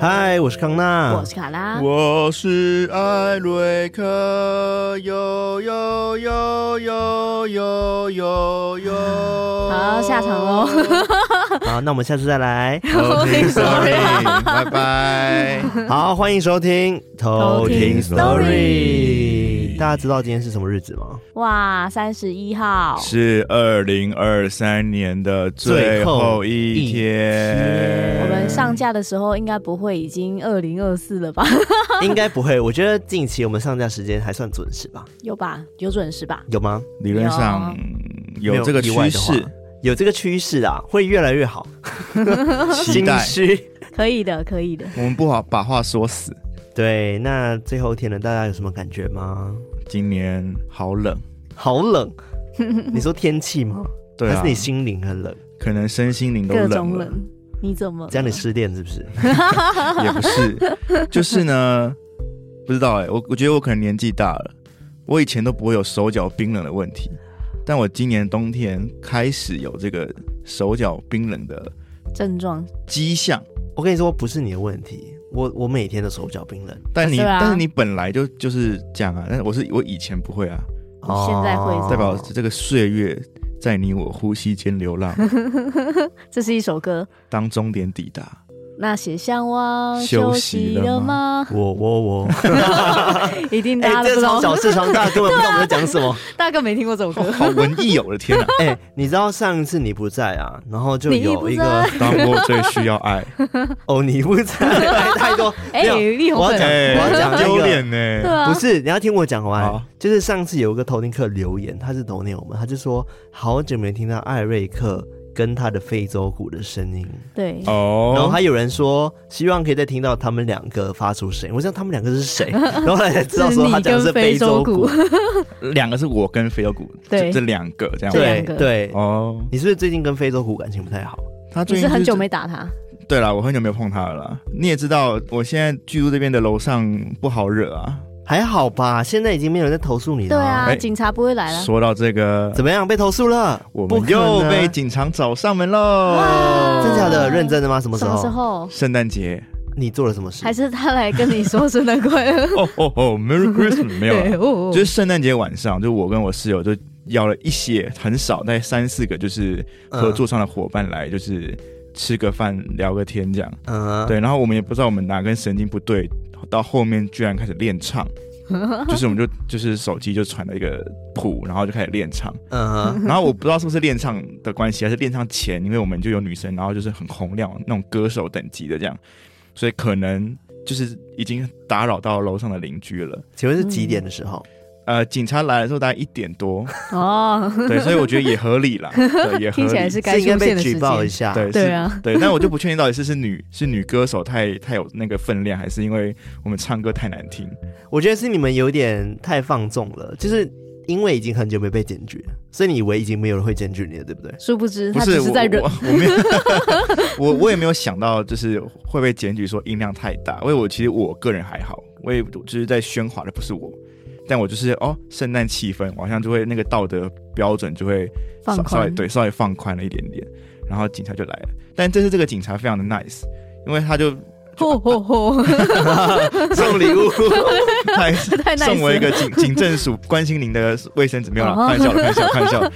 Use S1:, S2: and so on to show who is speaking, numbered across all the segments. S1: 嗨，我是康纳，
S2: 我是卡拉，
S3: 我是艾瑞克，有有有有有有有，
S2: 好下场喽。
S1: 好，那我们下次再来。
S3: OK Sorry，拜拜。
S1: 好，欢迎收听偷 听
S2: Story
S1: Story。大家知道今天是什么日子吗？
S2: 哇，三十一号，
S3: 是二零二三年的最后一天，
S2: 我们上架的时候应该不会已经二零二四了吧？
S1: 应该不会，我觉得近期我们上架时间还算准时吧？
S2: 有吧？有准时吧？
S1: 有吗？
S3: 理论上有这个
S1: 没有意外
S3: 趋
S1: 的话
S3: 势，，
S1: 有这个趋势啊，会越来越好。
S3: 期待
S1: 心虚。
S2: 可以的，可以的。
S3: 我们不好把话说死。
S1: 对，那最后一天了，大家有什么感觉吗？
S3: 今年好冷，
S1: 好 冷，你说天气吗？
S3: 对
S1: 还
S3: 啊
S1: 是，你心灵很冷？
S3: 可能身心灵都
S2: 各种
S3: 冷了。
S2: 冷，你怎么了？
S1: 这样你失恋是不是？
S3: 也不 是，就是呢，不知道哎、我我觉得我可能年纪大了，我以前都不会有手脚冰冷的问题，但我今年冬天开始有这个手脚冰冷的
S2: 症状？
S3: 迹象。
S1: 我跟你说，不是你的问题，我我每天都手脚冰冷。
S3: 但你、
S2: 是啊
S3: 但是你本来就就是这样啊，但是我是我以前不会啊，
S2: 现在会
S1: 哦
S3: 代表这个岁月在你我呼吸间 流浪，
S2: 这是一首歌。
S3: 当终点抵达，
S2: 那些向往
S3: 休
S2: 息
S3: 息了
S2: 了吗？
S1: 我我 我，
S2: 一定大
S1: 哎，
S2: 家都
S1: 这
S2: 不知
S1: 从
S2: 道，
S1: 小市场大，根本不知道我们在讲什么。
S2: 大哥没听过这首歌。
S3: 好文艺哦，我的 天啊！
S1: 哎，你知道上一次你不在啊，然后就
S2: 你不
S1: 有一个
S2: 在
S3: 当我最需要 爱，
S1: 哦，你不在， 哎太多。
S2: 哎
S1: 没有
S2: 力宏
S1: 我要
S2: 粉
S1: 讲，
S3: 哎、
S1: 我要讲那
S3: 丢
S1: 个。
S3: 脸呢
S2: 对。啊
S1: 不，是，你要听我讲完
S3: 好。
S1: 就是上次有一个头听客留言，他是头念我们，他就说好久没听到艾瑞克跟他的非洲鼓的声音，
S2: 对，
S3: 哦，
S1: 然后还有人说希望可以再听到他们两个发出声音。我知道他们两个是谁，然后后来才知道说他讲的是非洲鼓。
S3: 两个是我跟肥油骨，
S2: 对
S3: 这这两个这样。
S2: 这
S1: 对
S2: 两个
S1: 对，
S3: 哦，
S1: 你是不是最近跟非洲鼓感情不太好？
S3: 他
S2: 你
S3: 最
S2: 是
S3: 近
S2: 很
S3: 就
S2: 久没打他，
S3: 对了，我很久没有碰他了啦。你也知道，我现在居住这边的楼上不好惹啊。
S1: 还好吧，现在已经没有人在投诉你
S2: 对
S1: 了。
S2: 啊，
S3: 哎
S2: 警察不会来了。
S3: 说到这个，
S1: 怎么样？被投诉了？
S3: 我
S1: 不
S3: 们
S1: 可
S3: 又
S1: 能
S3: 被警察找上门喽。
S1: 真假的？认真的吗？什么时
S2: 什么
S1: 候？
S2: 时候？
S3: 圣诞节，
S1: 你做了什么事
S2: 还？是他来跟你说圣诞快乐？
S3: 哦哦哦，Merry Christmas，没有
S2: 对，
S3: 啦，
S2: 哦
S3: 就是圣诞节晚上，就我跟我室友就要了一些很少，大概三四个，就是合作上的伙伴来，就是吃个饭聊个天这样。
S1: 嗯，
S3: 对，然后我们也不知道我们哪根神经不对，到后面居然开始练唱，就是我们就就是手机就传了一个谱，然后就开始练唱。
S1: 嗯，
S3: 然后我不知道是不是练唱的关系，还是练唱前，因为我们就有女生，然后就是很洪亮那种歌手等级的这样，所以可能就是已经打扰到楼上的邻居了。
S1: 请问是几点的时候？
S3: 呃，警察来的时候大概一点多，
S2: 哦，
S3: 对，所以我觉得也合理啦，对，也 合
S2: 听起来
S3: 理。
S2: 是该
S1: 是应
S2: 出
S1: 该
S2: 现
S1: 被
S2: 的时
S1: 举报一
S2: 间。
S1: 下。
S3: 对，
S2: 对
S3: 是
S2: 啊，
S3: 对，但我就不确定到底是是女是女歌手太太有那个分量，还是因为我们唱歌太难听。
S1: 我觉得是你们有点太放纵了，就是因为已经很久没被检举，所以你以为已经没有人会检举你了，对不对？
S2: 殊不知
S3: 不
S2: 他只是在忍
S3: 我，我我没有，我我也没有想到就是会被检举说音量太大，因为我其实我个人还好，我也就是在喧哗的不是我，但我就是哦，圣诞气氛，我好像就会那个道德标准就会
S2: 放
S3: 稍稍微
S2: 宽
S3: 对稍微放宽了一点点，然后警察就来了，但这次这个警察非常的 nice，因为他就
S2: 吼吼 吼，
S1: 送礼物，
S3: 他
S2: 太 nice
S3: 送我一个警警政署关心您的卫生纸，没有啦，
S2: 哦
S3: 看笑了，看笑，看笑，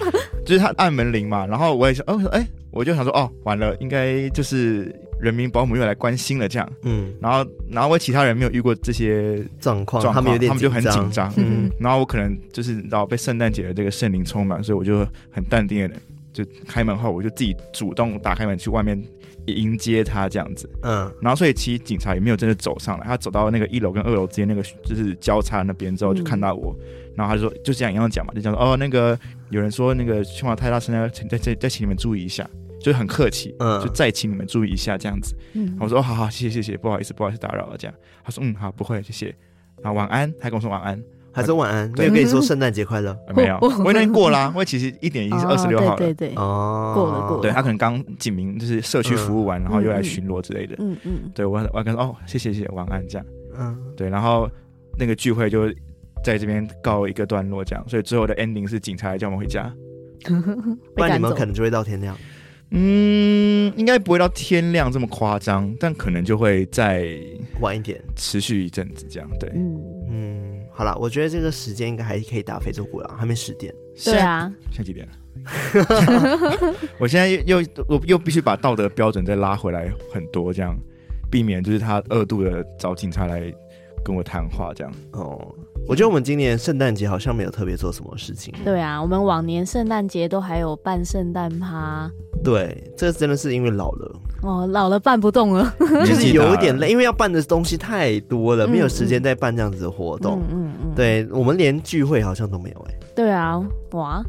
S3: 就是他按门铃嘛，然后我也想，哦，我说哎、我就想说，哦，完了，应该就是人民保姆又来关心了这样，
S1: 嗯，
S3: 然后，然后我其他人没有遇过这些
S1: 状况，
S3: 状况，
S1: 他们有点
S3: 就很紧，张，
S1: 嗯，
S3: 然后我可能就是你知道被圣诞节的这个圣灵充满，所以我就很淡定的。就开门后，我就自己主动打开门去外面迎接他这样子，
S1: 嗯
S3: 然后所以其实警察也没有真的走上来，他走到那个一楼跟二楼之间那个就是交叉那边之后，
S2: 嗯
S3: 就看到我，然后他就说就这样一样讲嘛，就讲说哦那个有人说那个喧哗太大声了，再再再请你们注意一下，就是很客气，
S1: 嗯
S3: 就再请你们注意一下这样子。
S2: 嗯
S3: 我说哦好好谢谢谢谢，不好意思不好意思打扰了这样。他说嗯好不会谢谢，然后晚安，他跟我说晚安，
S1: 还说晚安，没
S3: 对
S1: 有跟你说圣诞节快乐
S3: 呃没有，
S2: 哦
S3: 我已经过啦，我其实一点已经是
S2: 哦
S3: 二十六号了，
S2: 对对对，
S1: 哦，
S2: 过了过了
S3: 对他可能刚警民就是社区服务完，然后又来
S2: 嗯
S3: 巡逻之类的。
S2: 嗯嗯，
S3: 对我我跟他说哦谢谢谢谢晚安这样。
S1: 嗯，
S3: 对，然后那个聚会就在这边告一个段落，这样，所以最后的 ending 是警察来叫我们回家，
S1: 不然你们
S2: 被赶走
S1: 可能就会到天亮。
S3: 嗯，应该不会到天亮这么夸张，但可能就会再
S1: 晚一点。
S3: 持续一阵子这样。对，
S2: 嗯，
S1: 嗯，好啦，我觉得这个时间应该还可以打非洲鼓了，还没十点。
S2: 对啊，
S3: 现在几点了？ 我现在又又我又必须把道德标准再拉回来很多，这样避免就是他二度的找警察来跟我谈话，这样
S1: 哦，我觉得我们今年圣诞节好像没有特别做什么事情。
S2: 对啊，我们往年圣诞节都还有办圣诞趴，
S1: 对，这真的是因为老了，
S2: 哦，老了办不动了。
S1: 就
S3: 年
S1: 是
S3: 纪
S1: 有
S3: 大
S1: 一点
S3: 了
S1: 累，因为要办的东西太多了，
S2: 嗯
S1: 没有时间再办这样子的活
S3: 哦
S1: 动。
S2: 嗯嗯，
S1: 对我们连聚会好像都没有、欸，
S2: 对啊，哇，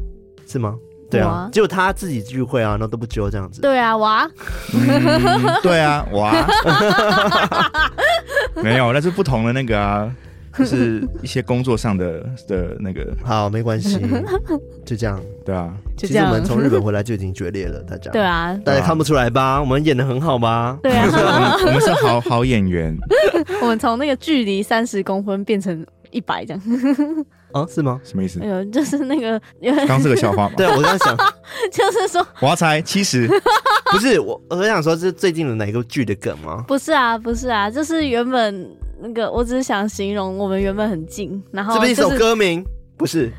S1: 是吗？对
S2: 有
S1: 啊
S2: 啊，
S1: 只有他自己聚会啊，然后都不揪这样子。
S2: 对啊，哇，
S3: 嗯对啊，哇， 没有，那是不同的那个啊，就是一些工作上的的那个，
S1: 好，没关 系，就这样。
S3: 对啊，
S2: 就
S1: 其
S2: 这
S1: 实我
S2: 样。
S1: 们从日本回来就已经决裂 了，大家。
S2: 对，啊，
S1: 大家看不出来吧？我们演的很好吧？
S2: 对
S3: 我们是
S2: 啊，
S3: 我们我们是好好演员，
S2: 我们从那个距离三十公分变成一百这样，
S3: 嗯
S1: 啊，是吗？
S3: 什么意思
S2: 哎？呦，就是那个，
S3: 刚是个笑话嘛？
S1: 对，啊我在 想，
S2: 就是说，
S3: 我要猜 七十，
S1: 不是我，我想说是最近的哪个剧的梗吗？
S2: 不是啊，不是啊，就是原本那个，我只是想形容我们原本很近，然后
S1: 是不是一
S2: 哦就
S1: 首
S2: 是
S1: 歌名？不是，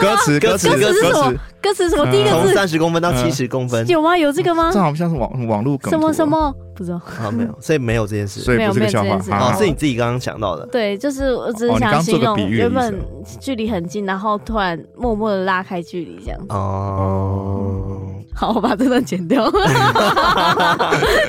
S3: 歌词
S1: 歌
S3: 歌
S1: 词歌
S2: 词是
S3: 词歌
S2: 什么
S3: 词，
S2: 歌词什么第一
S3: 嗯
S2: 个
S1: 从
S2: 字
S1: 三十公分到
S3: 嗯
S1: 七十公分，
S2: 有吗？有这个吗
S3: 这？好像是网网络梗图
S2: 什
S3: 哦，
S2: 么什么不知道？
S1: 啊，没有，所以没有这件事。
S3: 所以不啊是个笑话
S2: 没有没有这件事，
S3: 哈
S1: 哦，
S3: 哈
S1: 是你自己刚刚想到的。
S2: 对，就是我只
S3: 哦
S2: 是
S3: 你
S2: 想
S3: 刚做
S2: 形
S3: 个
S2: 容
S3: 比喻的
S2: 原
S3: 意思
S2: 本距离很近，然后突然默默的拉开距离这样。
S1: 哦，
S2: 好，我把这段剪 掉，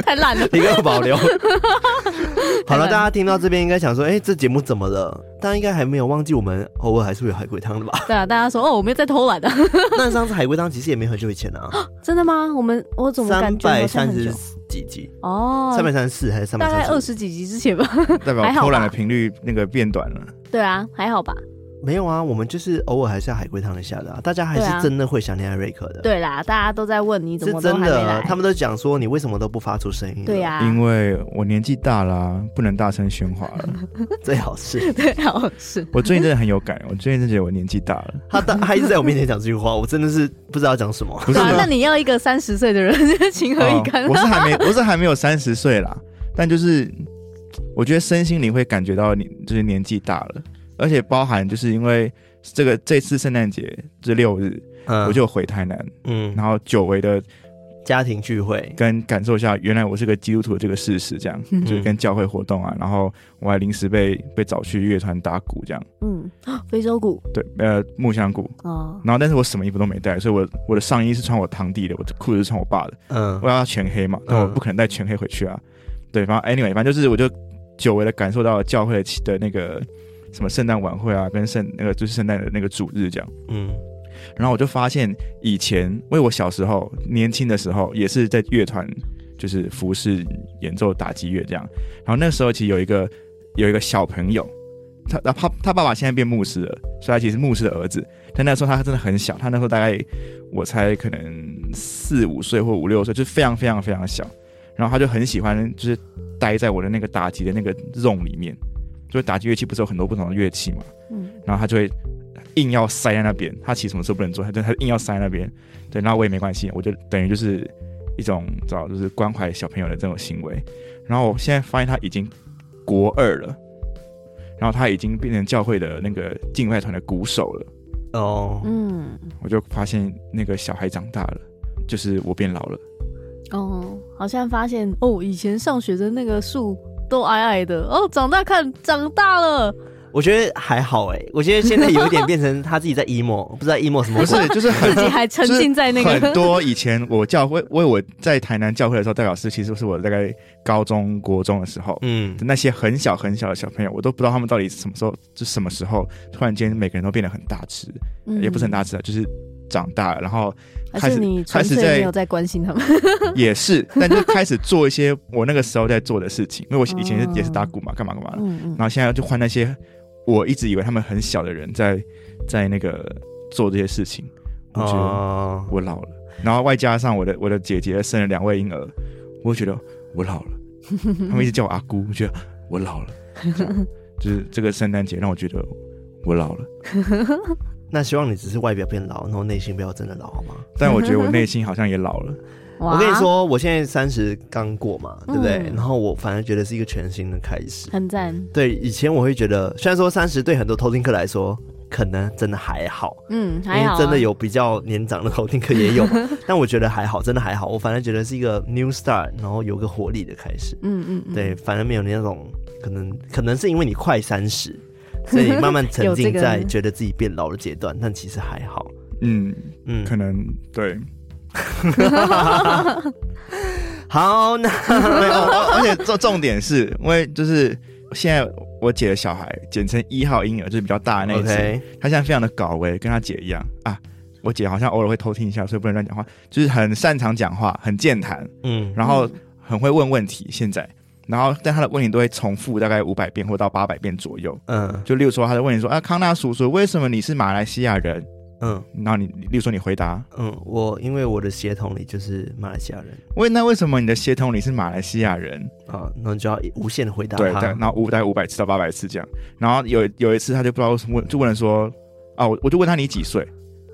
S2: 太烂了。
S1: 一个保留。 好
S2: 太
S1: 了，
S2: 烂
S1: 大家听到这边应该想 说，哎、这节目怎么了？大家应该还没有忘记我们偶尔还是会有海龟汤的吧？
S2: 对啊，大家说哦，我没有在偷懒的，
S1: 那上次海龟汤其实也没很久以前啊，
S2: 真的吗？我们我 怎么
S1: 三
S2: 感觉好
S1: 百
S2: 像
S1: 三
S2: 很
S1: 十
S2: 久？
S1: 几集，
S2: 哦，
S1: 三百三十四还是三百
S2: 大概
S1: 三
S2: 二
S1: 十？
S2: 十几集之前吧。
S3: 代表
S2: 还好吧
S3: 啊偷懒的频率那个变短了。
S2: 对啊，还好吧。
S1: 没有啊，我们就是偶尔还是要海龟汤一下的、啊，大家还
S2: 对
S1: 是
S2: 啊
S1: 真的会想念艾瑞克的。
S2: 对啦，大家都在问你怎
S1: 是
S2: 么都
S1: 真
S2: 还没
S1: 的啊
S2: 来，，
S1: 他们都讲说你为什么都不发出声音？
S2: 对、啊呀、
S3: 啊因为我年纪大啦、不能大声喧哗了。
S1: 最好是
S2: 对，啊好像是
S3: 我最近真的很有感，我最近真的觉得我年纪大了。
S1: 他当他一直在我面前讲这句话，我真的是不知道讲什么。
S3: 不
S2: 对
S3: 是
S2: 啊，
S3: 呢
S2: 那你要一个三十岁的人 情何以堪啊
S3: 哦？我是还没，我 是还没有三十岁啦，但就是我觉得身心灵会感觉到你就是年纪大了，而且包含就是因为这个这次圣诞节这六日，
S1: 嗯
S3: 我就回台南，
S1: 嗯，
S3: 然后久违的
S1: 家庭聚会，
S3: 跟感受一下原来我是个基督徒的这个事实，这样就是跟教会活动啊，然后我还临时被被找去乐团打鼓这样，
S2: 嗯，非洲鼓
S3: 对，呃，木箱鼓，
S2: 哦，
S3: 然后但是我什么衣服都没带，所以我我的上衣是穿我堂弟的，我的裤子是穿我爸的，
S1: 嗯
S3: 我要全黑嘛，但我不可能带全黑回去啊。对，反正 anyway，反正就是我就久违的感受到了教会的气的那个什么圣诞晚会啊，跟圣那个就是圣诞的那个主日这样。
S1: 嗯，
S3: 然后我就发现以前，因为我小时候年轻的时候也是在乐团，就是服饰演奏打击乐这样。然后那时候其实有一个有一个小朋友，他他他他爸爸现在变牧师了，所以他其实是牧师的儿子。但那时候他真的很小，他那时候大概我猜可能四五岁或五六岁，就是非常非常非常小。然后他就很喜欢，就是待在我的那个打击的那个 zone 里面，就是打击乐器不是有很多不同的乐器嘛，
S2: 嗯，
S3: 然后他就会硬要塞在那边，他其实什么事都不能做，他就他硬要塞在那边，对，然后我也没关系，我就等于就是一种找就是关怀小朋友的这种行为。然后我现在发现他已经国二了，然后他已经变成教会的那个敬拜团的鼓手了，
S1: 哦，
S2: 嗯，
S3: 我就发现那个小孩长大了，就是我变老了。
S2: 哦，好像发现哦，以前上学的那个树都矮矮的，哦，长大看长大了，
S1: 我觉得还好哎、我觉得现在有一点变成他自己在 emo，不知 道 emo 什么鬼，
S3: 不是，就是很
S2: 自己还沉浸在那
S3: 就是很
S2: 个，
S3: 多以前我教会，为我在台南教会的时候，代表是其实是我大概高中国中的时候，
S1: 嗯，
S3: 那些很小很小的小朋友，我都不知道他们到底什么时候，就什么时候突然间每个人都变得很大只，
S2: 嗯
S3: 也不是很，大只啊，就是长大了，然后
S2: 还是你纯
S3: 开
S2: 粹
S3: 始开始在
S2: 没有在关心他们？
S3: 也是，但就开始做一些我那个时候在做的事情，因为我以前是
S2: 哦
S3: 也是打鼓嘛，干嘛干嘛的，
S2: 嗯嗯
S3: 然后现在就换那些我一直以为他们很小的人在在那个做这些事情，我觉得
S1: 哦，
S3: 我老了，然后外加上我的我的姐姐生了两位婴儿，我就觉得我老 了，他们一直叫我阿姑，我觉得我老了，这样就是这个圣诞节让我觉得我老了。
S1: 那希望你只是外表变老，然后内心不要真的老，好吗？
S3: 但我觉得我内心好像也老了。
S1: 我
S2: 我
S1: 跟你，说，我现在三十刚过嘛，对不对？
S2: 嗯
S1: 然后我反而觉得是一个全新的开始。
S2: 很赞，
S1: 对，以前我会觉得，虽然说三十对很多偷听客来说，可能真的还好，
S2: 嗯，
S1: 因
S2: 还
S1: 为
S2: 好啊，
S1: 真的有比较年长的偷听客也有，但我觉得还好，真的还好。我反而觉得是一个 new start，然后有个活力的开始。
S2: 嗯，嗯嗯，
S1: 对，反而没有那种可能，可能是因为你快三十，所以你慢慢沉
S2: 有这
S1: 浸
S2: 个
S1: 在觉得自己变老的阶段，但其实还好。
S3: 嗯，
S1: 嗯，
S3: 可能对，
S1: 好，那
S3: 没有，而且重重点是因为就是现在我姐的小孩，简称一号婴儿，就是比较大的那一只
S1: OK，
S3: 她现在非常的搞维，跟她姐一样啊。我姐好像偶尔会偷听一下，所以不能乱讲话，就是很擅长讲话，很健谈，
S1: 嗯，
S3: 然后很会问问题。现在，然后但她的问题都会重复大概五百遍或到八百遍左右。
S1: 嗯
S3: 就例如说，她在问你说啊，康纳叔叔，为什么你是马来西亚人？
S1: 嗯
S3: 然后你，例如说你回答，
S1: 嗯，我因为我的血统里就是马来西亚人
S3: 喂，那为什么你的血统里是马来西亚人？
S1: 啊，那你就要无限的回答
S3: 对，
S1: 他
S3: 大概然后五大概五百次到八百次这样。然后有有一次他就不知道为什么问，就问了说，啊，我我就问他你几岁，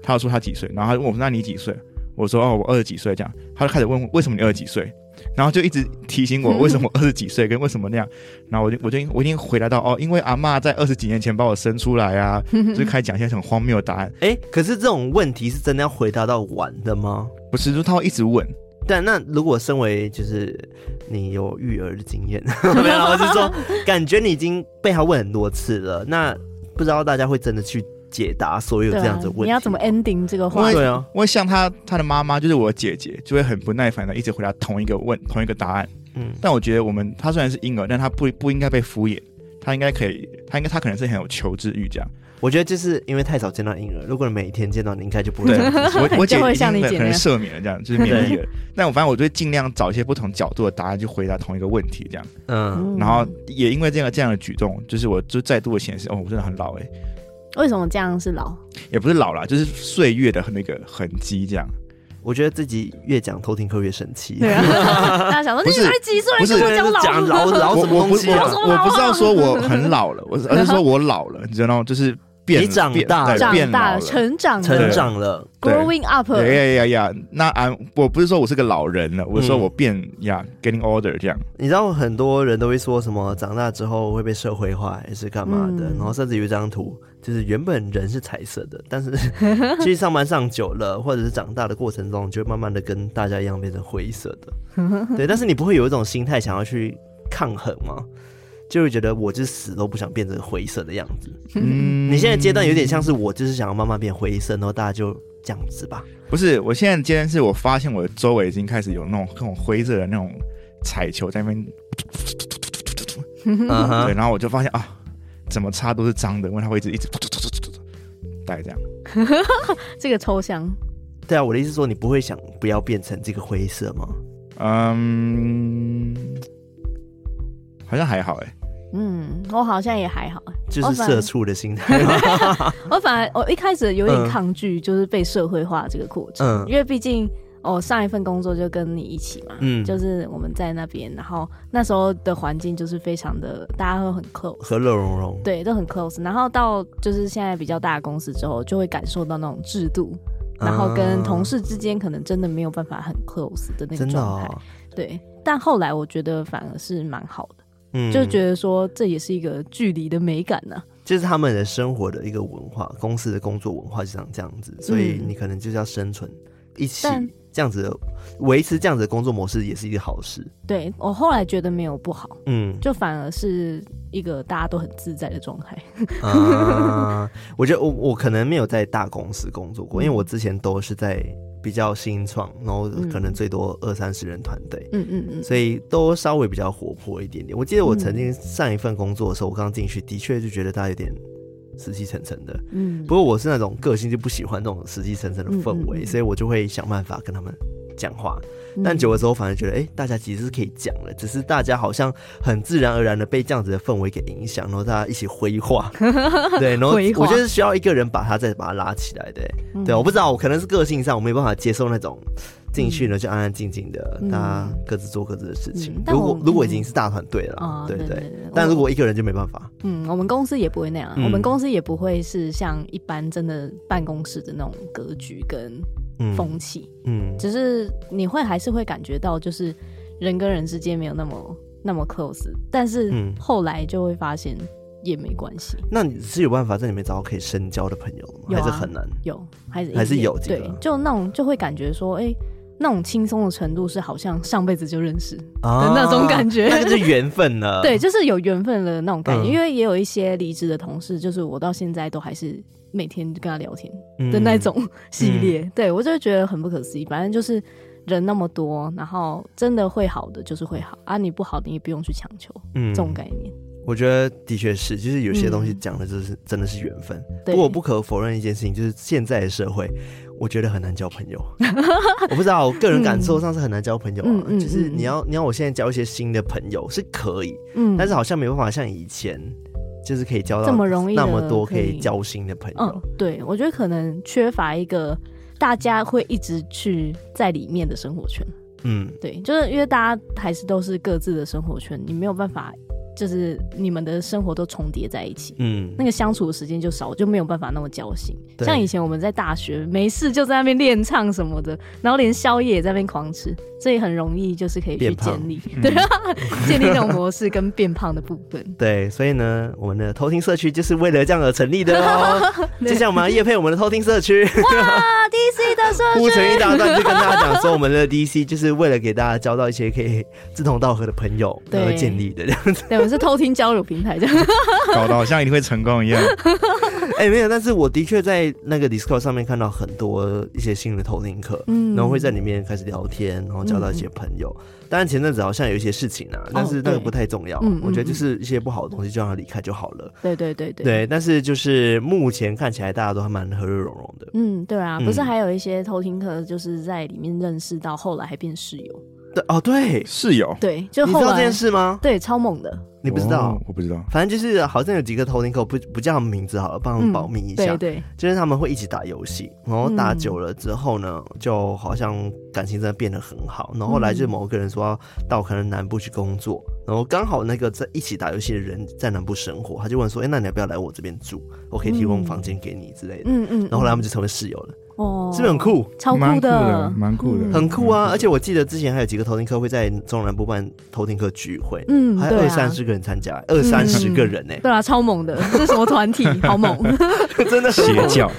S3: 他就说他几岁，然后他就问我说那你几岁？我说哦，我二十几岁这样。他就开始问为什么你二十几岁，然后就一直提醒我为什么我二十几岁跟为什么那样。然后我就我就我已经回答到哦，因为阿嬷在二十几年前把我生出来啊，就开始讲一些很荒谬的答案。
S1: 哎、可是这种问题是真的要回答到完的吗？
S3: 不是，就他会一直问，
S1: 但那如果身为就是你有育儿的经验， 没有啦，啊我是说， 感觉你已经被他问很多次了，那不知道大家会真的去解答所有
S2: 对啊
S1: 这样子的问题吗、
S2: 你要怎么 ending 这个话题？
S1: 对啊，
S3: 因为像他他的妈妈就是我姐姐，就会很不耐烦的一直回答同一个问同一个答案。
S1: 嗯
S3: 但我觉得我们他虽然是婴儿，但他不不应该被敷衍，他应该可以，他应该他可能是很有求知欲 这样。
S1: 我觉得就是因为太少见到婴儿，如果你每天见到，你应该就不会
S3: 对
S1: 这样。，
S3: 我我姐
S2: 就会
S3: 已
S2: 像你
S3: 经
S2: 姐
S3: 可
S2: 那
S3: 能
S2: 样
S3: 赦免了这样，就是免疫了。但我反正我就会尽量找一些不同角度的答案去回答同一个问题这样。
S1: 嗯，
S2: 嗯
S3: 然后也因为这样这样的举动，就是我就再度的显示，哦，我真的很老哎、
S2: 为什么这样是 老？
S3: 也不是老啦，就是岁月的那个痕迹这样。
S1: 我觉得自己越讲偷听客越生气。
S2: 对啊，大家想说
S3: 不
S2: 你
S3: 是
S2: 才几岁，
S3: 不是
S2: 跟我
S1: 就是
S2: 讲
S1: 讲
S2: 老
S1: 老老
S3: 我
S1: 什么
S3: 我不
S1: 东
S3: 是
S1: 西
S3: 我
S1: 啊？
S3: 我不是要说我很老了，我是而是说我老了，你知道吗？就是变
S1: 你长
S3: 变
S1: 大
S3: 对
S2: 长
S3: 变老
S2: 大
S3: 了
S2: 了，成长了
S1: 成长了，
S3: 对
S2: growing up，
S3: 呀呀呀呀！那俺我不是说我是个老人了，我说
S1: 嗯
S3: 我变呀、getting older 这样。
S1: 你知道很多人都会说什么长大之后会被社会化还是干嘛的，
S2: 嗯
S1: 然后甚至有一张图，就是原本人是彩色的，但是 其实上班上久了，或者是长大的过程中，就会慢慢的跟大家一样变成灰色的。对，但是你不会有一种心态想要去抗衡吗？就会觉得我就是死都不想变成灰色的样子。
S3: 嗯
S1: 你现在阶段有点像是我就是想要慢慢变灰色，然后大家就这样子吧。
S3: 不是，我现在今天是我发现我的周围已经开始有那种那种灰色的那种彩球在那边，
S1: 嗯
S3: 对，
S1: 哼，
S3: 然后我就发现啊，怎么擦都是脏的，因为它会一直一直带这样。
S2: 这个抽象，
S1: 对啊，我的意思是说你不会想不要变成这个灰色吗？
S3: 嗯，好像还好哎、
S2: 嗯，我好像也还好，
S1: 就是
S2: 我反
S1: 社畜的心态。
S2: 我反而我一开始有
S1: 嗯
S2: 点抗拒，就是被社会化这个过程，
S1: 嗯
S2: 因为毕竟哦，上一份工作就跟你一起嘛，
S1: 嗯
S2: 就是我们在那边，然后那时候的环境就是非常的，大家会很 close，
S1: 和乐融融。
S2: 对，都很 close，然后到就是现在比较大的公司之后，就会感受到那种制度。然后跟同事之间可能真的没有办法很 close 的那个
S1: 嗯真的、
S2: 状态，
S1: 哦，
S2: 对。但后来我觉得反而是蛮好的，
S1: 嗯
S2: 就觉
S1: 得
S2: 得说这也是一个距离的美感呢、
S1: 这是他们的生活的一个文化，公司的工作文化就长这样子，所以
S2: 嗯
S1: 你可能就是要生存，一起
S2: 但
S1: 这样子的维持这样子的工作模式也是一个好事。
S2: 对我后来觉得没有不好，
S1: 嗯
S2: 就反而是一个大家都很自在的状态。
S1: 啊，我觉得我我可能没有在大公司工作过，因为我之前都是在比较新创，然后可能最多二三十人团队。
S2: 嗯嗯嗯，
S1: 所以都稍微比较活泼一点点。我记得我曾经上一份工作的时候，我刚进去，的确就觉得大家有点死气沉沉的。
S2: 嗯
S1: 不过我是那种个性就不喜欢那种死气沉沉的氛围，
S2: 嗯嗯嗯嗯
S1: 所以我就会想办法跟他们讲话。但久了之后，反而觉得，哎、大家其实是可以讲的，只是大家好像很自然而然的被这样子的氛围给影响，然后大家一起挥 霍。对，然后
S2: 挥霍
S1: 我觉得是需要一个人把他再把他拉起来的、
S2: 嗯
S1: 对，我不知道，我可能是个性上我没办法接受那种进去呢就安安静静的，
S2: 嗯
S1: 大家各自做各自的事情
S2: 嗯。但
S1: 如
S2: 我
S1: 果
S2: 们
S1: 如果已经是大团队了啦
S2: 啊，，
S1: 对
S2: 对
S1: 对。
S2: 对，
S1: 但
S2: 我
S1: 如果一个人就没办法，
S2: 嗯，我们公司也不会那样啊，
S1: 嗯
S2: 我们公司也不会是像一般真的办公室的那种格局跟
S1: 嗯
S2: 风气，
S1: 嗯
S2: 只是你会还是会感觉到，就是人跟人之间没有那么那么 close，但是
S1: 嗯。
S2: 后来就会发现也没关系，
S1: 那你是有办法在里面找到可以深交的朋友吗？
S2: 有啊
S1: 还是很难？
S2: 有还是
S1: 还是
S2: 一定
S1: 有这
S2: 对
S1: 个，
S2: 就那种就会感觉说，哎、那种轻松的程度是好像上辈子就认识，
S1: 啊
S2: 那种感觉
S1: 那就是缘分了。
S2: 对，，就是有缘分的那种感觉。
S1: 嗯
S2: 因为也有一些离职的同事，就是我到现在都还是每天跟他聊天，
S1: 嗯
S2: 的那。种 系列，对我就会觉得很不可思议。反正就是人那么多，然后真的会好的就是会好啊，你不好的你也不用去强求，
S1: 嗯
S2: 这种概念。
S1: 我觉得的确是，就是有些东西
S2: 嗯
S1: 讲的就是真的是缘分。
S2: 对
S1: 不过我不可否认一件事情，就是现在的社会，我觉得很难交朋友。 我不知道，我个人感受上是很难交朋友啊。
S2: 嗯嗯嗯
S1: 就是
S2: 嗯
S1: 你要你要我现在交一些新的朋友是可以，
S2: 嗯，
S1: 但是好像没办法像以前，就是可以交到
S2: 这么容易
S1: 那
S2: 的
S1: 么多
S2: 可
S1: 可
S2: 以
S1: 以交心的朋
S2: 嗯
S1: 友。，
S2: 对我觉得可能缺乏一个大家会一直去在里面的生活圈。
S1: 嗯
S2: 对，就是因为大家还是都是各自的生活圈，你没有办法，就是你们的生活都重叠在一起。
S1: 嗯
S2: 那个相处的时间就少，就没有办法那么交心。
S1: 对
S2: 像以前我们在大学没事就在那边练唱什么的，然后连宵夜也在那边狂吃，所以很容易就是可以去
S1: 变胖嗯
S2: 建立，对啊， 建立那种模式跟变胖的部分。
S1: 对，所以呢，我们的偷听社区就是为了这样而成立的 哦。就像我们要叶配我们的偷听社区，
S2: 哇，DC 的社
S1: 铺成一大段，就跟大家讲说，我们的 DC 就是为了给大家交到一些可以志同道合的朋友
S2: 对
S1: 而建立的这样子。
S2: 对，我们是偷听交友平台这样。
S3: 搞得好像一定会成功一样。
S1: 哎、没有，但是我的确在那个 Discord 上面看到很多一些新的偷听课，
S2: 嗯
S1: 然后会在里面开始聊天，然后交到一些朋友。当然前阵子好像有一些事情啊，但是那个不太重要。
S2: 哦对嗯
S1: 我觉得就是一些不好的东西就让它离开就好了。
S2: 对对对对。
S1: 对，但是就是目前看起来大家都还蛮和乐融融的。
S2: 嗯，对啊，
S1: 嗯
S2: 不是还有一些偷听客，就是在里面认识到后来还变室友，
S1: 对哦，对，
S3: 室友，
S2: 对，就
S1: 你知
S2: 后
S1: 道这
S2: 来
S1: 件事吗？
S2: 对超猛的，
S1: 你不知道
S3: 哦？我不知道。
S1: 反正就是好像有几个头领口不不叫他们名字好了，帮他
S2: 嗯
S1: 们保密一下。
S2: 对对，
S1: 就是他们会一起打游戏，然后打
S2: 嗯
S1: 久了之后呢，就好像感情真的变得很好。然后后来就是
S2: 嗯
S1: 某个人说要啊到可能南部去工作，然后刚好那个在一起打游戏的人在南部生活，他就问说：“哎、那你要不要来我这边住？我可以提供
S2: 嗯
S1: 房间给你之类的。
S2: 嗯嗯，
S1: 然后后来他
S2: 嗯
S1: 们就成为室友了，
S2: 哦，
S1: 是不是很酷？
S2: 超
S3: 蛮
S2: 酷
S3: 酷的，蛮酷的，
S2: 嗯
S1: 很酷啊！而且我记得之前还有几个头听课会在中南部办头听课聚会，
S2: 嗯，
S1: 还有
S2: 对啊
S1: 二三十个人参加、二三十个人呢、
S2: 对啊，超猛的， 这是什么 团体？好猛！
S1: 欸真的很
S3: 邪教，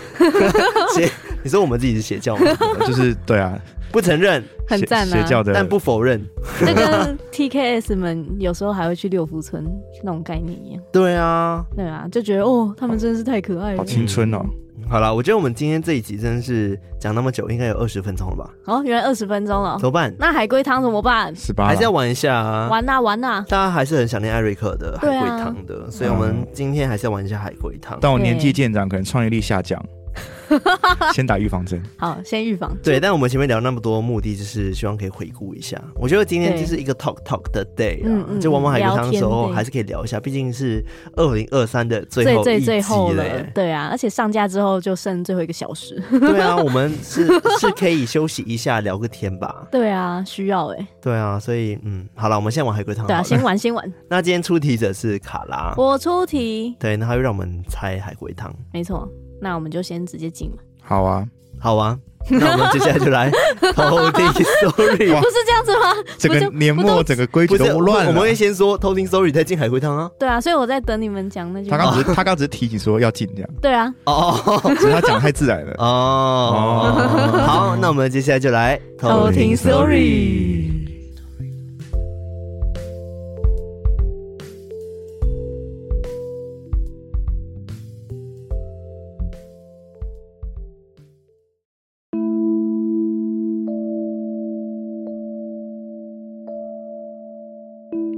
S1: 邪，你说我们自己是邪教吗？
S3: 就是对啊，
S1: 不承认，
S2: 很
S3: 邪
S2: 赞啊
S3: 邪教的，
S1: 但不否认。
S2: 这跟 TKS 们有时候还会去六福村那种概念一样，
S1: 对啊，
S2: 对啊，就觉得哦，他们真是太可爱
S3: 好
S2: 了。
S3: 青春哦。
S1: 好了，我觉得我们今天这一集真的是讲那么久，应该有二十分钟了吧？
S2: 哦，原来二十分钟了
S1: 怎，么办？
S2: 那海龟汤怎么办？
S3: 十八
S1: 还是要玩一下啊！
S2: 玩呐玩呐！
S1: 大家还是很想念艾瑞克的海
S2: 对啊嗯
S1: 龟汤的，所以我们今天还是要玩一下海龟汤。
S3: 但我年纪渐长，可能创意力 下降，先打预防针。
S2: 好，先预防。
S1: 对，但我们前面聊那么多，目的就是希望可以回顾一下。我觉得今天就是一个 talk talk 的 day
S2: 嗯
S1: 啊，
S2: 嗯
S1: 就玩完海龟汤的时
S2: 聊
S1: 候
S2: 天 day
S1: 还是可以聊一下，毕竟是二零二三的最
S2: 最
S1: 后一
S2: 最
S1: 集
S2: 最后
S1: 了
S2: 了
S1: 耶，。
S2: 对啊，而且上架之后就剩最后一个小时，
S1: 对啊，我们是 是可以休息一下，聊个天吧。
S2: 对啊，需要哎，
S1: 对啊，所以嗯，好了，我们先玩海龟汤好
S2: 对
S1: 了。
S2: 啊，先玩先玩，
S1: 那今天出题者是卡拉，
S2: 我出题，
S1: 对，那他会让我们猜海龟汤，
S2: 没错，那我们就先直接进嘛，
S3: 好啊，
S1: 好啊。那我们接下来就来 偷听 story，
S2: 不是这样子吗？
S3: 整
S2: 不就
S3: 个年
S2: 不
S3: 末
S2: 都
S3: 整个规矩
S1: 不是
S3: 都乱啊
S1: 我
S3: 了
S1: 们。会先说偷听 story 再进海龟汤啊。
S2: 对啊，所以我在等你们讲那句
S3: 他
S2: 话
S3: 刚。只是他刚只是提醒说要进这样，
S2: 对啊，
S1: 哦
S3: 只是他讲得太自然了。
S1: 哦，好，那我们接下来就来
S2: 偷听 story。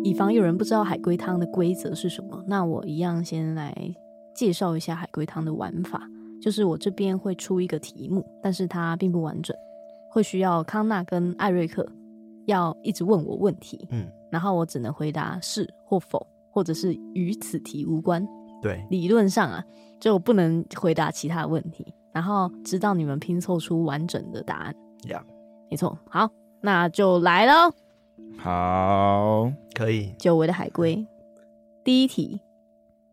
S2: 以防有人不知道海龟汤的规则是什么，那我一样先来介绍一下海龟汤的玩法。就是我这边会出一个题目，但是它并不完整，会需要康纳跟艾瑞克要一直问我问题，
S1: 嗯，
S2: 然后我只能回答是或否，或者是与此题无关。
S1: 对，
S2: 理论上啊，就我不能回答其他问题，然后直到你们拼凑出完整的答案。
S1: 呀
S2: 没错，好，那就来喽。
S3: 好，
S1: 可以，
S2: 久违的海龟。第一题，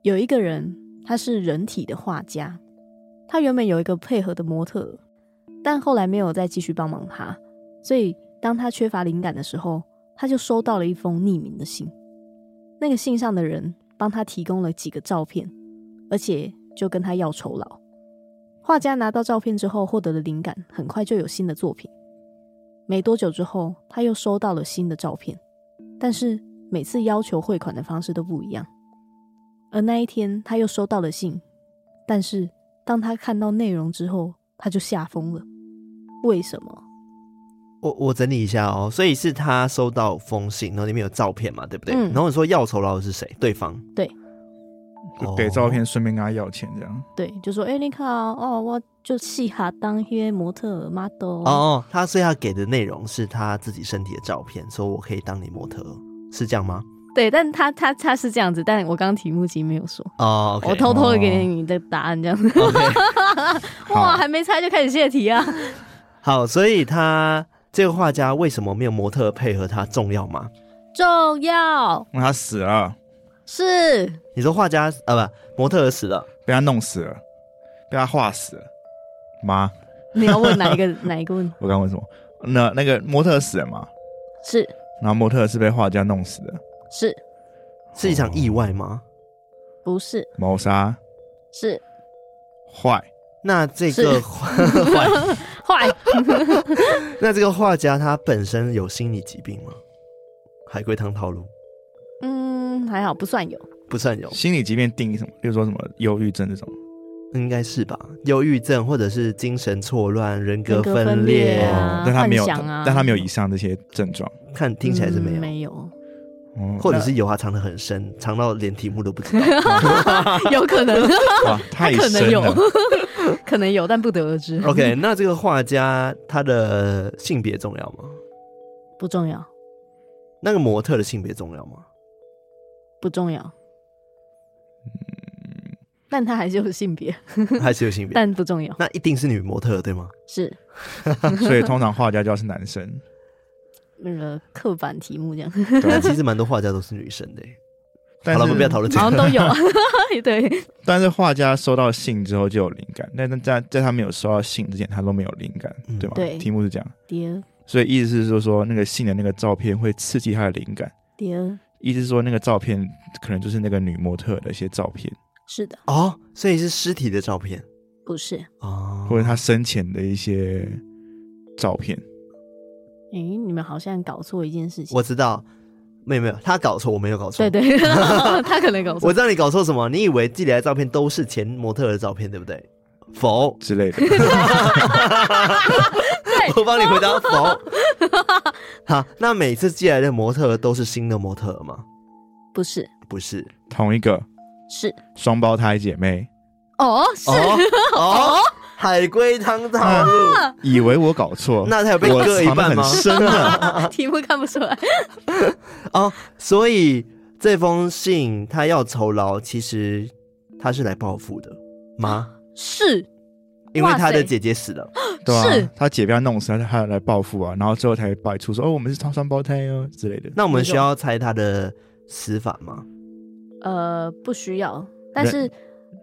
S2: 有一个人他是人体的画家，他原本有一个配合的模特儿，但后来没有再继续帮忙他，所以当他缺乏灵感的时候，他就收到了一封匿名的信。那个信上的人帮他提供了几个照片，而且就跟他要酬劳。画家拿到照片之后获得了灵感，很快就有新的作品。没多久之后，他又收到了新的照片，但是每次要求汇款的方式都不一样。而那一天，他又收到了信，但是当他看到内容之后，他就吓疯了。为什么？
S1: 我我整理一下哦，所以是他收到封信，然后里面有照片嘛，对不对？
S2: 嗯
S1: 然后你说要酬劳的是谁？对方
S2: 对，
S3: 就
S1: 哦
S3: 给照片，顺便跟他要钱，这样
S2: 对，就说哎、你看啊哦，我就戏哈当约模特儿 model
S1: 哦哦，他所以他给的内容是他自己身体的照片，说我可以当你模特儿，是这样吗？
S2: 对，但他他他是这样子，但我刚刚题目其实没有说
S1: 哦，OK，哦
S2: 我偷偷的给你的答案这样子。
S1: OK
S2: 哇，还没猜就开始泄 题啊！
S1: 好，所以他这个画家为什么没有模特儿配合他重要吗？
S2: 重要
S3: 那他死了，
S2: 是
S1: 你说画家呃不，模特儿死了，
S3: 被他弄死了，被他画死了。妈，
S2: 你要问哪一个哪一个问题？
S3: 我刚问什么？那那个模特死了嘛？
S2: 是
S3: 然后模特是被画家弄死的，
S2: 是
S1: 是一场意外
S2: 哦
S1: 吗？
S2: 不是
S3: 谋杀
S2: 是
S3: 坏，
S1: 那这个
S2: 是
S1: 画画
S2: 坏？
S1: 那这个画家他本身有心理疾病吗？海龟汤套路
S2: 嗯，还好不算有。
S1: 不算有，
S3: 心理疾病定义什么？例如说什么忧郁症这种，
S1: 应该是吧？忧郁症或者是精神错乱、人格
S2: 人格分
S1: 裂，
S2: 裂对啊
S3: 哦但他没有，
S2: 幻想啊
S3: 但他没有以上这些症状，
S1: 看听起来是没有，
S2: 嗯没有，
S3: 哦
S1: 或者是有他啊藏得很深，藏到连题目都不知道。
S2: 有可能，
S3: 那哇，太
S2: 可能
S3: 深
S2: 有
S3: 了，
S2: 可能有，但 不得而知。
S1: OK，那这个画家他的性别重要吗？
S2: 不重要，
S1: 那个模特的性别重要吗？
S2: 不重要。但他还是有性
S1: 嗯
S2: 别，
S1: 还是有性别？
S2: 但不重要。
S1: 那一定是女模特对吗？
S2: 是
S3: 所以通常画家就要是男生，
S2: 那个刻板题目这样，
S1: 对啊，
S3: 对，
S1: 其实蛮多画家都是女生的欸。
S3: 但
S1: 好了，我
S3: 是
S1: 们不要讨论这
S2: 好像
S1: 个。
S2: 都有。 对，
S3: 但是画家收到信之后就有灵感，但但在在他没有收到信之前，他都没有灵感，
S1: 嗯
S3: 对吧？
S2: 对
S3: 题目是这样，
S2: 第二
S3: 所以意思是说说那个信的那个照片会刺激他的灵感，
S2: 第二
S3: 意思是说那个照片可能就是那个女模特的一些照片，
S2: 是的，
S1: 哦，所以是尸体的照片
S2: 不是。
S1: 哦，
S3: 或者她生前的一些照片，
S2: 诶，你们好像搞错一件事情。
S1: 我知道，没有没有，他搞错，我没有搞错。
S2: 对对，他可能搞错
S1: 我。知道你搞错什么，你以为寄来的照片都是前模特儿的照片，对不对？否，
S3: 之类的，
S1: 我帮你回答否。 好，那每次寄来的模特儿都是新的模特儿吗？
S2: 不是，
S1: 不 是
S3: 同一个
S2: 是
S3: 双胞胎姐妹，
S2: 哦，是
S1: 哦哦，海龟汤套路，
S3: 以为我搞错，
S1: 那他有被
S3: 啊我
S1: 割一
S3: 藏得
S1: 半吗
S3: 很深啊，
S2: 题目看不出来。
S1: 哦，所以这封信他要酬劳，其实他是来报复的吗？
S2: 是
S1: 因为
S2: 啊哇塞
S1: 他的姐姐死了，
S3: 对
S2: 是
S3: 啊，她姐被她弄死，她她来报复啊，然后最后才摆出说哦，我们是双双胞胎哦之类的，
S1: 那我们
S2: 没错
S1: 需要猜他的死法吗？
S2: 呃，不需要，但是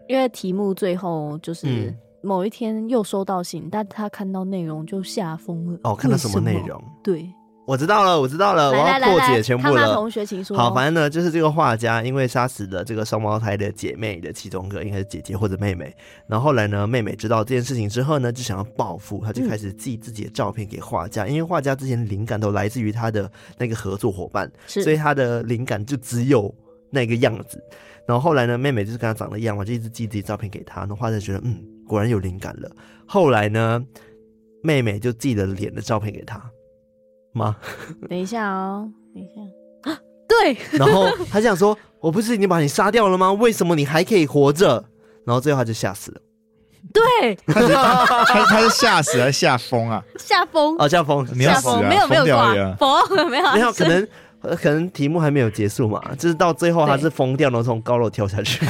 S2: 因为题目最后就是
S1: 嗯
S2: 某一天又收到信，但他看到内容就吓疯了。
S1: 哦，看到
S2: 为
S1: 什么
S2: 什
S1: 内？容？
S2: 对，
S1: 我知道了，我知道了，我
S2: 来
S1: 要
S2: 来来
S1: 破
S2: 来，
S1: 解全部
S2: 看他
S1: 了。
S2: 同学情书哦。
S1: 好，反正呢，就是这个画家因为杀死了这个双胞胎的姐妹的其中一个，应该是姐姐或者妹妹。然后后来呢，妹妹知道这件事情之后呢，就想要报复，她就
S2: 嗯
S1: 开始寄自己的照片给画家，因为画家之前灵感都来自于他的那个合作伙伴，所以
S2: 是
S1: 他的灵感就只有那个样子。然后后来呢，妹妹就是跟他长得一样嘛，就一直寄自己照片给他。然后画家觉得，嗯，果然有灵感了。后来呢，妹妹就寄了脸的照片给他妈，
S2: 等一下哦，等一下。啊对，
S1: 然 后他就想说：“我不是已经把你杀掉了吗？为什么你还可以活着？”然后最后他就吓死了。
S2: 对，
S3: 她她是吓死还是吓疯啊？
S2: 吓疯，
S1: 哦，叫风，
S3: 你要
S2: 吓
S3: 死啊
S2: 疯，没有没有
S3: 疯掉
S2: 挂
S3: 而已啊，
S2: 疯没有啊，
S1: 没有
S2: 是
S1: 可能呃可能题目还没有结束嘛，就是到最后他
S2: 对
S1: 是疯掉，然后从高楼跳下 去，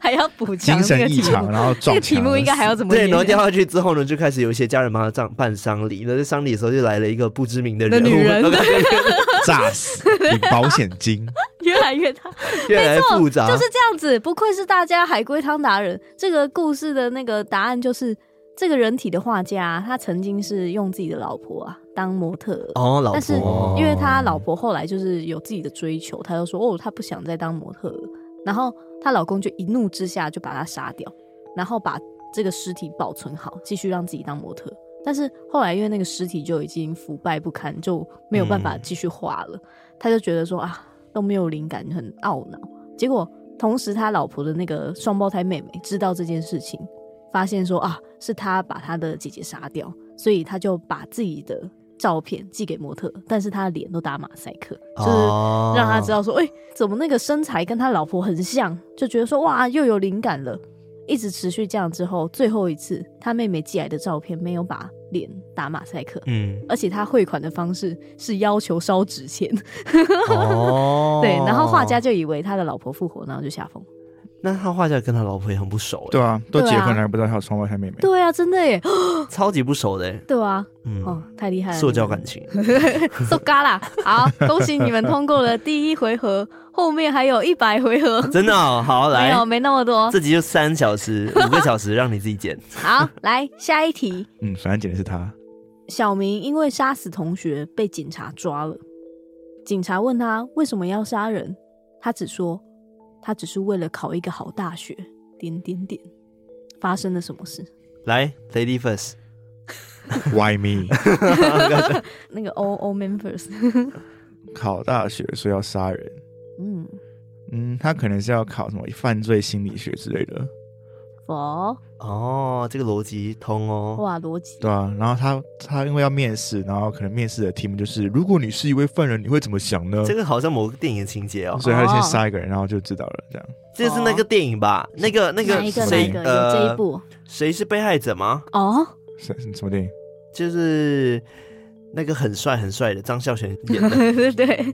S2: 还要补
S3: 精
S2: 强这个
S3: 神
S2: 题
S3: 异常，
S2: 目，
S3: 然后
S2: 这
S3: 撞
S2: 个题
S3: 墙
S2: 目
S3: 了。
S2: 应该还要怎么
S1: 对，
S2: 演
S1: 然后掉下去之后呢，就开始有一些家人帮他葬办丧礼，那在丧礼的时候就来了一个不知名的
S2: 的
S1: 人物，
S2: 女 人
S3: 炸死，领保险金，
S2: 越来越大，
S1: 越来越复杂，
S2: 就是这样子。不愧是大家海龟汤达人。这个故事的那个答案就是，这个人体的画家，他曾经是用自己的老婆啊当模特儿。
S1: 哦，老
S2: 但是
S1: 婆，
S2: 因为他老婆后来就是有自己的追求，他就说哦，他不想再当模特了。然后她老公就一怒之下就把她杀掉，然后把这个尸体保存好，继续让自己当模特。但是后来因为那个尸体就已经腐败不堪，就没有办法继续画了。他就觉得说啊都没有灵感，很懊恼。结果同时他老婆的那个双胞胎妹妹知道这件事情，发现说啊是他把他的姐姐杀掉，所以他就把自己的照片寄给模特，但是他的脸都打马赛克，就是
S1: 哦
S2: 让他知道说，哎、怎么那个身材跟他老婆很像，就觉得说哇，又有灵感了。一直持续这样之后，最后一次他妹妹寄来的照片没有把脸打马赛克，
S1: 嗯，
S2: 而且他汇款的方式是要求烧 纸钱，
S1: 哦
S2: 对，然后画家，就以为他的老婆复活，然后就下风。
S1: 那他画家跟他老婆也很不熟，
S3: 对啊，都
S2: 对啊
S3: 结婚了还不知道他有双胞胎妹妹，
S2: 对啊，真的耶，
S1: 哎，超级不熟的，哎
S2: 对啊，哦
S1: 嗯，，
S2: 太厉害了，
S1: 塑胶 感情，
S2: 受嘎啦！好，恭喜你们通过了第一回合，后面还有一百 回合，
S1: 真的哦好
S2: 没
S1: 来，
S2: 有没那么多。
S1: 这集就三小时，五个小时让你自己剪，
S2: 好，来下一题。
S3: 嗯，反正捡的是他，
S2: 小明因为杀死同学被警察抓了，警察问他为什么要杀人，他只说他只是为了考一个好大学。点点点，发生了什么事？
S1: 来，Lady First，
S3: Why me？
S2: 那个 O O Man First，
S3: 考大学所以要杀人，
S2: 嗯，
S3: 嗯，他可能是要考什么犯罪心理学之类的，
S2: 佛
S1: 哦，这个逻辑通哦，
S2: 哇逻辑，
S3: 对啊，然后他他因为要面试，然后可能面试的题目就是如果你是一位犯人，你会怎么想呢？
S1: 这个好像某个电影的情节哦，
S3: 所以他就先杀一个人，然后就知道了，这样
S1: 这是那个电影吧？那个那
S2: 哪
S1: 个
S2: 一个哪
S1: 谁
S2: 一个有这一
S1: 呃，
S2: 步
S1: 谁是被害者吗？
S2: 哦？
S3: 什什么电影？
S1: 就是那个很帅很帅的张孝全演的。
S2: 对，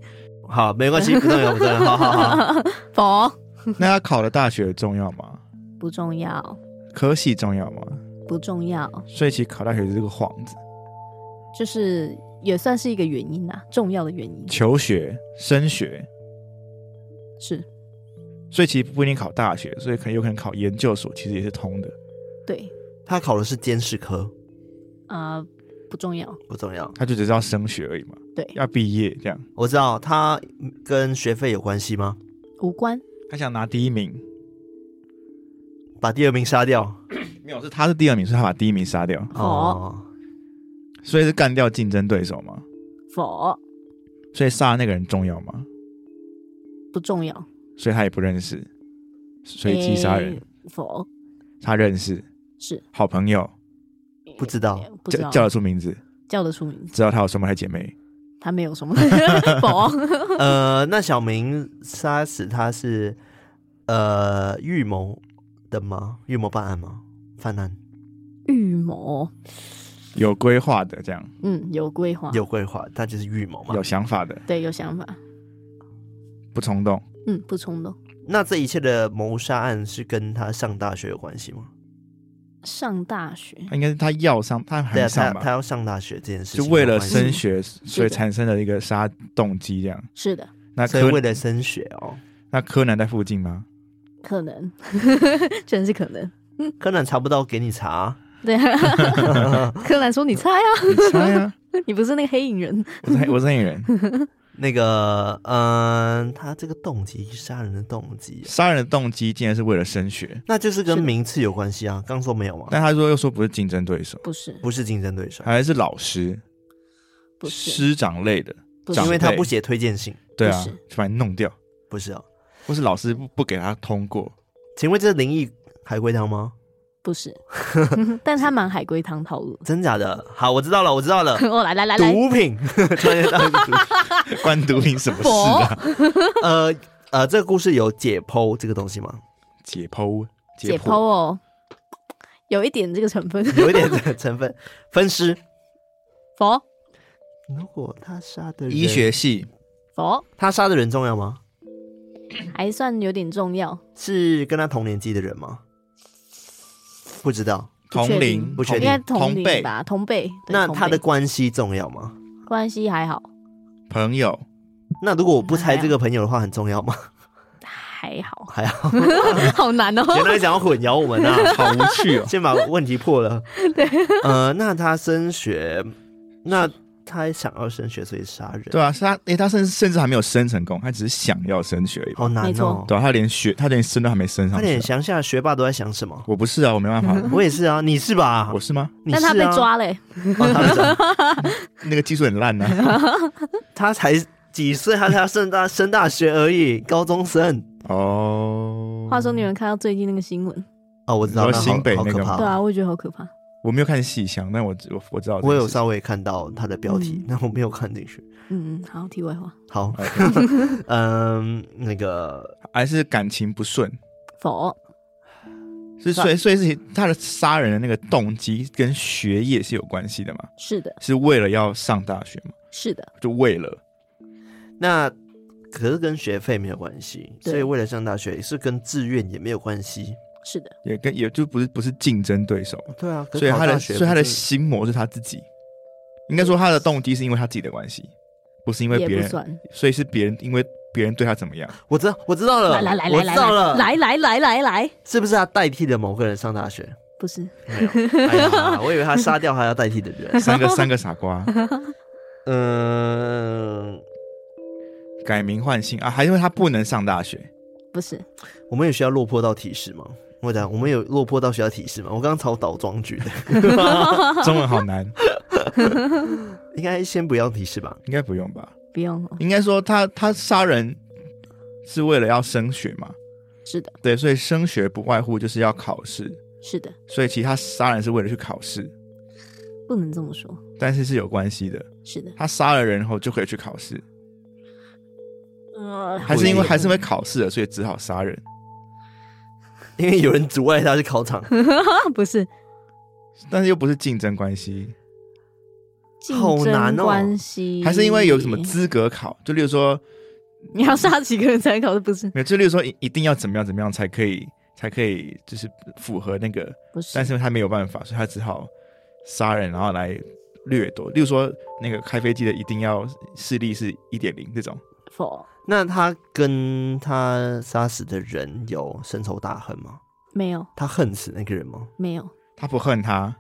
S1: 好，没关 系，不重要，不重要。好好好，
S2: 佛
S3: 那他考的大学重要吗？
S2: 不重要，
S3: 科系重要吗？
S2: 不重要，
S3: 所以其实考大学是个幌子，
S2: 就是也算是一个原因啊，重要的原因
S3: 求学、升学，
S2: 是
S3: 所以其实不一定考大学，所以可能有可能考研究所，其实也是通的。
S2: 对，
S1: 他考的是监视科，
S2: 啊、不重要，
S1: 不重要。
S3: 他就只知道升学而已嘛，
S2: 对，
S3: 要毕业这样。
S1: 我知道他跟学费有关系吗？
S2: 无关。
S3: 他想拿第一名，
S1: 把第二名杀掉
S3: 没有是他是第二名，所以他把第一名杀掉，
S1: 哦，
S3: 所以是干掉竞争对手嘛。
S2: 否
S3: 所以杀的那个人重要吗？
S2: 不重要，
S3: 所以他也不认识，随机杀人，
S2: 诶否
S3: 他认识
S2: 哎是
S3: 好朋友，
S1: 不知道
S2: 不知
S3: 哦叫
S2: 道
S3: 叫得出名字，
S2: 叫得出名字，
S3: 知道他有双胞胎姐妹，
S2: 他没有什么 否
S1: 呃，那小明杀死他是呃预谋的吗？预谋办案吗？犯案
S2: 预谋，
S3: 有规划的，这样
S2: 嗯，有规划，
S1: 有规划，他就是预谋嘛
S3: 有。想法的，
S2: 对有想法，
S3: 不冲动，
S2: 嗯，不冲动。
S1: 那这一切的谋杀案是跟他上大学有关系吗？
S2: 上大学
S3: 应该是他要上，他
S1: 对
S3: 很
S1: 啊，他
S3: 上
S1: 他
S3: 吧，
S1: 要上大学这件事情
S3: 就为了
S1: 有关系
S3: 升学，所以产生了一个杀动机，这样。
S2: 是的，
S3: 那
S1: 所以
S3: 柯
S1: 为了升学哦，
S3: 那柯南在附近吗？
S2: 可能 真是可能。
S1: 柯南查不到给你查，
S2: 对、啊， 柯南说：“你猜啊，
S3: 你 猜啊，
S2: 你不是那个黑影人，
S3: 我是黑我是黑人，
S1: 那个嗯、他这个动机杀人的动机，啊
S3: 杀人的动机竟然是为了升学，
S1: 那就是跟
S2: 是的
S1: 名次有关系啊。刚说没有吗？
S3: 但他说又说不是竞争对手，
S2: 不是，
S1: 不是竞争对手，
S3: 还是老师、
S2: 不是，
S3: 师长类的，
S2: 不
S3: 长
S1: 因
S2: 是
S1: 为他
S3: 辈
S1: 不写推荐信，
S3: 对啊
S2: 不是，
S3: 就把你弄掉，
S1: 不是哦。
S3: 或是老师不不给他 通过，
S1: 请问这是灵异海龟汤吗？
S2: 不是， 但他蛮海龟汤套路。。
S1: 真假的？好，我知道了，我知道了
S2: 我 来来来来，
S1: 毒品，穿越到毒
S3: 关毒品什么事啊？
S1: 呃呃，这个故事有解剖这个东西吗？
S3: 解剖，
S2: 解剖
S3: 剖，
S2: 哦，有一点这个成分。
S1: 有一点 这个成分，分尸。
S2: 否
S1: 如果他杀的人
S3: 医学系
S2: 否，
S1: 他杀的人重要吗？
S2: 还算有点重要。
S1: 是跟他同年纪的人吗？不知道。
S2: 不
S3: 同
S2: 确定
S3: 龄
S1: 不确
S2: 应
S1: 定
S2: 该
S3: 同
S2: 龄
S3: 辈
S2: 吧，同辈。对
S1: 那
S2: 同
S1: 他的
S2: 辈
S1: 关系重要吗？
S2: 关系还好，
S3: 朋友，
S1: 那如果我不猜这个朋友的话，很重要 吗？
S2: 还好，
S1: 还好，
S2: 好难哦。
S1: 原来想要混淆我们啊！。
S3: 好无趣哦
S1: 先把问题破了。对，呃，那他升学，那他想要升学，所以杀人，
S3: 对啊，是他，诶，他甚甚至还没有升成功，他只是想要升学而已吧。
S1: 好难
S2: 没
S1: 哦
S2: 错。
S3: 对啊，他连学，他连升都还没升上
S1: 快
S3: 去
S1: 点
S3: 啊。
S1: 想想学霸都在想什么？
S3: 我不是啊，我没 办法，
S1: 我也是啊，你是吧？
S3: 我是吗？
S1: 你是
S2: 但
S1: 啊
S2: 他被，抓了欸，
S1: 哦他被抓
S3: 那个技术很烂啊呐。
S1: 他才几岁？他才升大升大学而已，高中生。
S3: 哦，
S2: 话说你
S1: 嗯
S2: 们看到最近那个新闻，
S1: 哦，我知道，
S3: 你
S1: 那
S3: 说
S1: 好
S3: 新北
S1: 好
S3: 那个
S1: 可
S3: 吗
S1: 怕。
S2: 对啊，我也觉得好可怕。
S3: 我没有看细项，但我我我知道这件事情。
S1: 我有稍微看到他的标题
S2: 嗯，
S1: 但我没有看进去。
S2: 嗯，嗯，好，题外话，
S1: 好， 嗯，那个
S3: 还是感情不顺，
S2: 否，
S3: 是所以所以是他的杀人的那个动机跟学业是有关系的嘛？
S2: 是的，
S3: 是为了要上大学嘛？
S2: 是的，
S3: 就为了
S1: 那可是跟学费没有关系，
S2: 对
S1: 所以为了上大学是跟志愿也没有关系。
S2: 是的，
S3: 也跟也就不是不是竞争对手，
S1: 对啊，可是
S3: 所以
S1: 考
S3: 他
S1: 大
S3: 的
S1: 学
S3: 所以他的
S1: 不是
S3: 心魔是他自己。应该说他的动机是因为他自己的关系，不是因为
S2: 也
S3: 别
S2: 不
S3: 人，
S2: 算。
S3: 所以是别人因为别人对他怎么样。
S1: 我知道我知道了，
S2: 来来来
S1: 我
S2: 来
S1: 知道了，
S2: 来来来来来来，
S1: 是不是他代替了某个人上大学？
S2: 不是，
S1: 没有，哎呀，我以为他杀掉还要代替的人。
S3: 三个三个傻瓜
S1: 嗯，
S3: 改名换姓啊，还因为他不能上 大学，
S2: 不是，
S1: 我们有需要落魄到提示吗？我讲，我们有落魄到需要提示吗？我刚刚超倒装句的，
S3: 中文好难，
S1: 应该先不要提示吧？
S3: 应该不用吧？
S2: 不用，
S3: 应该说他他杀人是为了要升学嘛，
S2: 是的，
S3: 对，所以升学不外乎就是要考试，
S2: 是的，
S3: 所以其实他杀人是为了去考试，
S2: 不能这么说，
S3: 但是是有关系的。
S2: 是的，
S3: 他杀了人后就可以去考试，
S2: 呃，
S3: 还是因为还是因
S2: 会
S3: 为考试了，所以只好杀人。
S1: 因为有人阻碍他去考场，
S2: 啊不是
S3: 但是又不是竞争关系，
S2: 竞
S1: 好难
S2: 争
S1: 哦
S2: 关系，
S3: 还是因为有什么资格考？就例如说，
S2: 你要杀几个人才考？不是，
S3: 没有，就例如说一一定要怎么样怎么样才可以，才可以就是符合那个
S2: 不是，
S3: 但是他没有办法，所以他只好杀人，然后来掠夺。例如说，那个开飞机的一定要视力是一点零这种，
S2: 否
S1: 那他跟他杀死的人有深仇大恨吗？
S2: 没有
S1: 他恨死那个人吗？
S2: 没有，
S3: 他不恨他，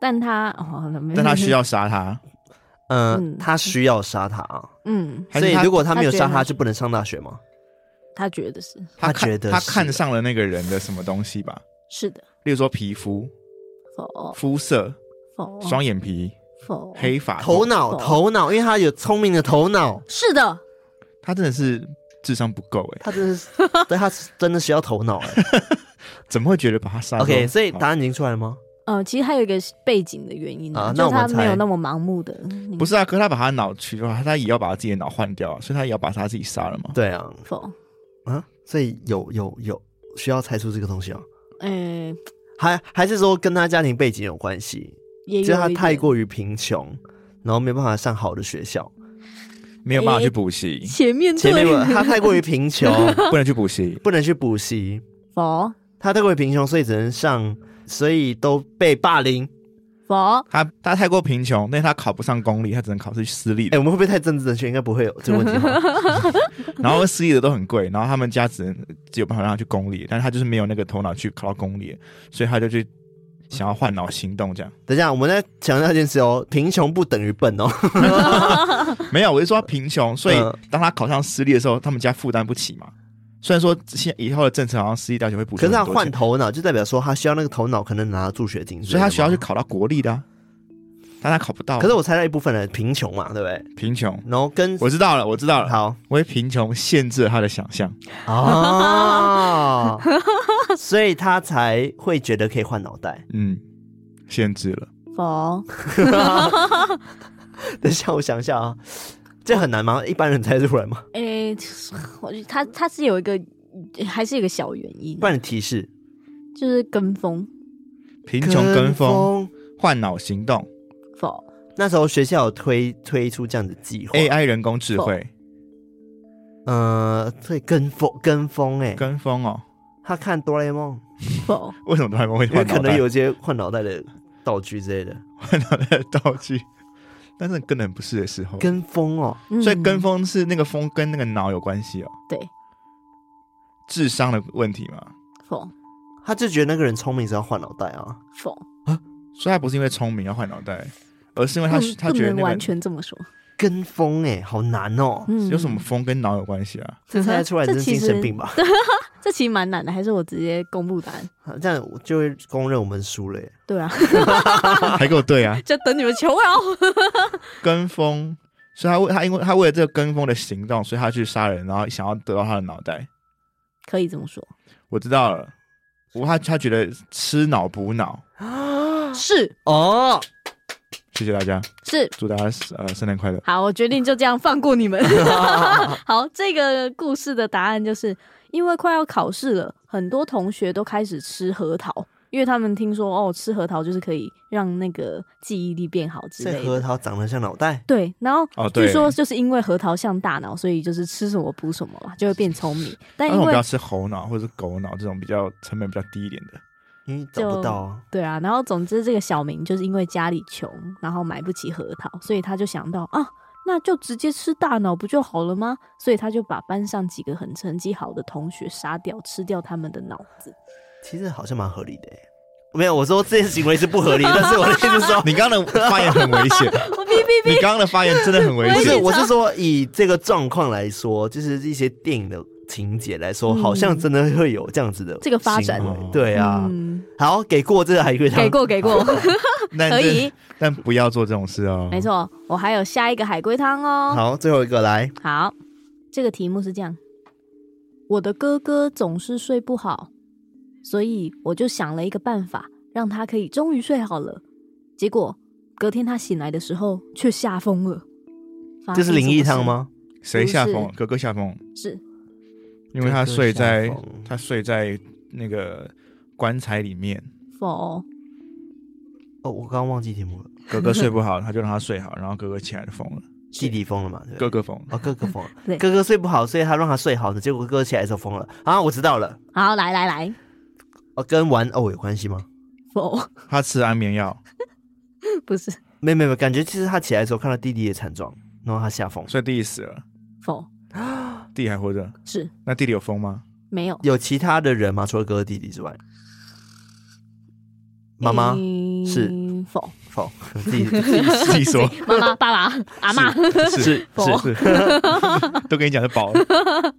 S2: 但他哦，好了没
S3: 但他需
S2: 要，
S3: 要杀他，
S1: 嗯，
S2: 嗯
S1: 他需要杀他啊，
S2: 嗯，
S3: 还
S1: 所
S3: 是
S1: 以
S3: 他
S1: 如果他没有杀
S2: 他觉得
S1: 他，
S2: 他
S1: 就不能上大学吗？
S2: 他觉得是
S1: 他
S3: 看
S1: 觉得
S3: 他
S1: 是
S3: 看上了那个人的什么东西吧？
S2: 是的，
S3: 例如说皮肤、
S2: 否
S3: 肤色、
S2: 否
S3: 双眼皮、
S2: 否
S3: 黑发、
S1: 哦头脑，
S2: 哦
S1: 头脑，因为他有聪明的头 脑，
S2: 是的，
S3: 他真的是智商不够哎、
S1: 他真的是，对，他是真的需要头脑哎、
S3: 怎么会觉得把他杀了
S1: OK，所以
S3: 好
S1: 答案已经出来了吗？
S2: 呃，其实还有一个背景的原因
S1: 啊
S2: 啊，
S1: 那
S2: 就
S1: 我
S2: 是
S1: 们
S2: 他没
S1: 猜
S2: 有那么盲目的，
S3: 不是啊，可是他把他脑取了，他也要把他自己的脑换掉啊，所以他也要把他自己杀了嘛。
S1: 对啊，
S2: 否，
S1: 啊，所以有有有需要猜出这个东西哦，
S2: 呃，
S1: 还还是说跟他家庭背景有关系，
S2: 也
S1: 就是他
S2: 有一
S1: 太
S2: 点
S1: 过于贫穷，然后没有办法上好的学 校，
S3: 没有办法
S2: 诶
S3: 去补习，
S2: 前面
S1: 前面
S2: 对
S1: 有他太过于贫穷，
S3: 不能去补习，
S1: 不能去补习，
S2: 否
S1: 他太过于贫穷，所以只能上，所以都被霸凌。
S2: 否
S3: 他他太过贫穷，但是他考不上公立，他只能考去私立
S1: 哎、
S3: 的，
S1: 我们会不会太政治正确？应该不会有这个问题哦 吧。
S3: 然后私立的都很贵，然后他们家只能只有办法让他去公立，但是他就是没有那个头脑去考到公立，所以他就去想要换脑行动这样。
S1: 等一下，我们再强调一件事哦，贫穷不等于笨 哦。
S3: 没有，我是说他贫穷，所以
S1: 嗯
S3: 当他考上私立的时候，他们家负担不起嘛。虽然说现以后的政策好像私立大学会补
S1: 可
S3: 助
S1: 是
S3: 很
S1: 他
S3: 多钱，
S1: 换头脑，就代表说他需要那个头脑可能拿助学金，
S3: 所以他需要去
S1: 去。
S3: 考到国立的、啊，但他考不到。
S1: 可是我猜到一部分人贫穷嘛，对不对？
S3: 贫穷，
S1: 然后跟
S3: 我知道了，我知道了，
S1: 好
S3: 我为贫穷限制了他的想象，
S1: 哦，所以他才会觉得可以换脑袋。
S3: 嗯，限制了。
S2: 否
S1: 等一下，我想一下啊，这很难吗？一般人猜得出来吗？
S2: 诶，哎我觉得他他是有一个，还是有一个小原因
S1: 不，然你提示，
S2: 就是跟风
S3: 贫穷跟风，。换脑行动
S2: 否
S1: 那时候学校有推推出这样的计划
S3: ，AI 人工智慧，
S1: 呃，对，跟风跟风哎、
S3: 跟风哦，
S1: 他看哆啦 A 梦，
S2: 否？
S3: 为什么哆啦 A 梦会
S1: 因为
S3: 换
S1: 可
S3: 脑
S1: 能
S3: 袋？
S1: 有一些换脑袋的道具之类的，
S3: 换脑袋的道具，但是根本不是的时候。
S1: 跟风哦，
S3: 所以跟
S2: 嗯
S3: 风是那个风跟那个脑有关系哦，
S2: 对
S3: 智商的问题嘛。
S2: 否
S1: 他就觉得那个人聪明是要换脑袋啊，
S2: 否，
S3: 所以他不是因为聪明要换脑袋，而是因为他
S2: 不能
S3: 他觉得
S2: 不
S3: 那
S2: 能完
S3: 个
S2: 全这么说。
S1: 跟风哎、好难哦，
S2: 嗯，
S3: 有什么风跟脑有关 系啊？
S1: 这猜出来
S2: 这
S1: 真是
S2: 其
S1: 精神
S2: 实
S1: 病吧？
S2: 这其实蛮难的，还是我直接公布答案？
S1: 这样我就会公认我们输了耶。
S2: 对 啊，
S3: 还给我对啊，
S2: 就等你们求饶。
S3: 跟风。所以他为他因为他为了这个跟风的行动，所以他去杀人，然后想要得到他的脑袋。
S2: 可以这么说，
S3: 我知道了，我他他觉得吃脑补脑。
S2: 是
S1: 哦，
S3: 谢谢大家，
S2: 是。
S3: 祝大家呃圣诞快乐。
S2: 好，我决定就这样放过你们。好，这个故事的答案就是因为快要考试了，很多同学都开始吃核桃，因为他们听说哦，吃核桃就是可以让那个记忆力变好之
S1: 这
S2: 类
S1: 核
S2: 的。
S1: 桃长得像脑袋，
S2: 对，然后
S3: 哦，对，
S2: 据说就是因为核桃像大脑，所以就是吃什么补什么嘛，就会变聪明。但
S3: 但
S2: 因
S3: 我们不
S2: 为
S3: 要吃猴脑或者是狗脑这种比较成本比较低一点的。
S1: 因为找不
S2: 就
S1: 到啊。
S2: 对啊，然后总之这个小明就是因为家里穷，然后买不起核桃，所以他就想到啊，那就直接吃大脑不就好了吗？所以他就把班上几个很成绩好的同学杀掉，吃掉他们的脑子。
S1: 其实好像蛮合理的耶。没有，我说这些行为是不合理， 但是我的意思是说，
S3: 你刚刚的发言很危险，
S2: 我 哔哔
S3: 你刚刚的发言真的很危
S2: 哎
S1: 不是，
S3: 险。
S1: 我是说以这个状况来说，就是一些电影的情节来说，
S2: 嗯
S1: 好像真的会有这样子的
S2: 这个发展
S1: 行为对啊，
S2: 嗯，
S1: 好，给过这个海龟汤，
S2: 给过给过，
S3: 但
S2: 可以
S3: 这，但不要做这种事哦。
S2: 没，错，我还有下一个海龟汤哦。
S1: 好，最后一个来，
S2: 好，这个题目是这样：我的哥哥总是睡不好，所以我就想了一个办法，让他可以终于睡好了。结果隔天他醒来的时候却吓疯了。发
S1: 这
S2: 生
S1: 是灵异
S2: 什么
S1: 汤
S2: 事？
S1: 吗？
S3: 谁下
S2: 不
S3: 风？
S2: 是
S3: 哥哥下风，
S2: 是
S3: 因为他睡
S1: 哥
S3: 在
S1: 哥下风
S3: 他睡在那个棺材里面，
S2: 否？
S1: 哦，我刚刚忘记题目了，
S3: 哥哥睡不好，他就让他睡好，然后哥哥起来就疯了，
S1: 弟弟疯了嘛？对不
S3: 哥
S1: 对，
S3: 哥疯了。
S1: 哦，哥哥疯了
S2: 对，
S1: 哥哥睡不好，所以他让他睡好的，结果哥哥起来的时候疯了啊！我知道了，
S2: 好，来来来，
S1: 哦，跟玩偶有关系吗？
S2: 否？
S3: 他吃安眠药，
S2: 不是
S1: 没有没有没有，感觉其实他起来的时候看到弟弟的惨状，然后他吓疯。
S3: 所以弟弟死了，
S2: 否？
S3: 弟弟还活着。
S2: 是
S3: 那弟弟有疯吗？
S2: 没有
S1: 有其他的人吗？除了哥哥弟弟之外，妈妈
S2: 嗯
S1: 是
S2: 否？
S1: 否 自己自己
S3: 自 己说，
S2: 妈妈、爸爸、阿妈，
S3: 是
S1: 是
S2: 否
S1: 是，
S3: 都跟你讲是饱了。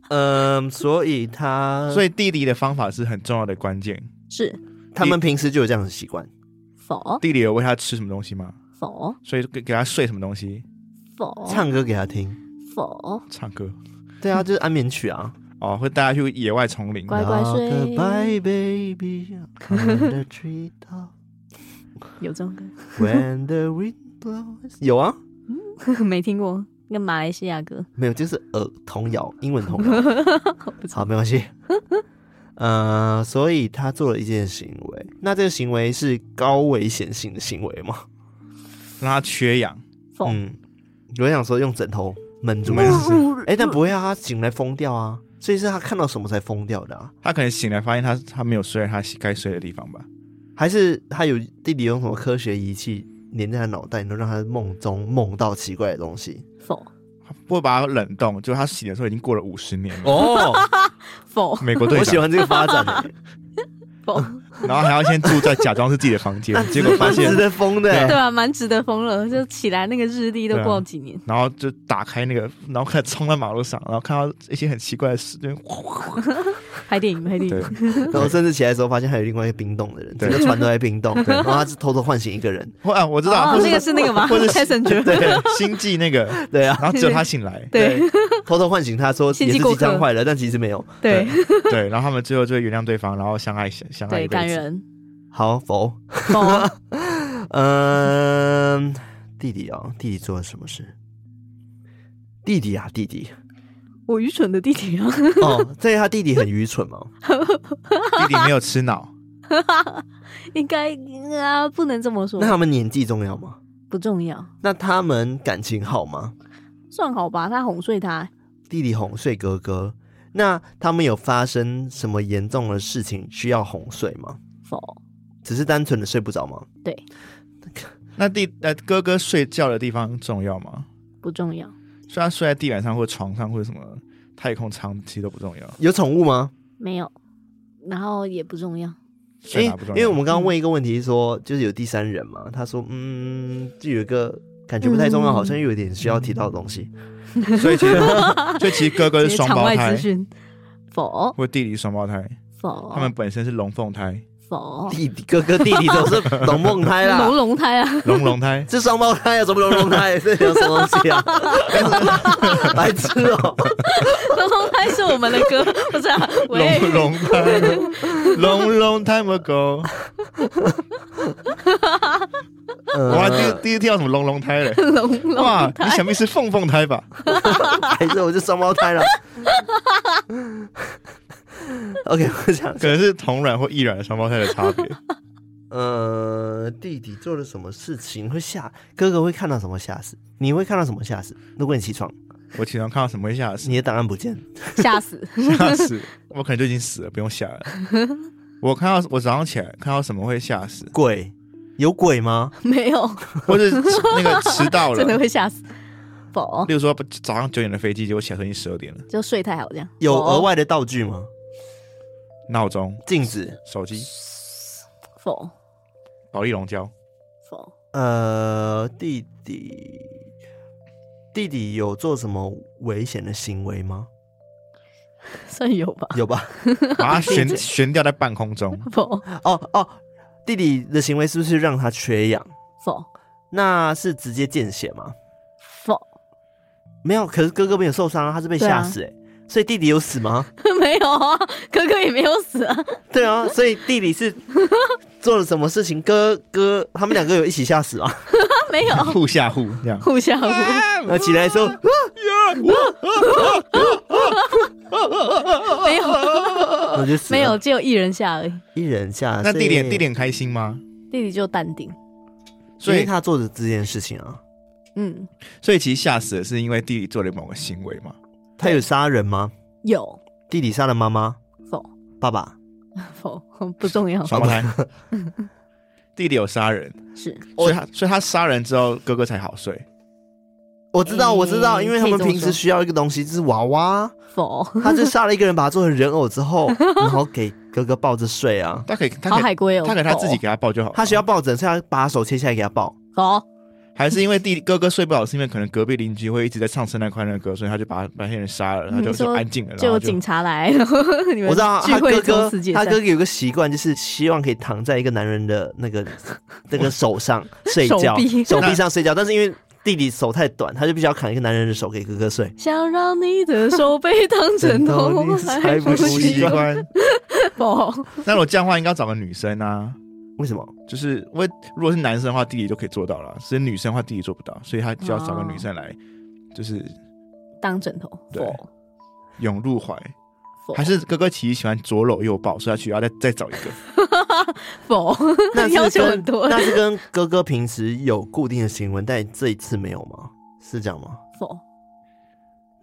S1: 嗯，所以他
S3: 所
S1: 以
S3: 以弟弟的方法是很重要的关键。
S2: 是
S1: 他们平时就有这样的习惯，
S2: 否？
S3: 弟弟有喂他吃什么东西吗？
S2: 否？
S3: 所以给给他睡什么东西？
S2: 否？
S1: 唱 歌给他听。
S2: 否？
S3: 唱歌
S1: 对啊，就是安眠曲啊。
S3: 哦，会带他去野外丛林。
S2: 乖乖睡
S1: Goodbye, baby. On the treetop
S2: 有这种歌？
S1: when the wind blows. 有啊，
S2: 没听过，那马来西亚歌。
S1: 没有，就是呃童谣，英文童 谣。好，没关 系。呃，所以他做了一件行为，那这个行为是高危险性的行为吗？
S3: 让他缺氧，
S2: 否、
S1: 嗯，我想说用枕头闷住。
S3: 闷
S1: 哎、但不会啊，他醒来疯掉啊，所以是他看到什么才疯掉的啊？
S3: 他可能醒来发现他他没有睡在他该睡的地方吧？
S1: 还是他有弟弟用什么科学仪器粘在他脑袋，然后让他梦中梦到奇怪的东西？
S2: 否
S3: 他不会把他冷冻，就他醒的时候已经过了五十年了。
S1: 哦，
S2: 否
S3: 美国队
S1: 我喜
S3: 长，
S1: 欢这个发展、欸，
S2: 否，
S3: 然后还要先住在假装是自己的房间， 结果发现
S1: 值，得疯的、
S2: 对
S1: 欸。
S2: 啊，蛮值得疯了。就起来那个日历都
S3: 对啊
S2: 过几年，
S3: 然后就打开那个，然后开始冲到马路上，然后看到一些很奇怪的事，就
S2: 拍电影拍电
S3: 对
S2: 影，
S1: 然后甚至起来的时候，发现还有另外一个冰冻的人，整
S3: 对
S1: 个船都在冰冻，然后他是偷偷唤醒一个人。
S3: 或啊，我知道，
S2: 哦
S3: 或，
S2: 那个是那个吗
S3: 或者
S2: ？Passenger，
S3: 对星际那个，
S1: 对啊，
S3: 然后只有他醒来，
S2: 对，
S1: 偷偷唤醒他说
S2: 信
S1: 也
S2: 息
S1: 是
S2: 过
S1: 机
S2: 客
S1: 舱坏了，但其实没有。
S2: 对
S3: 对，然后他们最后就会原谅对方，然后相爱相爱
S2: 对，
S3: 一辈
S2: 感
S3: 子。
S2: 人。
S1: 好否？
S2: 否
S1: 嗯，弟弟哦，弟弟做了什么事？弟弟啊，弟弟
S2: 我愚蠢的弟弟啊，
S1: 哦，所以他弟弟很愚蠢嘛，
S3: 弟弟没有吃脑，
S2: 应该啊不能这么说
S1: 那，他们年纪重要吗？
S2: 不重要，
S1: 那他们感情好吗？
S2: 算好吧。他哄睡他，
S1: 弟弟哄睡哥哥，那他们有发生什么严重的事情需要哄睡吗？
S2: 否，
S1: 只是单纯的睡不着吗？
S2: 对，
S3: 那弟那哥哥睡觉的地方重要吗？
S2: 不重要，
S3: 虽然睡在地板上或床上或者什么太空舱，其实都不重要。
S1: 有宠物吗？
S2: 没有，然后也不重要，
S3: 睡
S1: 因
S3: 哪
S1: 为
S3: 不
S1: 因
S3: 重要？
S1: 为我们刚刚问一个问题说，就是有第三人嘛，他说嗯，就有一个感觉不太重要，
S2: 嗯
S1: 好像又有点需要提到的东西。
S3: 所以 其实所以其实哥哥
S2: 直接
S3: 是双
S2: 场
S3: 胞
S2: 外资
S3: 胎，
S2: 讯。否
S3: 或弟弟双胞胎，
S2: 否，
S3: 他们本身是龙凤胎、
S2: 否
S1: 弟弟哥哥弟弟都是龙凤胎啦。
S2: 龙，龙胎啊，
S3: 龙龙胎
S1: 是双胞胎啊，什么龙凤胎？ 这有什么东西啊？ 白痴哦、
S2: 龙 龙胎是我们的歌，不是啊？喂，
S3: 龙龙胎，龙龙 time ago，
S1: 呃
S3: 哇，第第一次听到什么龙龙胎嘞？
S2: 龙
S3: 哇
S2: 龙，
S3: 你想必是凤凤胎吧？
S1: 还是我是双胞胎了。OK，我想，
S3: 可能是同卵或异卵的双胞胎的差别。
S1: 呃，弟弟做了什么事情会吓哥哥会看到什么吓死？你会看到什么吓死？如果你起床，
S3: 我起床看到什么会吓死？
S1: 你的档案不见，
S2: 吓死！
S3: 吓死！我可能就已经死了，不用吓了。我看到我早上起来看到什么会吓死，
S1: 鬼有鬼吗？
S2: 没有，
S3: 或者那个迟到了
S2: 真，的会吓死。否
S3: 例，如说早上九点的飞机，结果起来时候已经十二点了，
S2: 就睡太好这样。
S1: 有
S2: 否
S1: 额外的道具吗？
S3: 闹钟、
S1: 镜子，
S3: 手机、
S2: 否
S3: 保利龙胶，
S2: 否
S1: 呃，弟弟，弟弟有做什么危险的行为 吗？
S2: 算有吧？
S1: 有吧？
S3: 把它悬悬吊在半空中，
S2: 否
S1: 哦哦，弟弟的行为是不是让他缺氧？
S2: 否
S1: 那是直接见血吗？
S2: 否，
S1: 没有，可是哥哥没有受伤啊，他是被
S2: 对
S1: 吓
S2: 啊
S1: 死哎、所以弟弟有死吗？
S2: 没有啊，哥哥也没有死啊。
S1: 对啊，所以弟弟 是做了什么事情？哥哥他们两个有一起吓死啊？
S2: 他没有
S3: 互吓互这样。
S2: 互相
S3: 哎
S2: 互
S3: 啊
S1: 那起来说，
S2: 没有
S1: 我就死了
S2: 没有，只有一人吓而已。
S1: 一人吓。
S3: 那地点
S1: 所以
S3: 地，点开心吗？
S2: 弟弟就淡定，
S1: 因
S3: 所
S1: 为
S3: 以
S1: 他做的这件事情啊，
S2: 嗯，
S3: 所以其实吓死的是因为弟弟做了某个行为嘛。
S1: 他有杀人吗？
S2: 有
S1: 弟弟杀了妈妈、
S2: 否
S1: 爸爸，
S2: 否 不重
S1: 哦
S2: 要，
S3: 双 胞胎，弟弟有杀人，
S2: 是
S3: 所以他所以他杀人之后，哥哥才好睡。
S1: 我知道，
S2: 诶
S1: 我知道，因为他们
S2: 可以这么
S1: 平时
S2: 说
S1: 需要一个东西，就是娃娃。
S2: 否
S1: 他就杀了一个人，把他做成人偶之 后，然后给哥哥抱着睡啊。
S3: 他可以，他
S2: 好
S3: 可以，
S2: 海龟哦，
S3: 他可以他自己
S2: 否
S3: 给他抱就好了。
S1: 他需要抱枕，所以他把手切下来给他抱。
S2: 否
S3: 还是因为弟弟哥哥睡不好，是因为可能隔壁邻居会一直在唱圣诞快乐歌，所以他就 把把那些人杀了，他就
S2: 你说
S3: 就安静了，
S2: 就
S3: 然后
S2: 有
S3: 就
S2: 警察来，然后 你们
S1: 我知道
S2: 聚
S1: 他
S2: 会
S1: 哥
S2: 从
S1: 哥
S2: 此，解
S1: 他
S2: 散
S1: 哥。哥有个习惯，就是希望可以躺在一个男人的那 个那个手上睡
S2: 手
S1: 觉，
S2: 臂
S1: 手臂上睡觉。但是因为弟弟手太短，他就必须要砍一个男人的手给哥哥睡。
S2: 想让你的手被当枕头，
S1: 枕头你才不
S3: 不习
S1: 习惯
S3: 惯。
S2: 否？
S3: 那我这样的话，应该找个女生啊。
S1: 为什么？
S3: 就是我如果是男生的话，弟弟就可以做到了；，是女生的话，弟弟做不到，所以他就要找个
S2: 哦
S3: 女生来，就是
S2: 当枕头，
S3: 对
S2: 否
S3: 涌入怀。
S2: 否
S3: 还是哥哥其实喜欢左搂右抱，所以他需要再再找一 个。
S2: 否？
S1: 那
S2: 要
S1: 是
S2: 求很
S1: 跟
S2: 多
S1: 那是跟哥哥平时有固定的行为，但这一次没有吗？是这样吗？
S2: 否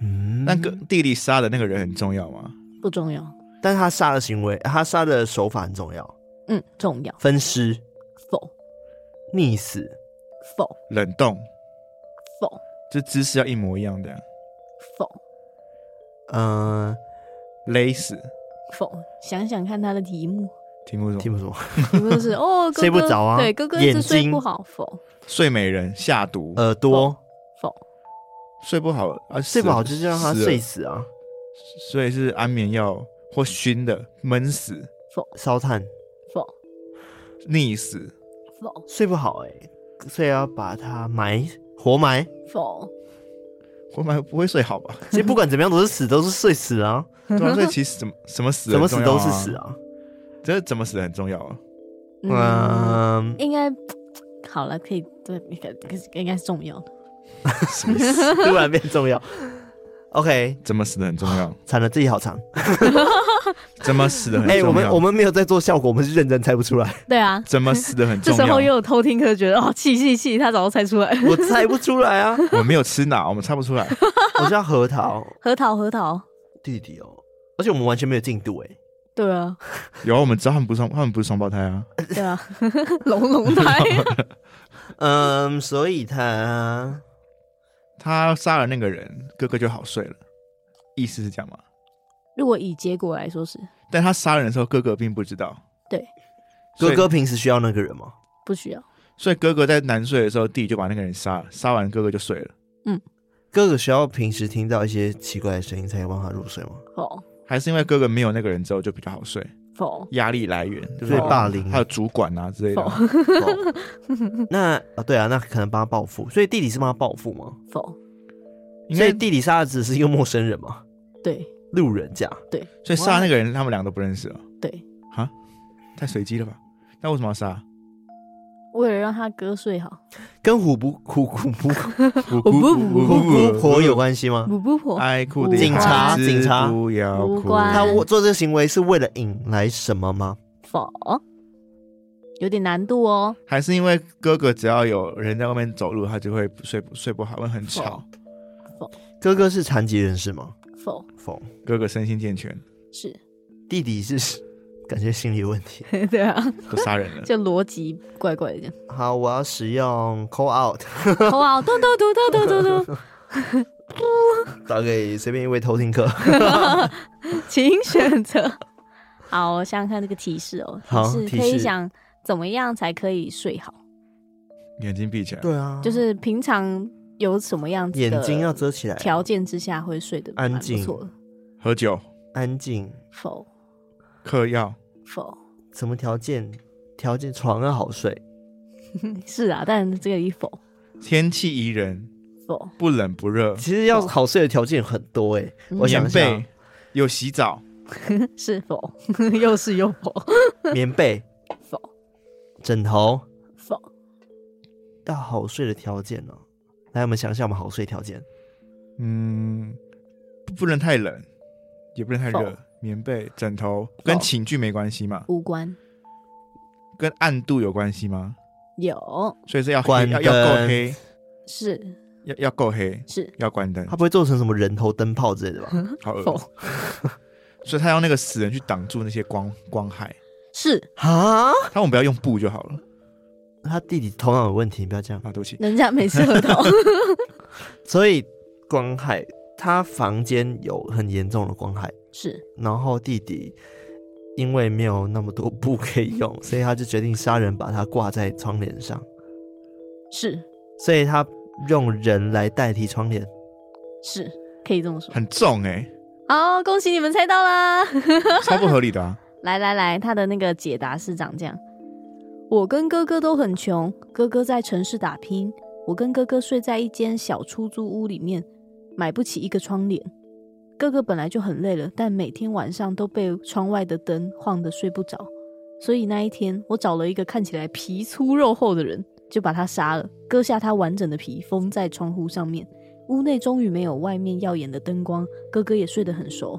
S1: 嗯，
S3: 那个弟弟杀的那个人很重要吗？
S2: 不重要，
S1: 但是他杀的行为，他杀的手法很重要，
S2: 嗯，重要，
S1: 分尸、
S2: 否
S1: 溺死、
S2: 否
S3: 冷冻，
S2: 否
S3: 就姿势要一模一样的，
S2: 否
S1: 嗯、
S3: 勒死。
S2: 否？想想看他的题目，
S3: 听过什么？
S1: 听不懂。
S2: 题 目就是哦，哥哥
S1: 睡不着啊
S2: 对，哥哥一
S1: 眼
S2: 直睡不
S1: 睛
S2: 好，否
S3: 睡美人下毒，
S1: 耳朵
S2: 否
S3: 睡不好啊，
S1: 呃睡不好
S3: 哦
S1: 就
S3: 死了
S1: 是让他
S3: 死了
S1: 睡死啊，
S3: 所以是安眠药或熏的，闷死、
S1: 烧炭。
S2: 否
S3: 溺死、
S2: 否
S1: 睡不好哎、所以要把它埋活埋。
S2: 否
S3: 活埋不会睡好 吧？
S1: 其实不管怎么样都是死，都是睡死啊，
S3: 对啊，所以其实怎么怎么死、
S1: 怎么死都是死
S3: 啊，
S1: 啊。
S3: 这怎么死很重要啊。
S2: 嗯，
S1: 嗯，
S2: 应该好了，可以对，应该应该是重要的，
S3: 什么意思
S1: 突然变重要。OK，
S3: 怎么死的很重要。
S1: 惨了，自己好长。
S3: 怎么死 的很重
S1: 哎、
S3: 要。
S1: 我们我们没有在做效果，我们是认真猜不出来，
S2: 对啊，
S3: 怎么死的很
S2: 这
S3: 重
S2: 时候
S3: 要。
S2: 又有偷听课，觉得哦，气气气，他早就猜出来了。
S1: 我猜不出来啊！
S3: 我们没有吃脑，我们猜不出来。
S1: 我叫核桃
S2: 核桃，核桃，
S1: 弟弟哦，而且我们完全没有进度哎、
S2: 对啊，
S3: 有啊，我们知道他们不是双，他们不是双胞胎啊。
S2: 对啊， 龙 龙胎，
S1: 嗯，所以他
S3: 他杀了那个人，哥哥就好睡了，意思是这样吗？
S2: 如果以结果来说是
S3: 但他杀人的时候，哥哥并不知道。
S2: 对，
S3: 所
S1: 哥
S3: 以
S1: 哥，平时需要那个人吗？
S2: 不需要，
S3: 所以哥哥在难睡的时候，弟就把那个人杀了，杀完哥哥就睡了，
S1: 哥哥需要平时听到一些奇怪的声音才有办法入睡吗？
S2: 否
S3: 还是因为哥哥没有那个人之后就比较好睡，
S2: 否
S3: 压力来源就
S1: 所
S3: 是
S1: 以霸凌
S3: 还有主管啊之类的
S2: 否。
S1: 哦那啊，对啊，那可能帮他报复，所以弟弟是帮他报复吗？
S2: 否，
S3: 因
S1: 所以
S3: 为
S1: 弟弟杀的只是一个陌生人嘛，
S2: 对
S1: 路人甲。
S3: 所以杀那个人，他们两个都不认识哦，
S2: 对，
S3: 太随机了吧？那为什么要杀？
S2: 为了让他哥睡好，
S1: 跟虎不虎虎 不
S3: 虎
S2: 不不
S1: 虎姑婆有关系吗？
S2: 母不
S1: 啊
S2: 婆
S3: 爱哭的
S1: 警察
S3: 孩子
S1: 警察
S3: 不要
S2: 无
S3: 哭。
S2: 关
S1: 他我做这个行为是为了引来什么吗？
S2: 否，有点难度哦，
S3: 还是因为哥哥只要有人在外面走路，他就会睡不睡不好，会很
S1: 哦
S3: 吵。
S1: 哥哥是残疾人士吗？
S2: 否
S1: 否，
S3: 哥哥身心健全，
S2: 是，
S1: 弟弟是感觉心理有问题。
S2: 对啊，
S3: 都杀人 了。
S2: 就逻辑怪怪的这样。啊
S1: 好，我要使用 call out，
S2: 哇，咚咚咚咚咚 咚咚，
S1: 打给随便一位偷听客。
S2: 请选择。好，我想想看这个提示哦，
S1: 好
S2: 提示
S1: 提
S2: 可以
S1: 示
S2: 想怎么样才可以睡好，
S3: 眼睛闭起来，
S1: 对啊，
S2: 就是平常有什么样子的
S1: 眼睛要遮起来，
S2: 条件之下会睡得
S1: 安
S2: 蛮不
S1: 静
S2: 错的
S3: 喝酒、
S1: 安静。
S2: 否
S3: 嗑药，
S2: 否，
S1: 什么条件？条件床要好睡，
S2: 是啊，但这个一否
S3: 天气宜人，
S2: 否，
S3: 不冷不热，
S1: 其实要好睡的条件很多 哎、
S2: 嗯
S1: 我想
S3: 棉
S1: 一下
S3: 被，有洗澡，
S2: 是否， 又是又否
S1: 棉被、
S2: 否
S1: 枕头，
S2: 否，
S1: 要好睡的条件呢、来，我们想想我们好睡条件。
S3: 嗯，不不能太冷，也不能太热
S1: 哦
S2: 否。
S3: 棉被、枕头跟
S2: 否
S3: 寝具没关系吗？
S2: 无关
S3: 跟暗度有关系吗？
S2: 有
S3: 所以是要黑
S1: 关
S3: 要要够
S1: 灯
S3: 黑，
S2: 是
S3: 要要够黑，
S2: 是
S3: 要关灯
S1: 它，不会做成什么人头灯泡之类 的吧？
S3: 好恶
S2: 否
S3: 哦。 所以他用那个死人去挡住那些光光害，
S2: 是，
S1: 啊，
S3: 他们不要用布就好了
S1: 他弟弟头脑有问题，你不要这样。
S3: 啊！对不起，
S2: 人家没吃核 桃，
S1: 所以光害，他房间有很严重的光害，
S2: 是
S1: 然后弟弟因为没有那么多布可以用，所以他就决定杀人，把它挂在窗帘上，
S2: 是
S1: 所以他用人来代替窗帘。
S2: 是，可以这么说。
S3: 很 重哎、
S2: 好，恭喜你们猜到啦！
S3: 超不合理的啊！
S2: 来来来，他的那个解答是长这样：我跟哥哥都很穷，哥哥在城市打拼，我跟哥哥睡在一间小出租屋里面，买不起一个窗帘。哥哥本来就很累了，但每天晚上都被窗外的灯晃得睡不着，所以那一天我找了一个看起来皮粗肉厚的人，就把他杀了，割下他完整的皮，封在窗户上面。屋内终于没有外面耀眼的灯光，哥哥也睡得很熟。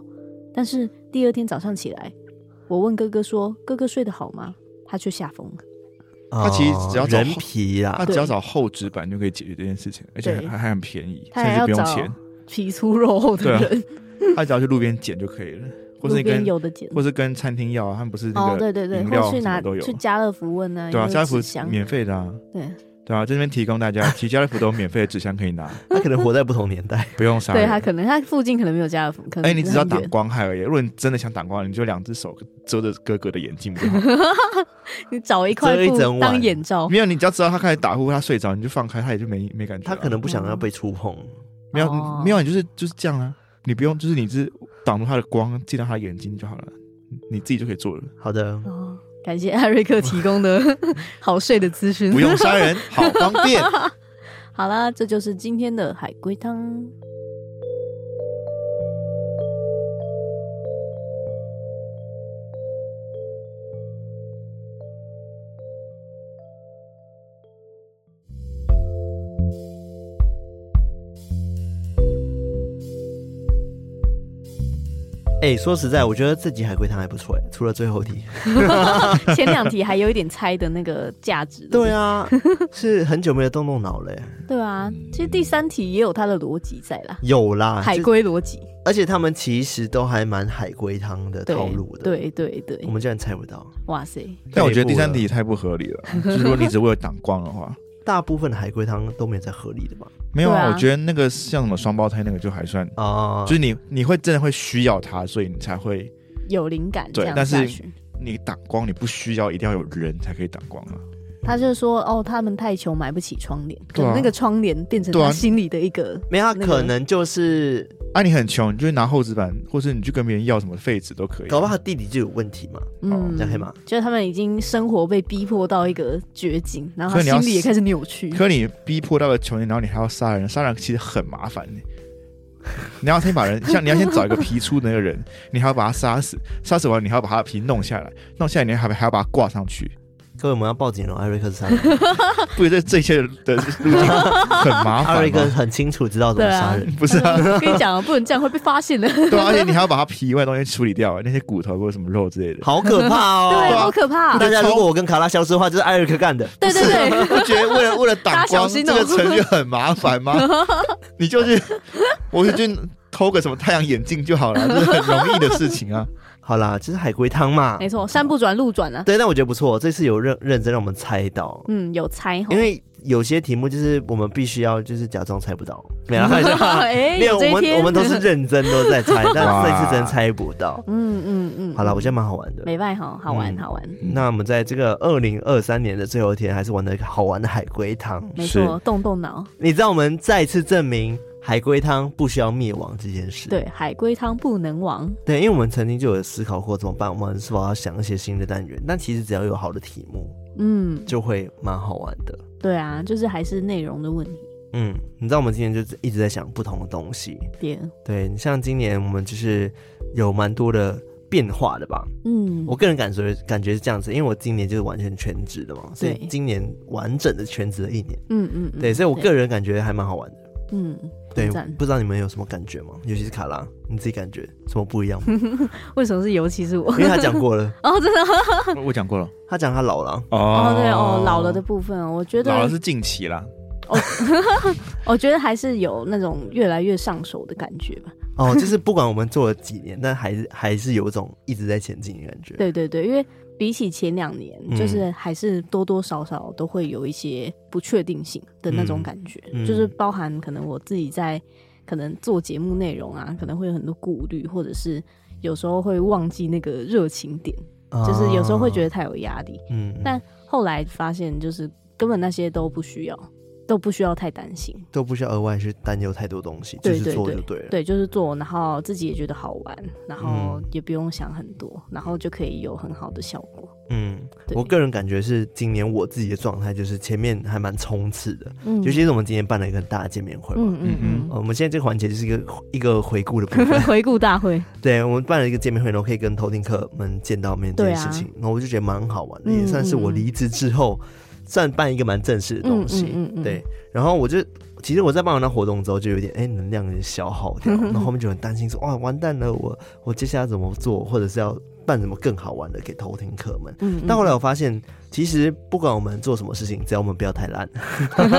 S2: 但是第二天早上起来，我问哥哥说：“哥哥睡得好吗？”他却吓疯了。
S1: 他
S3: 其实只要找
S1: 人皮啊
S3: 他，只要找厚纸板就可以解决这件事情，而且
S2: 对
S3: 还还很便宜，
S2: 他
S3: 甚
S2: 还
S3: 至
S2: 要
S3: 不用
S2: 找
S3: 钱，
S2: 皮粗肉厚的人，
S3: 他只要去路边捡就可以了，或
S2: 路
S3: 是你
S2: 边
S3: 跟
S2: 有的捡。
S3: 或是跟餐厅要啊，他们不是
S2: 哦
S3: 那，
S2: 对
S3: 个
S2: 对对，
S3: 饮
S2: 或
S3: 料
S2: 去
S3: 什么
S2: 拿
S3: 都有
S2: 去，家乐福问呢，
S3: 对啊，
S2: 有没有
S3: 家乐福
S2: 纸箱
S3: 免费的啊，
S2: 对
S3: 对啊，这边提供 大家，其实家乐福都有免费的纸箱可以拿，
S1: 他可能活在不同年代。
S3: 不用杀
S2: 对，他
S3: 人。
S2: 可能他附近可能没有家乐福，可能
S3: 哎，你只要
S2: 很
S3: 挡
S2: 远
S3: 光害而已。如果你真的想挡光，你就两只手遮着哥哥的眼睛不就 好？
S2: 你找一块
S1: 遮一
S2: 布
S1: 整晚
S2: 当眼罩，
S3: 没有，你只要知道他开始打呼，他睡着，你就放开，他也就没没感觉
S1: 他
S3: 啊。
S1: 可能不
S2: 嗯
S1: 想要被触碰，
S3: 没有
S2: 哦
S3: 没有，你就是就是这样啊，你不用，就是你是挡住他的光，进到他的眼睛就好了，你自己就可以做 了，
S1: 好的，
S2: 哦，感谢艾瑞克提供 的好睡的资讯。
S3: 不用杀人，好方便。
S2: 好啦，这就是今天的海龟汤。
S1: 哎、说实在，我觉得这集海龟汤还不错，哎，除了最后一题。
S2: 前两题还有一点猜的那个价值。
S1: 对 啊，是很久没有动动脑了，哎
S2: 对啊，其实第三题也有它的逻辑在啦，
S1: 有
S3: 啊
S1: 啦，
S2: 海
S1: 就，
S2: 龟逻辑。
S1: 而且他们其实都还蛮海龟汤的
S2: 对
S1: 套路的。，嗯
S2: 对对对
S1: 我，们竟然猜不到。
S2: 哇塞，
S3: 但我觉得第三题也太不合理了，就是如果你只为了挡光的话，
S1: 大部分的海龟汤都没有在合理的吧？
S3: 没有
S2: 对
S3: 啊，
S2: 啊
S3: 我觉得那个像什么双胞胎那个就还算，
S1: 啊、
S3: 就是你你会真的会需要它，所以你才会
S2: 有灵感这
S3: 对
S2: 样
S3: 但
S2: 下
S3: 是
S2: 去。
S3: 你挡光，你不需要一定要有人才可以挡光啊。
S2: 他就是说，哦，他们太穷买不起窗帘，可
S3: 对啊
S2: 能那个窗帘变成
S3: 对
S2: 他
S3: 啊
S2: 心里的一个，
S1: 没有，他
S2: 那个
S1: 可能就是，
S3: 啊，你很穷，你就拿厚纸板，或是你去跟别人要什么废纸都可以。啊
S1: 搞不好他弟弟就有问题嘛，
S2: 嗯，
S1: 哦这样可以吗？
S2: 就是他们已经生活被逼迫到一个绝境，然后他
S3: 所以你要
S2: 心里也开始扭曲。
S3: 可你逼迫到了穷人，然后你还要杀人，杀人其实很麻烦的。你要先把人，像你要先找一个皮粗的那个人，你还要把他杀死，杀死完你还要把他的皮弄下来，弄下来你还还要把他挂上去，
S1: 各位，我们要报警了，艾瑞克是杀 人，
S3: 不觉得这些的路径很麻
S1: 艾
S2: 哦
S3: 烦
S1: 瑞克
S3: 吗？
S1: 很清楚知道怎么杀人。
S3: 不是啊，
S2: 跟你讲啊，不能这样会被发现的，
S1: 哦
S3: 对啊，而且你还要把他皮以外的东西处理掉，啊那些骨头或者什么肉之类的。
S1: 好可怕哦！
S2: 对，好可怕啊、
S1: 大家如果我跟卡拉消失的话，就是艾瑞克干的。
S2: 对对
S1: 啊
S2: 对，
S3: 不觉得为了为了挡
S2: 大家小
S3: 光
S2: 心
S3: 这
S2: 哦
S3: 个程序很麻烦吗？你就是，我就去偷个什么太阳眼镜就好了，这是很容易的事情啊。
S1: 好啦，这是海龟汤嘛。
S2: 没错，山不转路转啊，
S1: 对，但我觉得不错，这次有认认真让我们猜到，
S2: 嗯，有猜吼
S1: 因，为有些题目就是我们必须要就是假装猜不到，没 啦，开玩笑
S2: 哎，
S1: 啊没有，
S2: 有
S1: 我
S2: 这一
S1: 们
S2: 天，
S1: 我们都是认真都在 猜，但
S3: 哇
S1: 这次真猜不到。
S2: 嗯嗯嗯，
S1: 好啦，我觉得蛮好玩的。
S2: 没办法，哦好玩
S1: 嗯
S2: 好玩，
S1: 那我们在这个二零二三年的最后一天，还是玩的好玩的海龟汤。
S2: 没
S3: 是
S2: 错，动动脑，
S1: 你知道我们再次证明海龟汤不需要灭亡这件事。
S2: 对，海龟汤不能亡，
S1: 对，因为我们曾经就有思考过怎么办，我们是否要想一些新的单元？但其实只要有好的题目，
S2: 嗯，
S1: 就会蛮好玩的。
S2: 对啊，就是还是内容的问题，
S1: 嗯，你知道我们今年就一直在想不同的东西。
S2: 对，
S1: 对，你像今年我们就是有蛮多的变化的吧？
S2: 嗯，
S1: 我个人感觉感觉是这样子，因为我今年就是完全全职的嘛，所以
S2: 对
S1: 今年完整的全职了一年。
S2: 嗯嗯，嗯
S1: 对，所以我个人感觉还蛮好玩的。
S2: 嗯，
S1: 对
S2: 赞，
S1: 不知道你们有什么感觉吗？尤其是卡拉，你自己感觉什么不一样 吗？
S2: 为什么是尤其是我？
S1: 因为他讲过了，
S2: 哦，真的
S3: 我 我讲过了
S1: 他讲他老 了，
S2: 哦，对哦，老了的部分，我觉
S3: 老了
S2: 得，
S3: 是近期啦，
S2: 我觉得还是有那种越来越上手的感觉吧。
S1: 哦，就是不管我们做了几年，但还是还是有一种一直在前进的感觉。
S2: 对对对，因为比起前两年，
S1: 嗯
S2: 就是还是多多少少都会有一些不确定性的那种感觉，
S1: 嗯嗯
S2: 就是包含可能我自己在可能做节目内容啊，可能会有很多顾虑，或者是有时候会忘记那个热情点，
S1: 啊，
S2: 就是有时候会觉得太有压力。
S1: 嗯，
S2: 但后来发现，就是根本那些都不需要，都不需要太担心。
S1: 都不需要额外去担忧太多东西，就
S2: 对
S1: 是
S2: 对
S1: 做就
S2: 对
S1: 对了。
S2: 对，就是做，然后自己也觉得好玩，然后
S1: 嗯
S2: 也不用想很多，然后就可以有很好的效果。
S1: 嗯，
S2: 对
S1: 我个人感觉是今年我自己的状态就是前面还蛮冲刺的，
S2: 嗯
S1: 尤其是我们今年办了一个很大的见面会嘛。
S2: 嗯嗯嗯
S1: 呃我们现在这个环节就是一个一个回顾的部分，
S2: 嗯， 回顾大会，
S1: 对我们办了一个见面会，然后可以跟偷听客们见到面这件事情，然后我就觉得蛮好玩的，
S2: 啊嗯
S1: 也算是我离职之后算办一个蛮正式的东西。
S2: 嗯嗯嗯嗯
S1: 对，然后我就其实我在办完那活动之后，就有点哎、能量有点消耗 掉，然后后面就很担心说哇完蛋了，我我接下来怎么做，或者是要办什么更好玩的给偷听客们。
S2: 嗯，嗯
S1: 但后来我发现，其实不管我们做什么事情，只要我们不要太烂，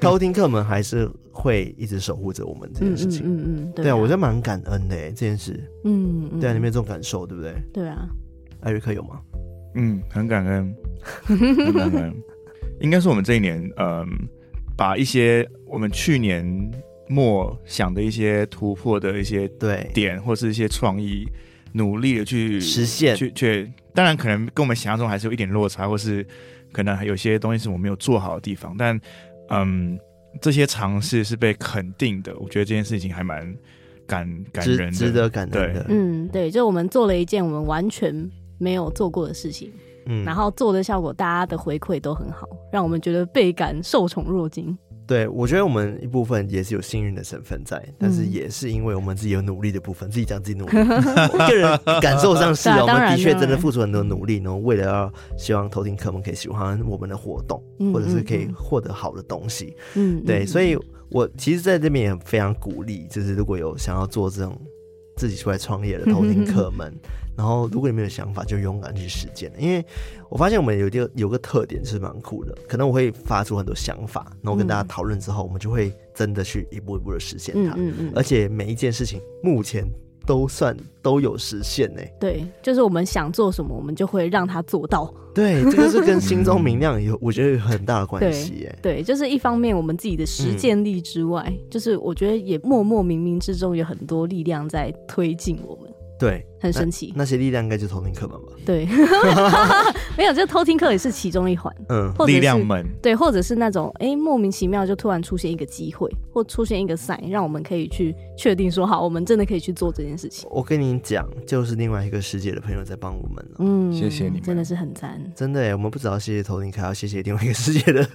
S1: 偷听客们还是会一直守护着我们这件事情。
S2: 嗯嗯嗯，
S1: 对啊，我觉得蛮感恩的哎，这件事。
S2: 嗯嗯，
S1: 对啊，你们有这种感受，对不对？
S2: 对啊，
S1: 艾瑞克有吗？
S3: 嗯，很 感恩，很感恩。应该是我们这一年，嗯，把一些我们去年末想的一些突破的一些
S1: 对，
S3: 点，或是一些创意，努力的去
S1: 实现
S3: 去去。当然，可能跟我们想象中还是有一点落差，或是可能还有些东西是我没有做好的地方。但嗯，这些尝试是被肯定的，我觉得这件事情还蛮感感
S1: 值
S3: 人的，
S1: 值得感恩的。
S2: 嗯对，就我们做了一件我们完全没有做过的事情，
S1: 嗯
S2: 然后做的效果，大家的回馈都很好，让我们觉得倍感受宠若惊。
S1: 对我觉得我们一部分也是有幸运的成分在，但是
S2: 嗯
S1: 也是因为我们自己有努力的部分，自己讲自己努 力。我个人感受上是
S2: 对
S1: 啊，
S2: 啊
S1: 我们
S2: 当然
S1: 的确
S2: 当然
S1: 真的付出很多努力，然后为了要希望偷听客们可以喜欢我们的活动，
S2: 嗯
S1: 或者是可以
S2: 嗯
S1: 获得好的东西。
S2: 嗯，
S1: 对，所
S2: 以
S1: 以我其实在这边也非常鼓励，就是如果有想要做这种自己出来创业的
S2: 嗯
S1: 偷听客们。然后，如果你们有想法，就勇敢去实践。因为我发现我们有一个有个特点是蛮酷的，可能我会发出很多想法，然后跟大家讨论之后，我们就会真的去一步一步的实现
S2: 嗯
S1: 它。
S2: 嗯嗯，
S1: 而且每一件事情目前都算都有实现呢、
S2: 对，就是我们想做什么，我们就会让他做到。
S1: 对，这个是跟心中明亮有，我觉得有很大的关系耶、 嗯
S2: 对，就是一方面我们自己的实践力之外，就是我觉得也默默冥冥之中有很多力量在推进我们，
S1: 对，
S2: 很神奇。
S1: 那些力量应该就是同频课本吧？
S2: 对， 没有，这偷听课也是其中一环，
S1: 嗯，
S2: 或者
S3: 力量
S2: 是
S3: 门，
S2: 对，或者是那种哎、诶莫名其妙就突然出现一个机会，或出现一个赛，让我们可以去确定说好，我们真的可以去做这件事情。
S1: 我跟你讲，就是另外一个世界的朋友在帮我们了。
S2: 嗯，
S3: 谢谢你们
S2: 真的是很赞。
S1: 真的耶，我们不只要谢谢偷听客，还要谢谢另外一个世界的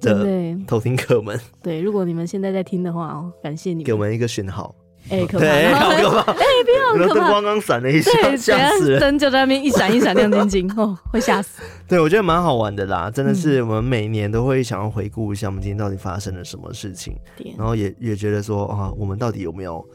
S2: 对
S1: 的
S2: 对
S1: 偷听客们，
S2: 对，如果你们现在在听的话，哦，感谢你们。
S1: 给我们一个讯号。
S2: 哎、可怕！
S1: 对，好 可怕！哎，不要
S2: 很可怕
S1: 灯光刚闪了一下，
S2: 对，
S1: 吓
S2: 等
S1: 死
S2: 下
S1: 人。
S2: 灯就在那边一闪一闪亮晶晶， 哦，会吓死。
S1: 对，我觉得蛮好玩的啦，真的是我们每年都会想要回顾一下我们今天到底发生了什么事情，
S2: 点
S1: 然后也也觉得说啊，我们到底有没有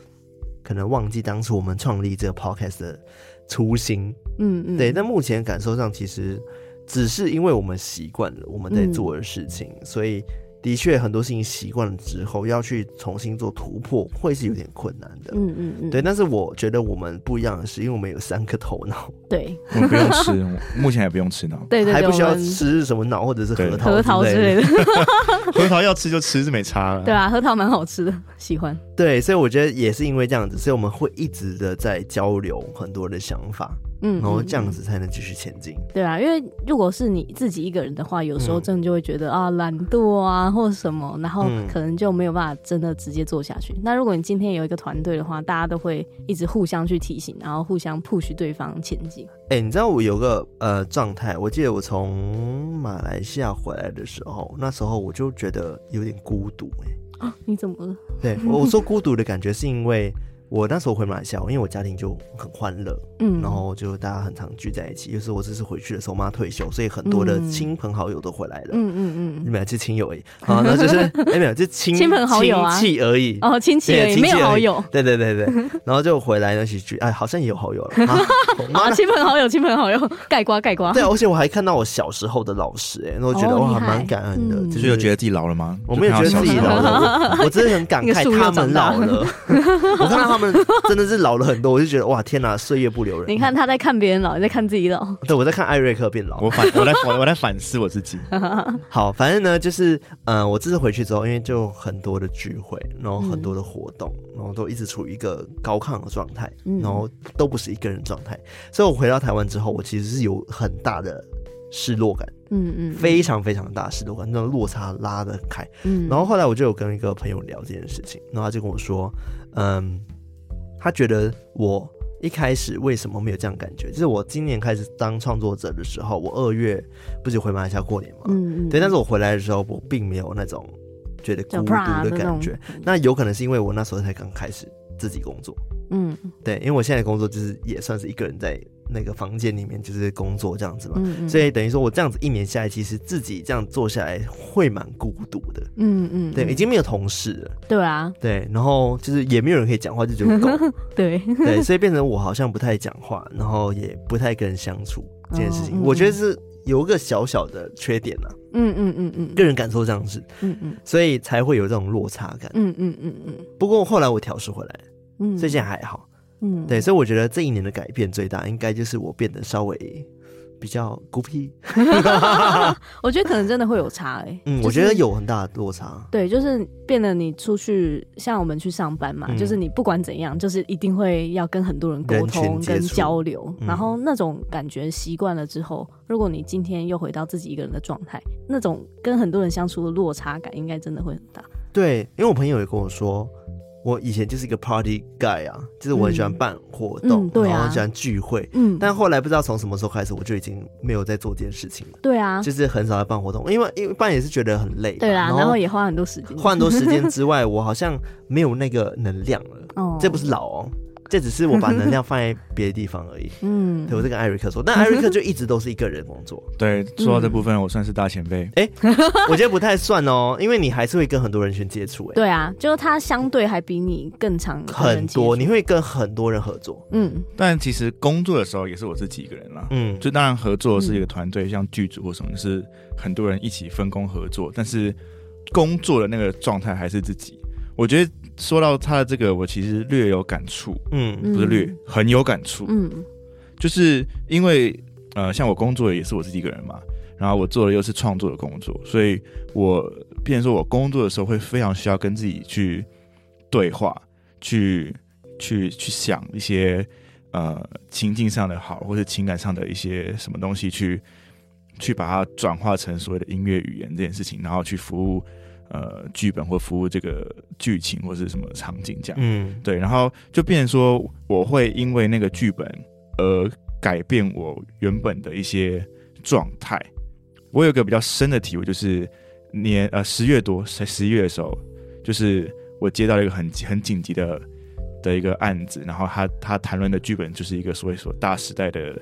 S1: 可能忘记当初我们创立这个 podcast 的初心？
S2: 嗯嗯，
S1: 对，但目前感受上，其实只是因为我们习惯了我们
S2: 嗯
S1: 在做的事情，所以的确很多事情习惯了之后，要去重新做突破，会是有点困难的。
S2: 嗯嗯嗯，
S1: 对，但是我觉得我们不一样的是，因为我们有三颗头脑，
S2: 对
S3: 我们不用吃， 我目前还不用吃呢。
S2: 对对，
S1: 还不需要
S2: 我们
S1: 吃什么脑或者是核
S3: 对
S1: 桃
S2: 核桃之类
S1: 的。
S2: 的，
S3: 核桃要吃就吃是没差了。
S2: 对啊，核桃蛮好吃的， 喜欢。
S1: 对，所以我觉得也是因为这样子，所以我们会一直的在交流很多的想法，
S2: 嗯，
S1: 然后哦
S2: 嗯
S1: 这样，子
S2: 嗯
S1: 才能继续前进。
S2: 对啊，因为如果是你自己一个人的话，有时候
S1: 嗯
S2: 真的就会觉得、啊懒惰啊或什么，然后
S1: 嗯
S2: 可能就没有办法真的直接做下去。那如果你今天有一个团队的话，大家都会一直互相去提醒，然后互相 push 对方前进。
S1: 哎、你知道我有个呃状态，我记得我从马来西亚回来的时候，那时候我就觉得有点孤独、哎，
S2: 啊你怎么了？
S1: 对我我说孤独的感觉是因为我那时候回马来西亚，因为我家庭就很欢乐，
S2: 嗯，
S1: 然后就大家很常聚在一起。就是我这次回去的时候，我妈退休，所以很多的
S2: 嗯
S1: 亲朋好友都回来了。
S2: 嗯嗯
S1: 你
S2: 嗯，
S1: 们是亲友而已，好，那就是 哎、没有，就亲
S2: 亲朋好友啊
S1: 亲戚而已。
S2: 哦，亲戚
S1: 对
S2: 而已，
S1: 亲
S2: 没有
S1: 戚而
S2: 好
S1: 已
S2: 友。
S1: 对对对对，然后就回来那起聚，哎，好像也有好友了。 啊我妈
S2: 啊，亲朋好友，亲朋好友， 盖瓜盖瓜。
S1: 对，啊而且我还看到我小时候的老师、哎，那我觉得、
S2: 哦厉
S1: 哇，
S2: 害
S1: 蛮感恩的，
S2: 嗯
S1: 就
S3: 就是有觉得自己老了吗？
S1: 我没有觉得自己老了，我我真的很感慨
S2: 那个树又
S1: 他们
S2: 长大
S1: 老了。 我看到他们真的是老了很多，我就觉得哇，天哪，岁月不留人。
S2: 你看，他在看别人老，你在看自己老。
S1: 对我在看艾瑞克变老。
S3: 我反 我在我我在反思我自己。
S1: 好，反正呢，就是嗯、呃我这次回去之后，因为就很多的聚会，然后很多的活动，然后都一直处于一个高亢的状态，
S2: 嗯
S1: 然后都不是一个人状态，所以我回到台湾之后，我其实是有很大的失落感，
S2: 嗯嗯，
S1: 非常非常大的失落感，那种落差拉得很开。
S2: 嗯，
S1: 然后后来我就有跟一个朋友聊这件事情，然后他就跟我说，嗯，他觉得我一开始为什么没有这样感觉？就是我今年开始当创作者的时候，我二月不是回马来西亚过年嘛，
S2: 嗯嗯，
S1: 对，但是我回来的时候，我并没有那种觉得孤
S2: 就
S1: 独
S2: 啪
S1: 的
S2: 那
S1: 感
S2: 种
S1: 觉。那有可能是因为我那时候才刚开始自己工作，
S2: 嗯
S1: 对，因为我现在的工作就是也算是一个人在那个房间里面就是工作这样子嘛，
S2: 嗯嗯，
S1: 所以等于说我这样子一年下来，其实自己这样做下来会蛮孤独的。
S2: 嗯嗯，
S1: 对，
S2: 嗯
S1: 已经没有同事了，
S2: 对啊，
S1: 对，然后就是也没有人可以讲话，就觉 得够，
S2: 对，
S1: 对，所以变成我好像不太讲话，然后也不太跟人相处这件事情，
S2: 哦嗯
S1: 我觉得是有一个小小的缺点啦，
S2: 嗯嗯嗯嗯
S1: 个人感受上是，
S2: 嗯嗯
S1: 所以才会有这种落差感。
S2: 嗯嗯嗯嗯
S1: 不过后来我调试回来，
S2: 嗯，
S1: 所以现在还好。
S2: 嗯
S1: 对，，所以我觉得这一年的改变最大，应该就是我变得稍微比较孤 僻。
S2: 我觉得可能真的会有差哎。
S1: 嗯，
S2: 就
S1: 我觉得
S2: 是。
S1: 有很大的落差。
S2: 对，就是变得你出去，像我们去上班嘛，
S1: 嗯
S2: 就是你不管怎样，就是一定会要跟很多人沟
S1: 人群
S2: 通
S1: 接
S2: 跟
S1: 触
S2: 交流，
S1: 嗯
S2: 然后那种感觉习惯了之后，如果你今天又回到自己一个人的状态，那种跟很多人相处的落差感，应该真的会很大。
S1: 对，因为我朋友也跟我说，我以前就是一个 party guy 啊，就是我很喜欢
S2: 嗯
S1: 办活动，
S2: 嗯对啊
S1: 然后很喜欢聚会。
S2: 嗯，
S1: 但后来不知道从什么时候开始，我就已经没有在做这件事情了，
S2: 对啊，
S1: 就是很少在办活动，因为因为办也是觉得很累嘛。
S2: 对啦，然
S1: 然
S2: 后也花很多时间。
S1: 换多时间之外，我好像没有那个能量了。
S2: 哦
S1: 这不是老哦，这只是我把 能量放在别的地方而已。
S2: 嗯
S1: 对，我在跟艾瑞 克说，但艾瑞克就一直都是一个人工作，
S3: 对，说到这部分，我算是大前辈。
S1: 我觉得不太算哦，因为你还是会跟很多人群接触、哎，
S2: 对啊，就是他相对还比你更长，
S1: 很多，你会跟很多人合作，
S2: 嗯
S3: 但其实工作的时候也是我自己一个人啦。
S1: 嗯，
S3: 就当然合作是一个团队，像剧组或什么，就是很多人一起分工合作，但是工作的那个状态还是自己。我觉得说到他的这个，我其实略有感触，
S1: 嗯
S2: 嗯
S3: 不是略，很有感触，
S2: 嗯
S3: 就是因为呃，像我工作也是我自己一个人嘛，然后我做的又是创作的工作，所以我变成说我工作的时候会非常需要跟自己去对话，去去去想一些呃情境上的好，或是情感上的一些什么东西去。去把它转化成所谓的音乐语言这件事情，然后去服务呃剧本或服务这个剧情或是什么场景这样。
S1: 嗯
S3: 对，然后就变成说我会因为那个剧本而改变我原本的一些状态。我有一个比较深的体会，就是年呃十月多才十一月的时候，就是我接到了一个很很紧急的的一个案子，然后他他谈论的剧本就是一个所谓所大时代的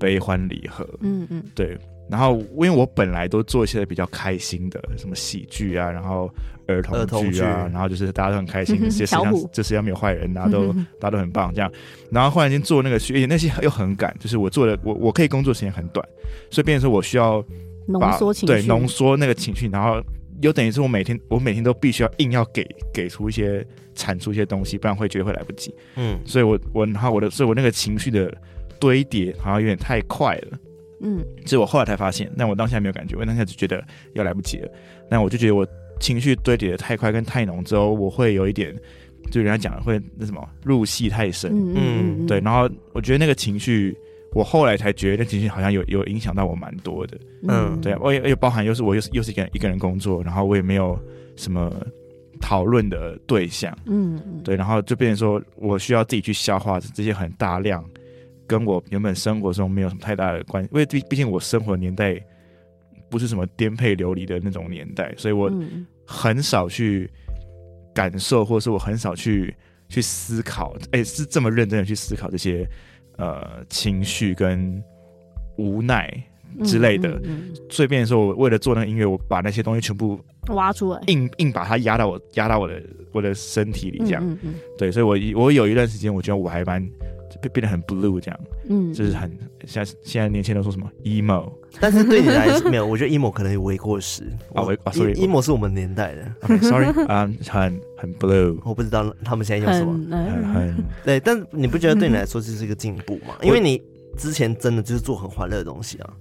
S3: 悲欢离合，
S2: 嗯嗯
S3: 对，然后因为我本来都做一些比较开心的，什么喜剧啊，然后儿童
S1: 儿童
S3: 剧
S1: 剧
S3: 啊，然后就是大家都很开 心，
S2: 嗯哼
S3: 这世界
S2: 小
S3: 上
S2: 虎
S3: 这世界上没有坏人，大家啊都
S2: 嗯哼
S3: 大家都很棒这样。然后忽然间做那个剧，而且那些又很赶，就是我做的我我可以工作时间很短，所以变成说我需要把
S2: 嗯浓缩情绪，
S3: 对浓缩那个情绪，然后又等于是我每天我每天都必须要硬要给给出一些产出一些东西，不然会觉得会来不及。
S1: 嗯，
S3: 所以我我然后我的所以我那个情绪的堆叠好像有点太快了。
S2: 嗯
S3: 是我后来才发现，但我当下没有感觉，我当下只觉得要来不及了。那我就觉得我情绪堆叠的太快跟太浓之后，我会有一点，就人家讲的会那什么入戏太深，
S2: 嗯嗯嗯，
S3: 对。然后我觉得那个情绪，我后来才觉得那情绪好像有有影响到我蛮多的。
S1: 嗯
S3: 对，我也也包含又是我又是又是一个人一个人工作，然后我也没有什么讨论的对象，
S2: 嗯嗯
S3: 对，然后就变成说我需要自己去消化这些很大量跟我原本生活中没有什么太大的关系，因为毕毕竟我生活的年代不是什么颠沛流离的那种年代，所以我
S2: 嗯
S3: 很少去感受，或者是我很少去去思考，哎、是这么认真的去思考这些呃情绪跟无奈之类的。
S2: 嗯
S3: 所以变成说我为了做那个音乐，我把那些东西全部
S2: 嗯挖出来，
S3: 硬硬把它压到我压到我的我的身体里，这样。
S2: 嗯嗯
S3: 对，所以我一我有一段时间，我觉得我还蛮变变得很 blue，这样，
S2: 嗯，
S3: 就是很现在现在年轻人都说什么 emo，
S1: 但是对你来说没有，我觉得 emo 可能为过 时
S3: 啊为啊
S1: 哦我
S3: sorry，
S1: emo 是我们年代的，
S3: OK, sorry 啊、很很 blue，
S1: 我不知道他们现在用什么，
S2: 很
S3: 很很
S1: 对，但你不觉得对你来说这是一个进步吗？因为你之前真的就是做很欢乐的东西啊，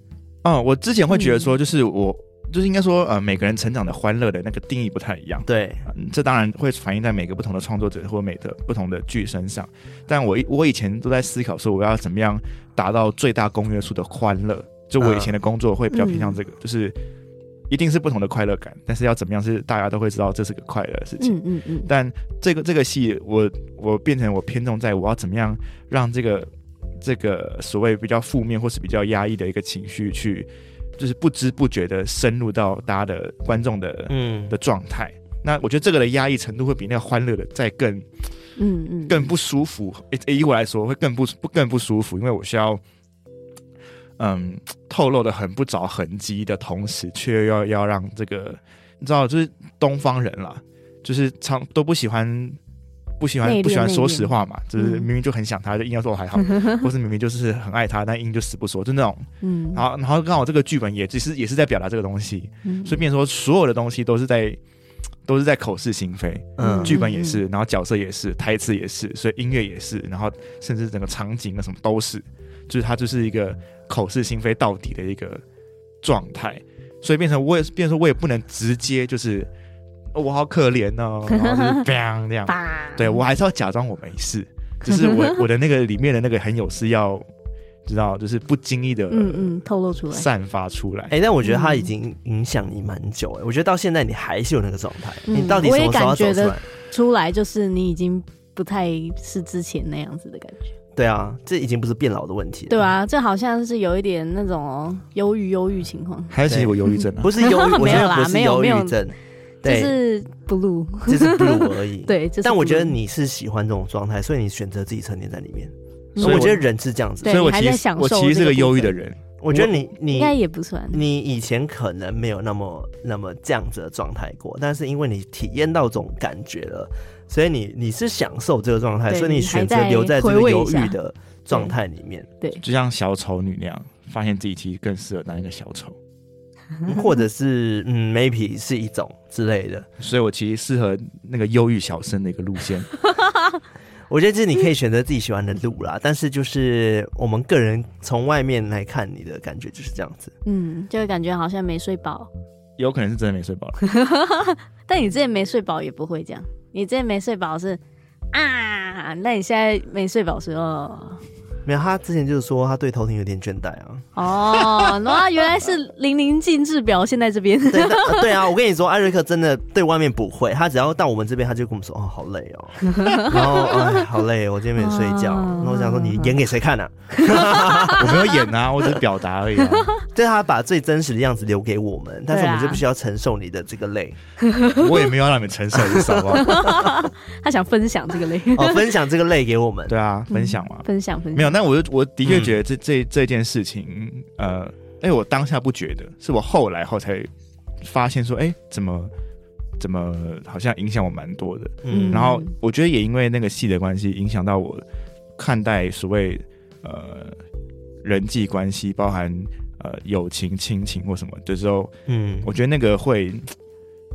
S3: 哦，我之前会觉得说，就是我就是应该说，呃，每个人成长的欢乐的那个定义不太一样。
S1: 对，
S3: 嗯这当然会反映在每个不同的创作者或每个不同的剧身上，但我我以前都在思考说，我要怎么样达到最大公约数的欢乐。就我以前的工作会比较偏向这个，就是一定是不同的快乐感，但是要怎么样是大家都会知道这是个快乐的事情。
S2: 嗯嗯嗯，
S3: 但这个这个戏，我我变成我偏重在我要怎么样让这个这个所谓比较负面或是比较压抑的一个情绪去，就是不知不觉的深入到大家的观众的
S1: 嗯
S3: 的，状态。那我觉得这个的压抑程度会比那个欢乐的再更
S2: 嗯嗯
S3: 更不舒服。诶以我来说，会更不不更不舒服，因为我需要，嗯，透露的很不着痕迹的同时，却又要要让这个，你知道，就是东方人啦，就是常都不喜欢。不喜
S2: 内
S3: 欢
S2: 敛
S3: 不喜欢
S2: 内
S3: 说
S2: 敛
S3: 实话嘛，就是
S2: 嗯
S3: 明明就很想他，就硬要说我 还好，或是明明就是很爱他，但硬就死不说，就那种。
S2: 嗯，
S3: 然后然后刚好这个剧本也只是也是在表达这个东西，
S2: 嗯，
S3: 所以变成说所有的东西都是在都是在口是心非，
S1: 嗯
S3: 剧本也是，然后角色也是，台词也是，所以音乐也是，然后甚至整个场景啊什么都是，就是它就是一个口是心非到底的一个状态，所以变成我也变成说我也不能直接就是、哦我好可怜哦，然后就是 bang 这样，
S2: 吧，
S3: 对我还是要假装我没事，就是我我的那个里面的那个很有事要知道，就是不经意的
S2: 嗯嗯，透露出来，
S3: 散发出来。
S1: 哎、但我觉得它已经影响你蛮久、哎，我觉得到现在你还是有那个状态，
S2: 嗯
S1: 你到底什么时候要走
S2: 我也
S1: 出
S2: 感
S1: 来？
S2: 出来就是你已经不太是之前那样子的感觉，
S1: 对啊，这已经不是变老的问题了，
S2: 对，啊，这好像是有一点那种哦忧郁忧郁情况，
S3: 还是其实我忧郁症啊，
S1: 不是忧郁，我
S2: 没
S1: 觉
S2: 有
S1: 得
S2: 啦
S1: 不是
S2: 没有
S1: 忧
S2: 没有
S1: 郁症，
S2: 就
S1: 对，
S2: 是 blue，
S1: 就是 blue 而已。，
S2: 对，就是
S1: 但我觉得
S2: blue
S1: 你是喜欢这种状态，所以你选择自己沉淀在里面。
S2: 嗯
S1: 所以我觉得人是这样子
S2: 对
S1: 的。
S3: 所以我
S2: 你还
S3: 其
S2: 在
S3: 实
S2: 享
S3: 我
S2: 受
S3: 其实
S2: 这
S3: 是
S2: 个
S3: 个
S2: 部
S3: 忧郁
S2: 分
S3: 的人，
S1: 我觉得你你
S2: 应该也不算，
S1: 你以前可能没有那么那么这样子的状态过，但是因为你体验到这种感觉了，所以你你是享受这个状态，
S2: 对
S1: 所以你
S2: 你还
S1: 选择
S2: 在
S1: 留在这
S2: 回
S1: 个
S2: 味一
S1: 犹
S2: 下
S1: 豫的状态里面，
S3: 就像小丑女那样，发现自己其实更适合当一个小丑，
S1: 或者是嗯，maybe 是一种之类的。
S3: 所以我其实适合那个忧郁小生的一个路线。
S1: 我觉得这是你可以选择自己喜欢的路啦，但是就是我们个人从外面来看你的感觉就是这样子。
S2: 嗯，就会感觉好像没睡饱。
S3: 有可能是真的没睡饱了，
S2: 但你之前没睡饱也不会这样，你之前没睡饱是啊，那你现在没睡饱是哦
S1: 没有，他之前就是说他对头疼有点倦怠啊。
S2: 哦，哇，原来是淋漓尽致表现在这边。
S1: 对、但呃对啊，我跟你说，艾瑞克真的对外面不会，他只要到我们这边，他就跟我们说：“哦，好累哦，然后哎，好累，我今天没睡觉。”
S2: 啊
S1: 然后我想说，你演给谁看呢、啊？
S3: 我没有演啊，我只是表达而已、啊。
S1: 对他把最真实的样子留给我们，但是我们
S2: 对啊
S1: 就必须要承受你的这个累。
S3: 我也没有让你们承受一好不好？
S2: 他想分享这个类，
S1: 哦，分享这个累给我们。
S3: 对啊，分享嘛，
S2: 分享分享，
S3: 没有。那我就我的确觉得这、这这件事情，呃，哎、我当下不觉得，是我后来后才发现说，哎、怎么怎么好像影响我蛮多的。
S1: 嗯，
S3: 然后我觉得也因为那个戏的关系，影响到我看待所谓呃人际关系，包含呃友情、亲情或什么的时候，
S1: 嗯，
S3: 我觉得那个会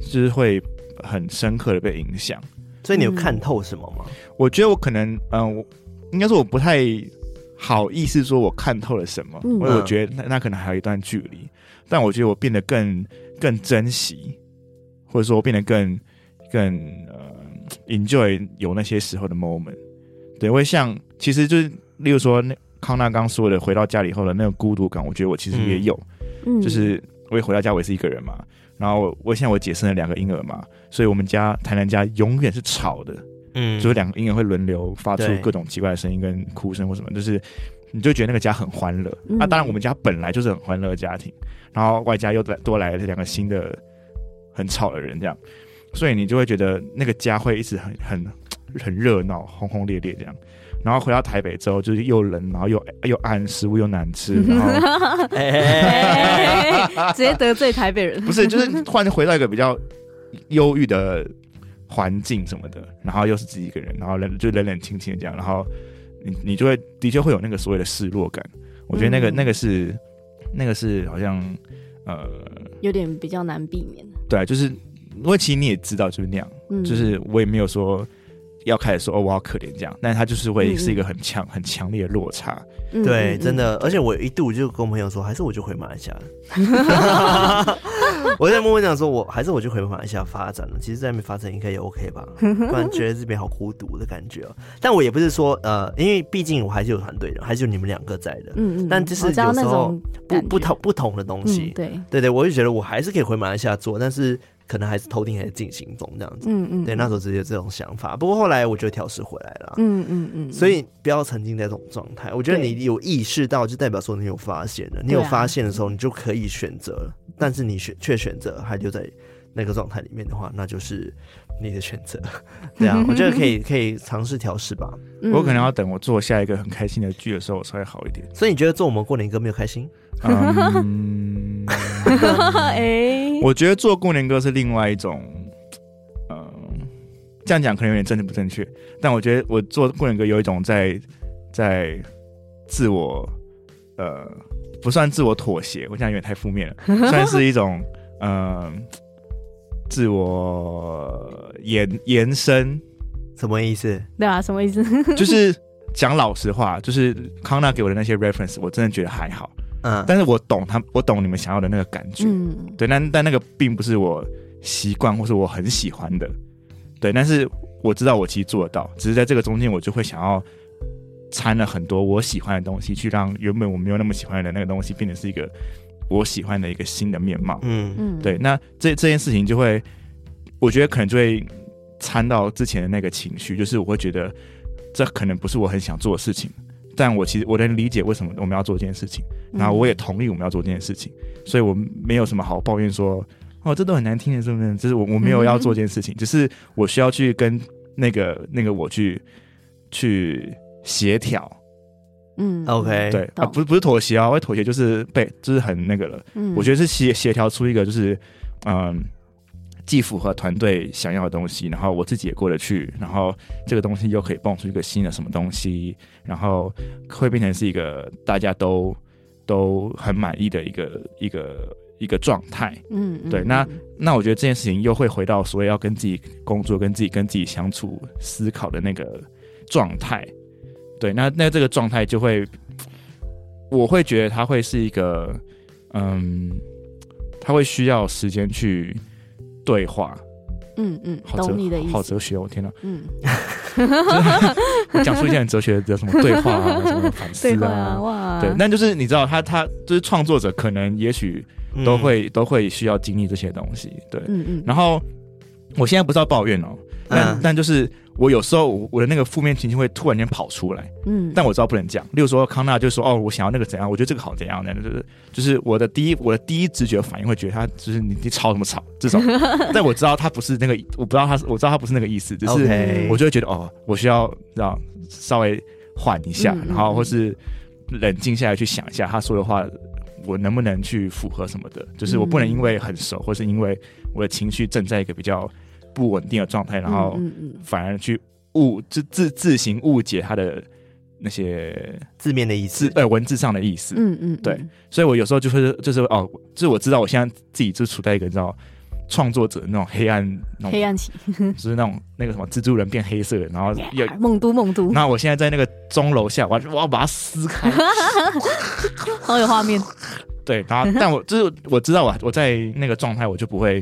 S3: 就是会很深刻的被影响。
S1: 所以你有看透什么吗？
S3: 我觉得我可能，嗯、我应该说我不太好意思说我看透了什么，
S2: 嗯
S3: 因为我觉得那那可能还有一段距离，但我觉得我变得更更珍惜，或者说我变得更更呃 enjoy 有那些时候的 moment。对，会像其实就是例如说那康纳刚说的，回到家里后的那个孤独感，我觉得我其实也有，
S2: 嗯
S3: 就是我也回到家，我也是一个人嘛。然后我我现在我姐生了两个婴儿嘛，所以我们家台南家永远是吵的，
S1: 嗯，
S3: 就是两个婴儿会轮流发出
S1: 对
S3: 各种奇怪的声音跟哭声或什么，就是你就觉得那个家很欢乐。
S2: 嗯
S3: 啊，当然我们家本来就是很欢乐的家庭，然后外加又来多来了两个新的很吵的人，这样，所以你就会觉得那个家会一直很很很热闹、轰轰烈烈这样。然后回到台北之后，就是又冷，然后又又暗，食物又难吃，然后
S1: 哎哎哎
S2: 哎直接得罪台北人
S3: 不是就是突然回到一个比较忧郁的环境什么的，然后又是自己一个人，然后冷就冷冷清清的这样，然后你你就会的确会有那个所谓的失落感。我觉得那个、
S2: 嗯
S3: 那个是那个是好像呃，
S2: 有点比较难避免。
S3: 对啊，就是因为其实你也知道就是那样，
S2: 嗯，
S3: 就是我也没有说要开始说哦我好可怜这样，但是它就是会
S2: 嗯
S3: 是一个很强很强烈的落差。
S2: 嗯
S1: 对，
S2: 嗯
S1: 真的，而且我一度就跟我朋友说，还是我就回马来西亚 了。我在默默讲说，我还是我就回马来西亚发展了。其实，在那边发展应该也 OK 吧，不然觉得这边好孤独的感觉、哦。但我也不是说呃，因为毕竟我还是有团队的，还是有你们两个在的，
S2: 嗯嗯嗯，
S1: 但就是
S2: 我知道
S1: 有时
S2: 那
S1: 候
S2: 种
S1: 不
S2: 感觉
S1: 不同不同的东
S2: 嗯
S1: 西。
S2: 对，
S1: 对对，我就觉得我还是可以回马来西亚做，但是可能还是头顶还是进行中这样子。
S2: 嗯嗯，
S1: 对，那时候只有这种想法。不过后来我就调试回来了啊。
S2: 嗯嗯嗯，
S1: 所以不要沉浸在这种状态。我觉得
S2: 对
S1: 你有意识到，就代表说你有发现了。你
S2: 对啊
S1: 有发现的时候，你就可以选择了。但是你选却选择还留在那个状态里面的话，那就是你的选 择。对啊，我觉得可以可以尝试调试吧。
S2: 嗯
S3: 我可能要等我做下一个很开心的剧的时候，我稍微好 一点。
S1: 所以你觉得做我们过年歌没有开心？
S3: 嗯，
S2: 哎，
S3: 我觉得做过年歌是另外一种，呃，这样讲可能有点政治不正确，但我觉得我做过年歌有一种在在自我，呃，不算自我妥协，我讲有点太负面了，算是一种，呃，自我延延伸，
S1: 什么意思？
S2: 对啊，什么意 思？
S3: 就是讲老实话，就是康纳给我的那些 reference，我真的觉得还好，
S1: 嗯，
S3: 但是我懂他，我懂你们想要的那个感觉，
S2: 嗯，
S3: 对，但但那个并不是我习惯或是我很喜欢的，对，但是我知道我其实做得到，只是在这个中间我就会想要掺了很多我喜欢的东西，去让原本我没有那么喜欢的那个东西变成是一个我喜欢的一个新的面貌。
S1: 嗯
S2: 嗯，
S3: 对，那这这件事情就会，我觉得可能就会掺到之前的那个情绪，就是我会觉得这可能不是我很想做的事情，但我其实我能理解为什么我们要做这件事情。
S2: 嗯，
S3: 然后我也同意我们要做这件事情，所以我没有什么好抱怨说哦，这都很难听的，是不是？就是我我没有要做这件事情，只是我需要去跟那个那个我去去协调，
S2: 嗯
S1: OK
S3: 对啊，
S2: 懂
S3: 不是不是妥协啊，我妥协就是被就是很那个了。
S2: 嗯
S3: 我觉得是协协调出一个就是，嗯，既符合团队想要的东西，然后我自己也过得去，然后这个东西又可以蹦出一个新的什么东西，然后会变成是一个大家都都很满意的一个一个一个状态。
S2: 嗯嗯
S3: 对
S2: 嗯
S3: 那
S2: 嗯
S3: 那我觉得这件事情又会回到所谓要跟自己工作、跟自己跟自己相处、思考的那个状态。对，那那这个状态就会，我会觉得它会是一个，嗯，它会需要时间去对话。
S2: 嗯嗯，
S3: 好哲
S2: 懂你的意
S3: 好
S2: 思，
S3: 哲学哦，我天哪！
S2: 嗯，
S3: 我讲述一些很哲学的什么对话啊，什么反思
S2: 对话啊
S3: 啊。
S2: 哇，
S3: 对，那就是你知道他，他就是创作者，可能也许都
S1: 嗯
S3: 会、都会需要经历这些东西。对，
S2: 嗯嗯，
S3: 然后我现在不是要抱怨哦，但、
S1: 嗯
S3: 但就是我有时候我我的那个负面情绪会突然间跑出来，
S2: 嗯，
S3: 但我知道不能讲。例如说康纳就说哦，我想要那个怎样，我觉得这个好怎样，那就是就是我的第一我的第一直觉反应会觉得他就是你你吵什么吵这 种，但我知道他不是那个，我不知道他是我知道他不是那个意思，只是
S1: OK
S3: 我就会觉得哦，我需要让稍微缓一下
S2: 嗯，嗯
S3: 然
S2: 嗯
S3: 后或是冷静下来去想一下他说的话。我能不能去符合什么的？就是我不能
S2: 嗯
S3: 因为很熟，或是因为我的情绪正在一个比较不稳定的状态，然后
S2: 嗯嗯
S3: 反而去误自自自行误解他的那些
S1: 字面的意
S3: 字
S1: 思，
S3: 呃文字上的意思。
S2: 嗯嗯，
S3: 对所以我有时候就会就是哦，就是我知道我现在自己就处在一个你知道创作者那种黑暗那
S2: 嗯黑
S3: 种，
S2: 暗期，
S3: 就是那种那个什么蜘蛛人变黑色的，然后有。
S2: 啊梦都梦都，
S3: 那我现在在那个钟楼下，我要我要把它撕开，
S2: 好有画 面，
S3: 对，然后但我就是我知道我我在那个状态，我就不会，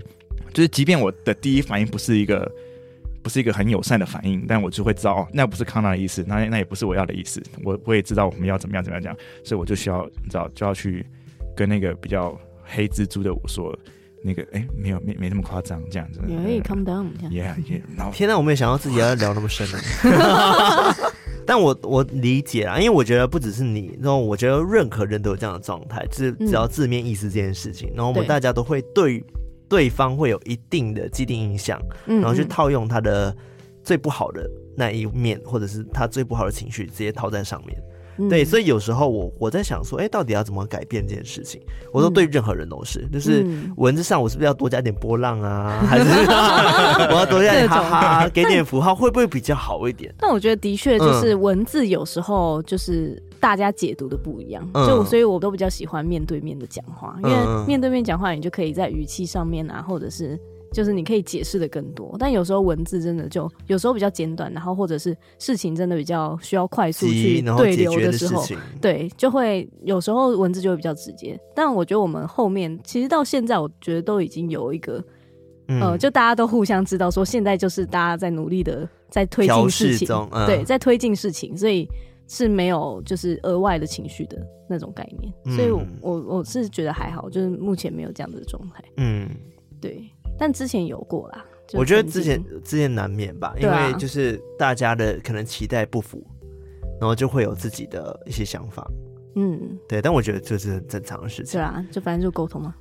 S3: 就是即便我的第一反应不是一个不是一个很友善的反应，但我就会知道哦，那不是康纳的意思，那那也不是我要的意思，我我也知道我们要怎么样怎么样讲，所以我就需要你知道就要去跟那个比较黑蜘蛛的我说那个哎、没有没没那么夸张这样子，
S2: 也可以哎 calm down 这样，
S3: yeah yeah，然后
S1: 天呐，我没有想到自己要聊那么深呢。 但我我理解啊，因为我觉得不只是你，然后我觉得任何人都有这样的状态，只
S2: 嗯
S1: 只要字面意思这件事情，然后我们
S2: 对
S1: 大家都会对对方会有一定的既定印象，
S2: 嗯，
S1: 然后去
S2: 嗯
S1: 套用他的最不好的那一面，或者是他最不好的情绪，直接套在上面。
S2: 嗯
S1: 对，所以有时候我我在想说，哎、到底要怎么改变这件事情？我说
S2: 嗯
S1: 对任何人都是，就是
S2: 嗯
S1: 文字上我是不是要多加点波浪啊， 还是我要多加点哈哈，给点符号，会不会比较好一 点？
S2: 但我觉得的确
S1: 嗯
S2: 就是文字有时候就是大家解读的不一样，
S1: 嗯
S2: 就我所以我都比较喜欢面对面的讲话，因
S1: 嗯
S2: 为
S1: 嗯
S2: 面对面讲话你就可以在语气上面啊，或者是就是你可以解释的更多。但有时候文字真的就有时候比较简短，然后或者是事情真的比较需要快速去
S1: 急，然后
S2: 对
S1: 解
S2: 流
S1: 决的
S2: 时
S1: 事
S2: 候，呃
S1: 情，
S2: 对，就会有时候文字就会比较直接。但我觉得我们后面其实到现在，我觉得都已经有一个
S1: 嗯
S2: 呃，就大家都互相知道说，现在就是大家在努力的在推
S1: 调
S2: 进事
S1: 试
S2: 情，
S1: 中，嗯
S2: 对，在推进事情，所以是没有就是额外的情绪的那种概念，所以我
S1: 嗯
S2: 我我是觉得还好，就是目前没有这样的状态，
S1: 嗯，
S2: 对，但之前有过啦，就
S1: 我觉得
S2: 曾
S1: 之
S2: 经
S1: 前之前难免吧，因
S2: 对啊
S1: 为就是大家的可能期待不符，然后就会有自己的一些想法。
S2: 嗯，
S1: 对，但我觉得这是很正常的事
S2: 是
S1: 情，
S2: 啦，就反正就沟通嘛，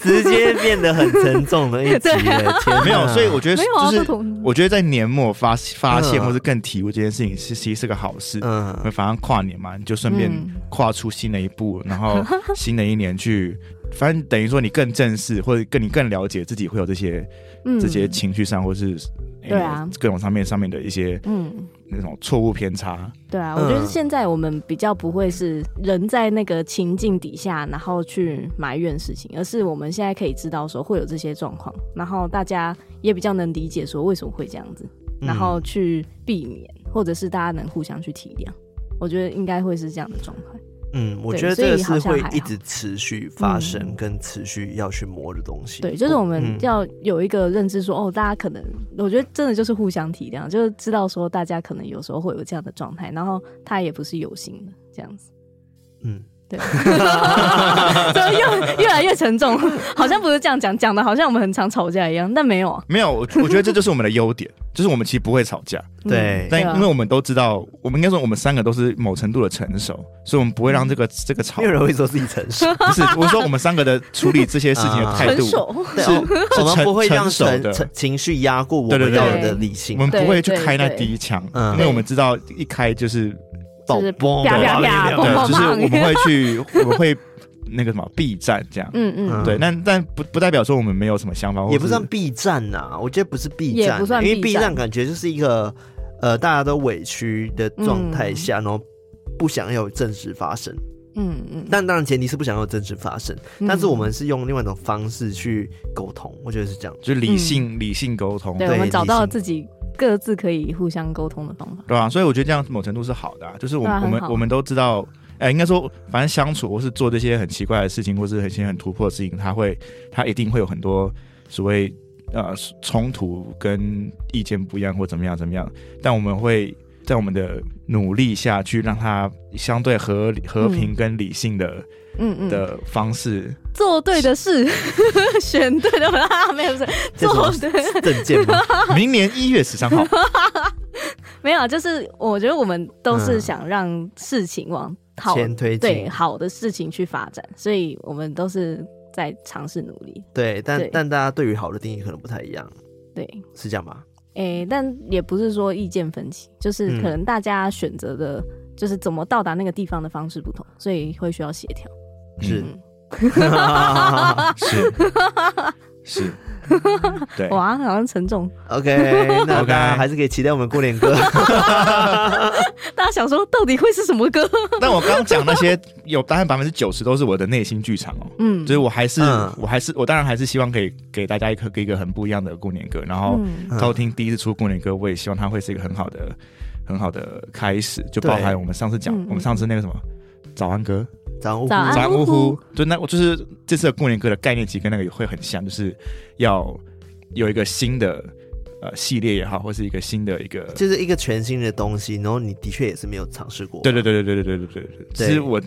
S1: 直接变得很沉重的一集
S2: 啊 对啊
S1: 了。天哪
S3: 没有，所以我觉得
S2: 没有啊，不
S3: 就是
S2: 同，
S3: 我觉得在年末发发现
S1: 嗯
S3: 或是更体悟这件事情是其实是个好事，
S1: 嗯，
S3: 反正跨年嘛，你就顺便
S2: 嗯
S3: 跨出新的一步，然后新的一年去，反正等于说你更正视，或者更你更了解自己会有这些、
S2: 嗯
S3: 这些情绪上，或是哎
S2: 对啊
S3: 各种上面上面的一些
S2: 嗯。
S3: 那种错误偏差。
S2: 对啊，我觉得
S1: 嗯
S2: 现在我们比较不会是人在那个情境底下，然后去埋怨事情，而是我们现在可以知道说会有这些状况，然后大家也比较能理解说为什么会这样子，然后
S1: 嗯
S2: 去避免，或者是大家能互相去体谅。我觉得应该会是这样的状态。
S1: 嗯，我
S2: 对
S1: 觉得
S2: 所
S1: 这个
S2: 以好
S1: 是
S2: 像
S1: 会
S2: 还
S1: 一
S2: 好
S1: 直持续发生
S2: 嗯
S1: 跟持续要去磨的东西。
S2: 对，就是我们
S1: 嗯
S2: 要有一个认知说，哦，大家可能，我觉得真的就是互相体谅，就是知道 说大家可能有时候会有这样的状态，然后他也不是有心的这样子。
S1: 嗯，
S2: 对，就越越来越沉重，好像不是这样讲，讲的好像我们很常吵架一样，但没有啊。
S3: 没有，我我觉得这就是我们的优点， 就是我们其实不会吵架，
S2: 嗯
S1: 对
S3: 但
S2: 啊
S3: 因为我们都知道，我们应该说我们三个都是某程度的成熟，所以我们不会让这
S2: 嗯
S3: 个这个吵
S1: 没有。人会说自己成熟，
S3: 不是，我说我们三个的处理这 些事情的
S1: 啊
S3: 态
S2: 成
S3: 度，
S2: 熟，
S1: 对
S3: 是
S1: 我我们
S3: 成
S1: 不会让
S3: 成熟
S1: 成
S3: 的
S1: 成情绪压过我
S3: 对对
S1: 们
S3: 对
S1: 要有的
S2: 对
S1: 理性
S3: 我们，不会去
S2: 对对
S3: 开那
S2: 对
S3: 第一枪，
S1: 嗯
S3: 因为我们知道一开就是
S1: 爆
S2: 就是
S1: 崩，
S2: 啪
S3: 啪
S2: 啪
S1: 对
S2: 砰
S3: 对，
S2: 砰
S3: 就是
S2: 砰
S3: 我们会去，我们会那个什么避战这样。
S2: 嗯嗯，
S3: 对，但但不不代表说我们没有什么想法，或
S1: 也不
S3: 是
S1: 算 B 站呐、我觉得不是 B
S2: 也
S1: 站，
S2: 不算
S1: 因为
S2: B
S1: B
S2: 站
S1: 站感觉就是一个呃大家都委屈的状态下，然后不想要有正事发生。
S2: 嗯嗯，
S1: 但当然前提是不想要有正事发生，但是我们是用另外一种方式去沟通，我觉得是这样。
S3: 就理性、理性沟通，
S2: 嗯对
S1: 对
S2: 我们找到了
S1: 理性
S2: 自己各自可以互相沟通的方法。
S3: 对啊，所以我觉得这样某程度是好的、啊，就是我们、
S2: 对啊
S3: 我
S2: 很
S3: 们
S2: 好
S3: 我们都知道，哎、应该说反正相处或是做这些很奇怪的事情，或是很些很突破的事情，他会他一定会有很多所谓呃冲突跟意见不一样或怎么样怎么样，但我们会在我们的努力下去让它相对合理和平跟理性的、
S2: 嗯嗯，
S3: 的方式，
S2: 做对的事， 选对的啊，没有不是
S1: 这是
S2: 做
S1: 什
S2: 对。
S1: 么证件吗？
S3: 明年一月十三号，
S2: 没有，就是我觉得我们都是
S1: 嗯
S2: 想让事情往好、
S1: 前推
S2: 对
S1: 进，
S2: 好的事情去发展，所以我们都是在尝试努力。
S1: 对，但
S2: 对
S1: 但大家对于好的定义可能不太一样，
S2: 对，
S1: 是这样吧？
S2: 诶、但也不是说意见分歧，就是
S1: 嗯
S2: 可能大家选择的，就是怎么到达那个地方的方式不同，所以会需要协调。
S1: 是
S2: 嗯，
S3: 是是，对，
S2: 哇，好像沉重，
S1: OK，那大
S3: OK
S1: 家还是可以期待我们过年歌。
S2: 大家想说到底会是什么歌？
S3: 但我刚讲那些有大概百分之九十都是我的内心剧场哦，
S2: 嗯，
S3: 就是我还是、
S1: 嗯
S3: 我还是我当然还是希望可以给大家一个一个很不一样的过年歌，然后
S2: 嗯
S3: 偷听第一次出过年歌，我也希望它会是一个很好的很好的开始，就包含
S1: 对
S3: 我们上次讲
S2: 嗯嗯
S3: 我们上次那个什么。早安歌，
S1: 早
S2: 早安
S1: 安，
S3: 早安
S2: 呼
S3: 呜
S2: 呼
S3: 呼，就那我就是这次的过年歌的概念，其实跟那个也会很像，就是要有一个新的呃系列也好，或是一个新的一个
S1: 就是一个全新的东西，然后你的确也是没有尝试过。
S3: 对对，对对对对对对对，只
S1: 对
S3: 是我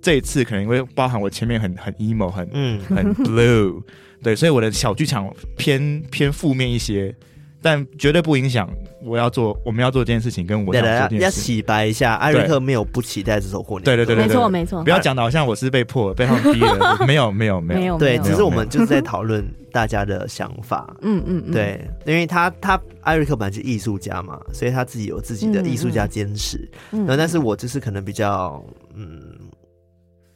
S3: 这一次可能因为包含我前面很很 emo 很
S1: 嗯，
S3: 很 blue，对，所以我的小剧场偏偏负面一些，但绝对不影响我要做我们要做这件事情跟我
S1: 对
S3: 想
S1: 对，
S3: 做
S1: 要
S3: 这
S1: 要
S3: 件事情。
S1: 洗白一下，艾瑞克没有不期待这首过年歌。
S3: 对对对对
S2: 没
S3: 对
S2: 错没错
S3: 不，要讲的好像我是被迫被他们逼的，我没有没有没有
S2: 没有
S1: 对，只是我
S3: 没
S1: 们
S3: 有
S1: 就是在讨论大家的想法。
S2: 嗯嗯嗯，
S1: 对，因为他他艾瑞克本来是艺术家嘛，所以他自己有自己的艺术家坚持。
S2: 嗯，
S1: 然后，但是我就是可能比较，嗯，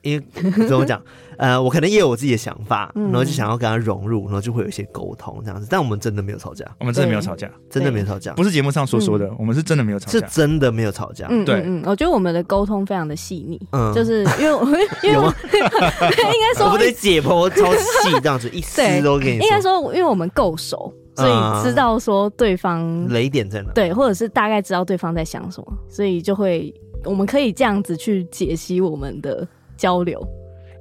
S1: 因为怎么讲，呃，我可能也有我自己的想法，
S2: 嗯
S1: 然后就想要跟他融入，然后就会有一些沟通这样子。但我们真的没有吵架，
S3: 我们真的没有吵架，
S1: 真的没有吵架，
S3: 不是节目上所说的，我们是真的没有吵
S1: 是
S3: 架。
S1: 真的没有吵架。
S2: 嗯
S3: 对
S2: 嗯嗯，我觉得我们的沟通非常的细腻，
S1: 嗯
S2: 就是因为我 因为
S1: 有
S2: 我
S1: 吗
S2: 应该
S1: 我
S2: 说
S1: 们的解剖超细，这样子一丝
S2: 对
S1: 都给你
S2: 应该
S1: 说。
S2: 说，因为我们够熟，所以知道说对方
S1: 雷点在哪？
S2: 对，或者是大概知道对方在想什么，所以就会我们可以这样子去解析我们的交流。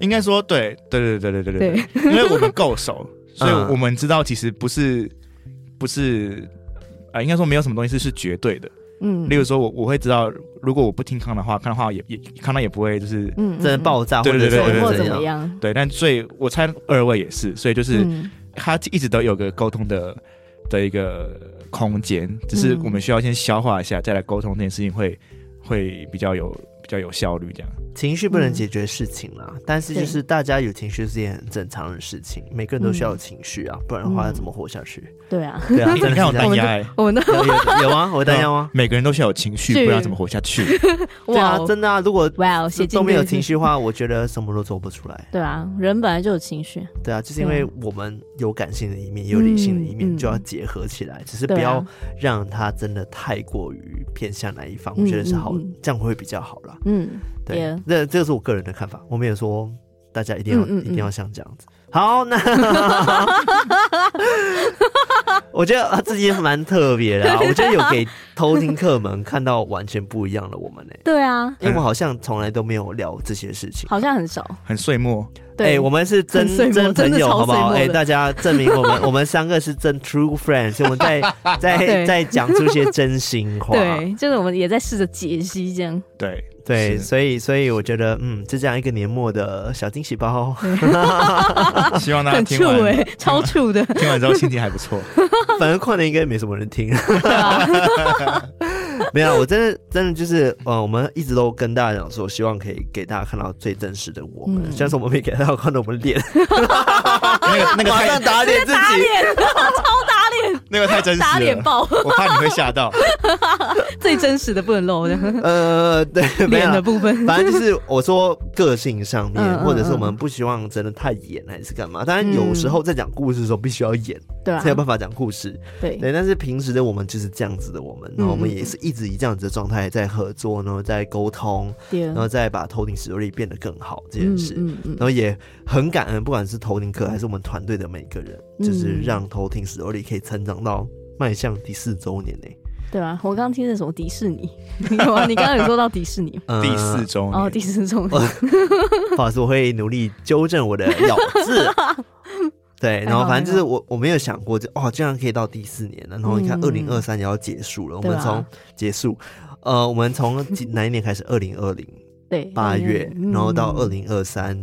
S3: 应该说，对对对对对对
S2: 对，
S3: 对，因为我们 够熟，所以
S1: 嗯
S3: 我们知道其实不是不是啊、应该说没有什么东西是是绝对的。
S2: 嗯，
S3: 例如说我我会知道，如果我不听康的话，康的话也也康纳也不会就是、
S2: 嗯，嗯
S1: 真的爆炸，或
S3: 对
S1: 者
S3: 对
S1: 是
S3: 对
S2: 对，
S3: 对
S2: 或
S3: 对
S2: 怎
S1: 怎
S2: 么
S1: 样？
S2: 样？
S3: 对，但所以我猜二位也是，所以就是、
S2: 嗯
S3: 他一直都有个沟通的的一个空间，只
S2: 嗯
S3: 是我们需要先消化一下，再来沟通这件事情会会比较有比较有效率这样。
S1: 情绪不能解决事情啦，但是就
S2: 嗯对
S1: 是大家有情绪是件很正常的事情，每个人都需要
S2: 嗯
S1: 有情绪啊，不然的话要怎么活下去？
S2: 对啊，
S1: 对啊，
S3: 你
S1: 真的
S3: 看我
S1: 是这样
S3: 单压、欸，
S2: 我们的
S1: 有有有啊，我担忧啊。
S3: 每个人都需要有情绪，
S2: 是
S3: 不然要怎么活下去？
S1: 对
S2: 哇
S1: 啊，
S2: 哦
S1: 真的啊，如果
S2: 哇哦，写进
S1: 都没有情
S2: 绪，
S1: 绪的话，我觉得什么都做不出来。
S2: 对啊，人本来就有情绪，
S1: 对啊，就是因为我们有感性的一面，也有理性的一面，
S2: 嗯
S1: 就要结合起来，只是
S2: 对啊
S1: 不要让它真的太过于偏向哪一方，
S2: 嗯
S1: 我觉得是好
S2: 嗯嗯，
S1: 这样会比较好啦。
S2: 嗯，
S1: 对
S2: Yeah，
S1: 这这个是我个人的看法，我没有说大家一定要
S2: 嗯嗯嗯
S1: 一定要像这样子。好， 那我觉得啊自己蛮特别 的、啊，我觉得有给偷听客们看到完全不一样的我们呢、
S2: 对啊，
S1: 因为我好像从来都没有聊这些事情。
S2: 好像很少，
S3: 很碎末，
S1: 哎、
S2: 对，
S1: 我们是真
S2: 很碎末
S1: 真
S2: 真
S1: 朋
S2: 的
S1: 友，
S2: 超
S1: 好不好？
S2: 碎
S1: 哎、
S2: 末的
S1: 大家证明我们 我们三个是真 true friends，所以我们在在
S2: 对
S1: 在讲出一些真心话。
S2: 对，就是我们也在试着解析这样，
S3: 对，
S1: 对，
S3: 是
S1: 所以所以我觉得，嗯，就这样一个年末的小惊喜包，
S3: 希望大家
S2: 很
S3: 听
S2: 触
S3: 完
S2: 哎、超触 的，
S3: 听完之后心情还不 错。
S1: 反正跨年应该没什么人听。
S2: 对啊，
S1: 没有，我真的真的就是，呃，我们一直都跟大家讲说，希望可以给大家看到最真实的我们。
S2: 嗯
S1: 虽然说我们没给大家看到我们脸，
S3: 那个那个
S1: 马
S3: 太
S1: 上打脸自
S2: 打
S1: 己，
S2: 脸，超打脸，
S3: 那个太真实了，
S2: 打脸爆，
S3: 我怕你会吓到。
S2: 最真实的不能露的
S1: 呃，对，没
S2: 脸
S1: 有
S2: 的。部分，
S1: 反正就是我说个性上面，
S2: 嗯嗯嗯
S1: 或者是我们不希望真的太演还是干嘛。当然有时候在讲故事的时候必须要演，
S2: 对啊
S1: 才，有办法讲故事。
S2: 对，嗯
S1: 对，但是平时的我们就是这样子的我们，然后我们也是一直以这样子的状态在合作，然后在沟通，
S2: 对
S1: 然后再把头顶石榴力变得更好这件
S2: 嗯
S1: 事。
S2: 嗯嗯
S1: 然后也很感恩，不管是头顶客还是我们团队的每个人，
S2: 嗯
S1: 就是让头顶史多利可以成长到迈向第四周年呢、
S2: 对啊，我刚刚听的什么迪士尼， 有啊，你刚刚有说到迪 士尼吗
S1: 呃
S3: 第四，周
S2: 哦，
S3: 年，
S2: 第四种，
S1: 不好意思，我会努力纠正我的咬字。对，然后反正就是我我没有想过，就哦，这样可以到第四年了。然后你看，
S2: 嗯
S1: 二零二三也要结束了，我
S2: 对
S1: 们
S2: 啊
S1: 从结束，呃，我们从几哪一年开始？二零二 零
S2: 对，
S1: 八月，
S2: 嗯
S1: 然后到二
S2: 零，
S1: 零二三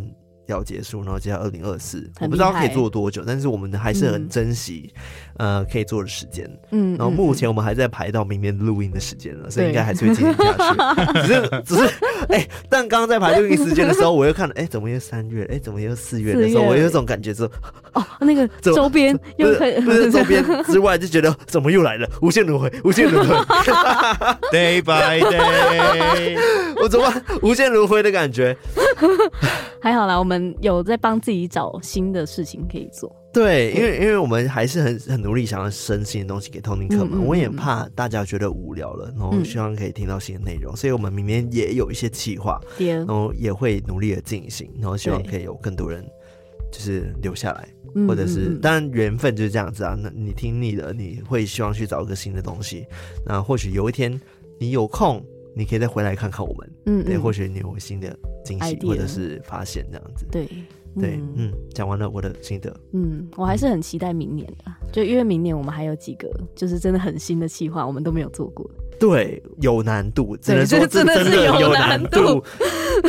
S1: 要结束，然后接到二零二四，我
S2: 很
S1: 不知道
S2: 厉害
S1: 可以做多久，但是我们还是很珍惜，呃，可以做的时间。
S2: 嗯，
S1: 然后目
S2: 嗯
S1: 前我们还在排到明年录音的时间了，所以
S2: 对
S1: 应该还是会进行下 去。只是只是，哎、但刚刚在排录音时间的时候，我又看了，哎、怎么又三月？哎、怎么又四月的时候，
S2: 四月
S1: 我有一种感觉说，
S2: 哦，那个
S1: 怎么
S2: 周边
S1: 不
S2: 又
S1: 是
S2: 可以，
S1: 不是周边之外，就觉得怎么又来了，无限轮回，无限轮回，
S3: day by day，
S1: 我怎么无限轮回的感觉？
S2: 还好啦，我们有在帮自己找新的事情可以做。
S1: 对，因为因为我们还是很很努力想要生新的东西给通灵客们，
S2: 嗯嗯嗯
S1: 我也怕大家觉得无聊了，然后希望可以听到新的内容，所以我们明年也有一些企划，
S2: 第二
S1: 然，后也会努力的进行，然后希望
S2: 对
S1: 可以有更多人就是留下来，
S2: 嗯
S1: 或者是
S2: 嗯嗯
S1: 当然缘分就是这样子啊，那你听腻了，你会希望去找一个新的东西，那或许有一天你有空，你可以再回来看看我们，
S2: 嗯，
S1: 对，
S2: 嗯
S1: 或许你有新的惊喜
S2: Idea
S1: 或者是发现这样子，
S2: 对
S1: 对，
S2: 嗯
S1: 嗯，讲完了我的心得。
S2: 嗯，我还是很期待明年的，就因为明年我们还有几个就是真的很新的企划，我们都没有做过。
S1: 对，有难度，只能
S2: 这
S1: 说是
S2: 真的是
S1: 有
S2: 有
S1: 难
S2: 难
S1: 度
S2: 度。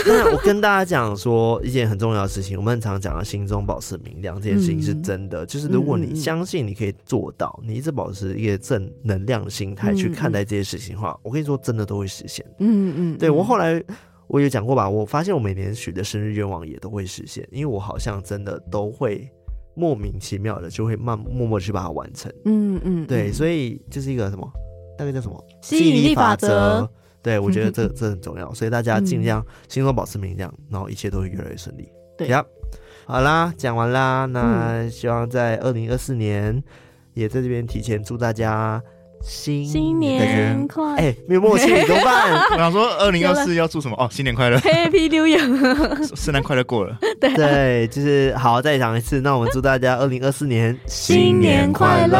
S1: 那我跟大家讲说一件很重要的事情，我们很常讲到心中保持明亮这件事情
S2: 嗯
S1: 是真的，就是如果你
S2: 嗯嗯嗯
S1: 相信你可以做到，你一直保持一个正能量的心态去
S2: 嗯嗯
S1: 看待这些事情的话，我跟你说，真的都会实现。
S2: 嗯嗯，
S1: 对我
S2: 嗯
S1: 后来。我有讲过吧，我发现我每年许的生日愿望也都会实现，因为我好像真的都会莫名其妙的就会慢默默地去把它完成。
S2: 嗯嗯，
S1: 对，
S2: 嗯
S1: 所以就是一个什么，大概叫什么
S2: 吸引力法则。
S1: 对，我觉得 这这很重要，所以大家尽量心中保持明亮，然后一切都会越来越顺利。
S2: 对
S1: 呀好啦，讲完啦，那希望在二零二四年也在这边提前祝大家新
S2: 新年快
S1: 哎，没有默契怎么办？
S3: 我想说二零二四要做什么？哦，新年快乐，
S2: 哎 Happy New Year！
S3: 圣诞快乐过了，
S1: 对，就是好，再讲一次。那我们祝大家二零二四年
S2: 新年快乐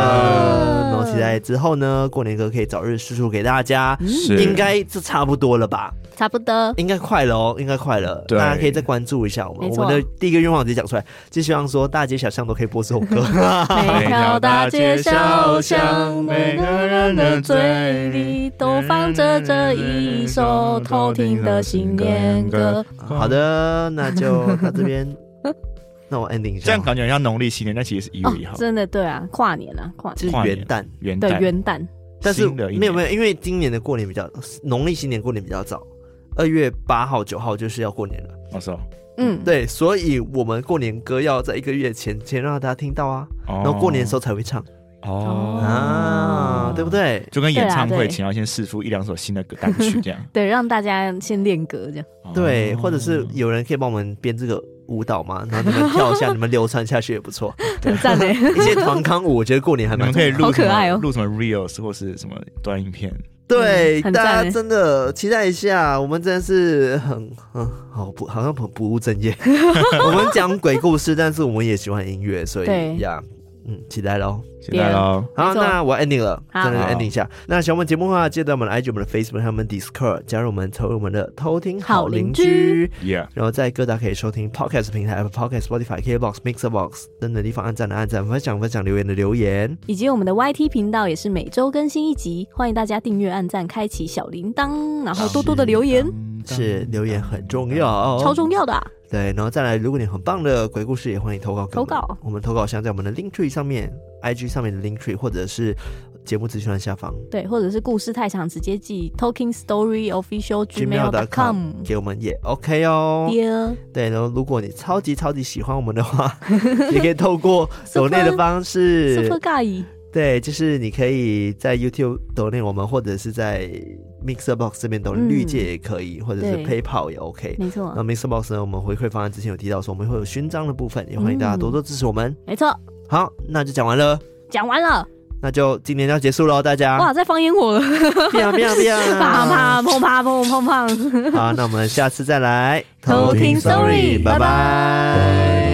S1: 然后期待之后呢，过年歌可以早日输出给大家。
S3: 是
S1: 应该这差不多了吧？
S2: 差不多，
S1: 应该快了哦，应该快了。
S3: 对
S1: 大家可以再关注一下我们。
S2: 没
S1: 我
S2: 错
S1: 们的第一个愿望直接讲出来，就希望说大街小巷都可以播这首歌。
S2: 嗯每条大街小巷，每个人的嘴里都放着这一首偷听的新年歌。
S1: 好，的，那就到这 边。那我 ending 一下，
S3: 这样感觉很像农历新年，但其实是一
S2: 哦
S3: 月一号，，
S2: 真的对啊，跨年啊，跨年
S1: 就是
S3: 跨年
S1: 元旦，
S3: 元
S2: 对
S3: 旦，
S2: 元旦，
S1: 但是
S3: 新的一年
S1: 没有没有，因为今年的过年比较农历新年过年比较早，二月八号九号就是要过年了。
S3: 我说，
S2: 嗯，
S1: 对，所以我们过年歌要在一个月前先让大家听到啊，
S3: 然
S1: 然后过年的时候才会唱
S2: 哦
S1: 啊，对不对？
S3: 就跟演唱
S2: 对啊
S3: 会
S2: 对，
S3: 前要先试出一两首新的歌单曲这样
S2: 对，让大家先练歌这样。
S1: 对，
S3: 哦
S1: 或者是有人可以帮我们编这个舞蹈嘛，然后你们跳一 下，你们流传下去也不错。
S2: 很赞欸嘞，
S1: 一些团康舞，我觉得过年还
S3: 你
S1: 蛮
S3: 们可以
S1: 重要的
S3: 录
S2: 好
S3: 什
S2: 可爱
S3: 么
S2: 哦
S3: 录什么 reels 或是什么短影片，嗯
S1: 对，
S2: 很赞
S1: 大家
S2: 欸
S1: 真的期待一下，我们真的是很很好不，好像很不务正 业。我们讲鬼故事，但是我们也喜欢音乐，所
S2: 对
S1: 以呀。嗯，期待喽。
S3: 现在喽，
S1: 好，
S2: 没错
S1: 那我 ending 了，
S2: 好
S1: 真的
S3: 好
S1: ending 一下。那喜欢我们节目的话，记得我们的 IG、我们的 Facebook、还有我们的 Discord，加入我们成为我们的偷听好
S2: 好邻
S1: 邻居。
S3: yeah，
S1: 然后在各大可以收听 Podcast 平台、Apple Podcast、Spotify、KBox、Mixerbox 等等地方按赞的按赞、分享分享、留言的留言。
S2: 以及我们的 YT 频道也是每周更新一集，欢迎大家订阅、按赞、开启小铃铛，然后多多的留言。
S3: 嗯当
S1: 是留言很重要，哦
S2: 超重要的啊、
S1: 对，然后再来，如果你有很棒的鬼故事，也欢迎投稿给我们
S2: 投稿
S1: 我们投稿箱在我们的 link tree 上面，IG 上面的 link tree，或者是节目资讯栏下方
S2: 对，或者是故事太长，直接寄 Talking Story Official
S1: gmail.com
S2: Gmail.com。
S1: 给我们也 OK 哦。
S2: Dear，
S1: 对，然后如果你超级超级喜欢我们的话， 也可以透 过抖内的方式
S2: super，guy，
S1: 对，就是你可以在 YouTube 抖内我们，或者是在 Mixer Box 这边抖内
S2: 嗯
S1: 绿界也可以，或者是
S2: 对嗯
S1: PayPal 也 OK。
S2: 没错
S1: 那，Mixer Box 呢，我们回馈方案之前有提到说我们会有勋章的部分，也欢迎大家
S2: 嗯
S1: 多多支持我们。
S2: 没错，
S1: 好，那就讲完了，
S2: 讲完了，
S1: 那就今年要结束哦喽，大家。
S2: 哇，在放烟火了，
S1: 变变变！
S2: 啪啪砰啪砰砰砰。
S1: 好，那我们下次再来
S2: 偷听
S1: Sorry，
S2: Sorry，
S1: 拜
S2: 拜
S1: 拜。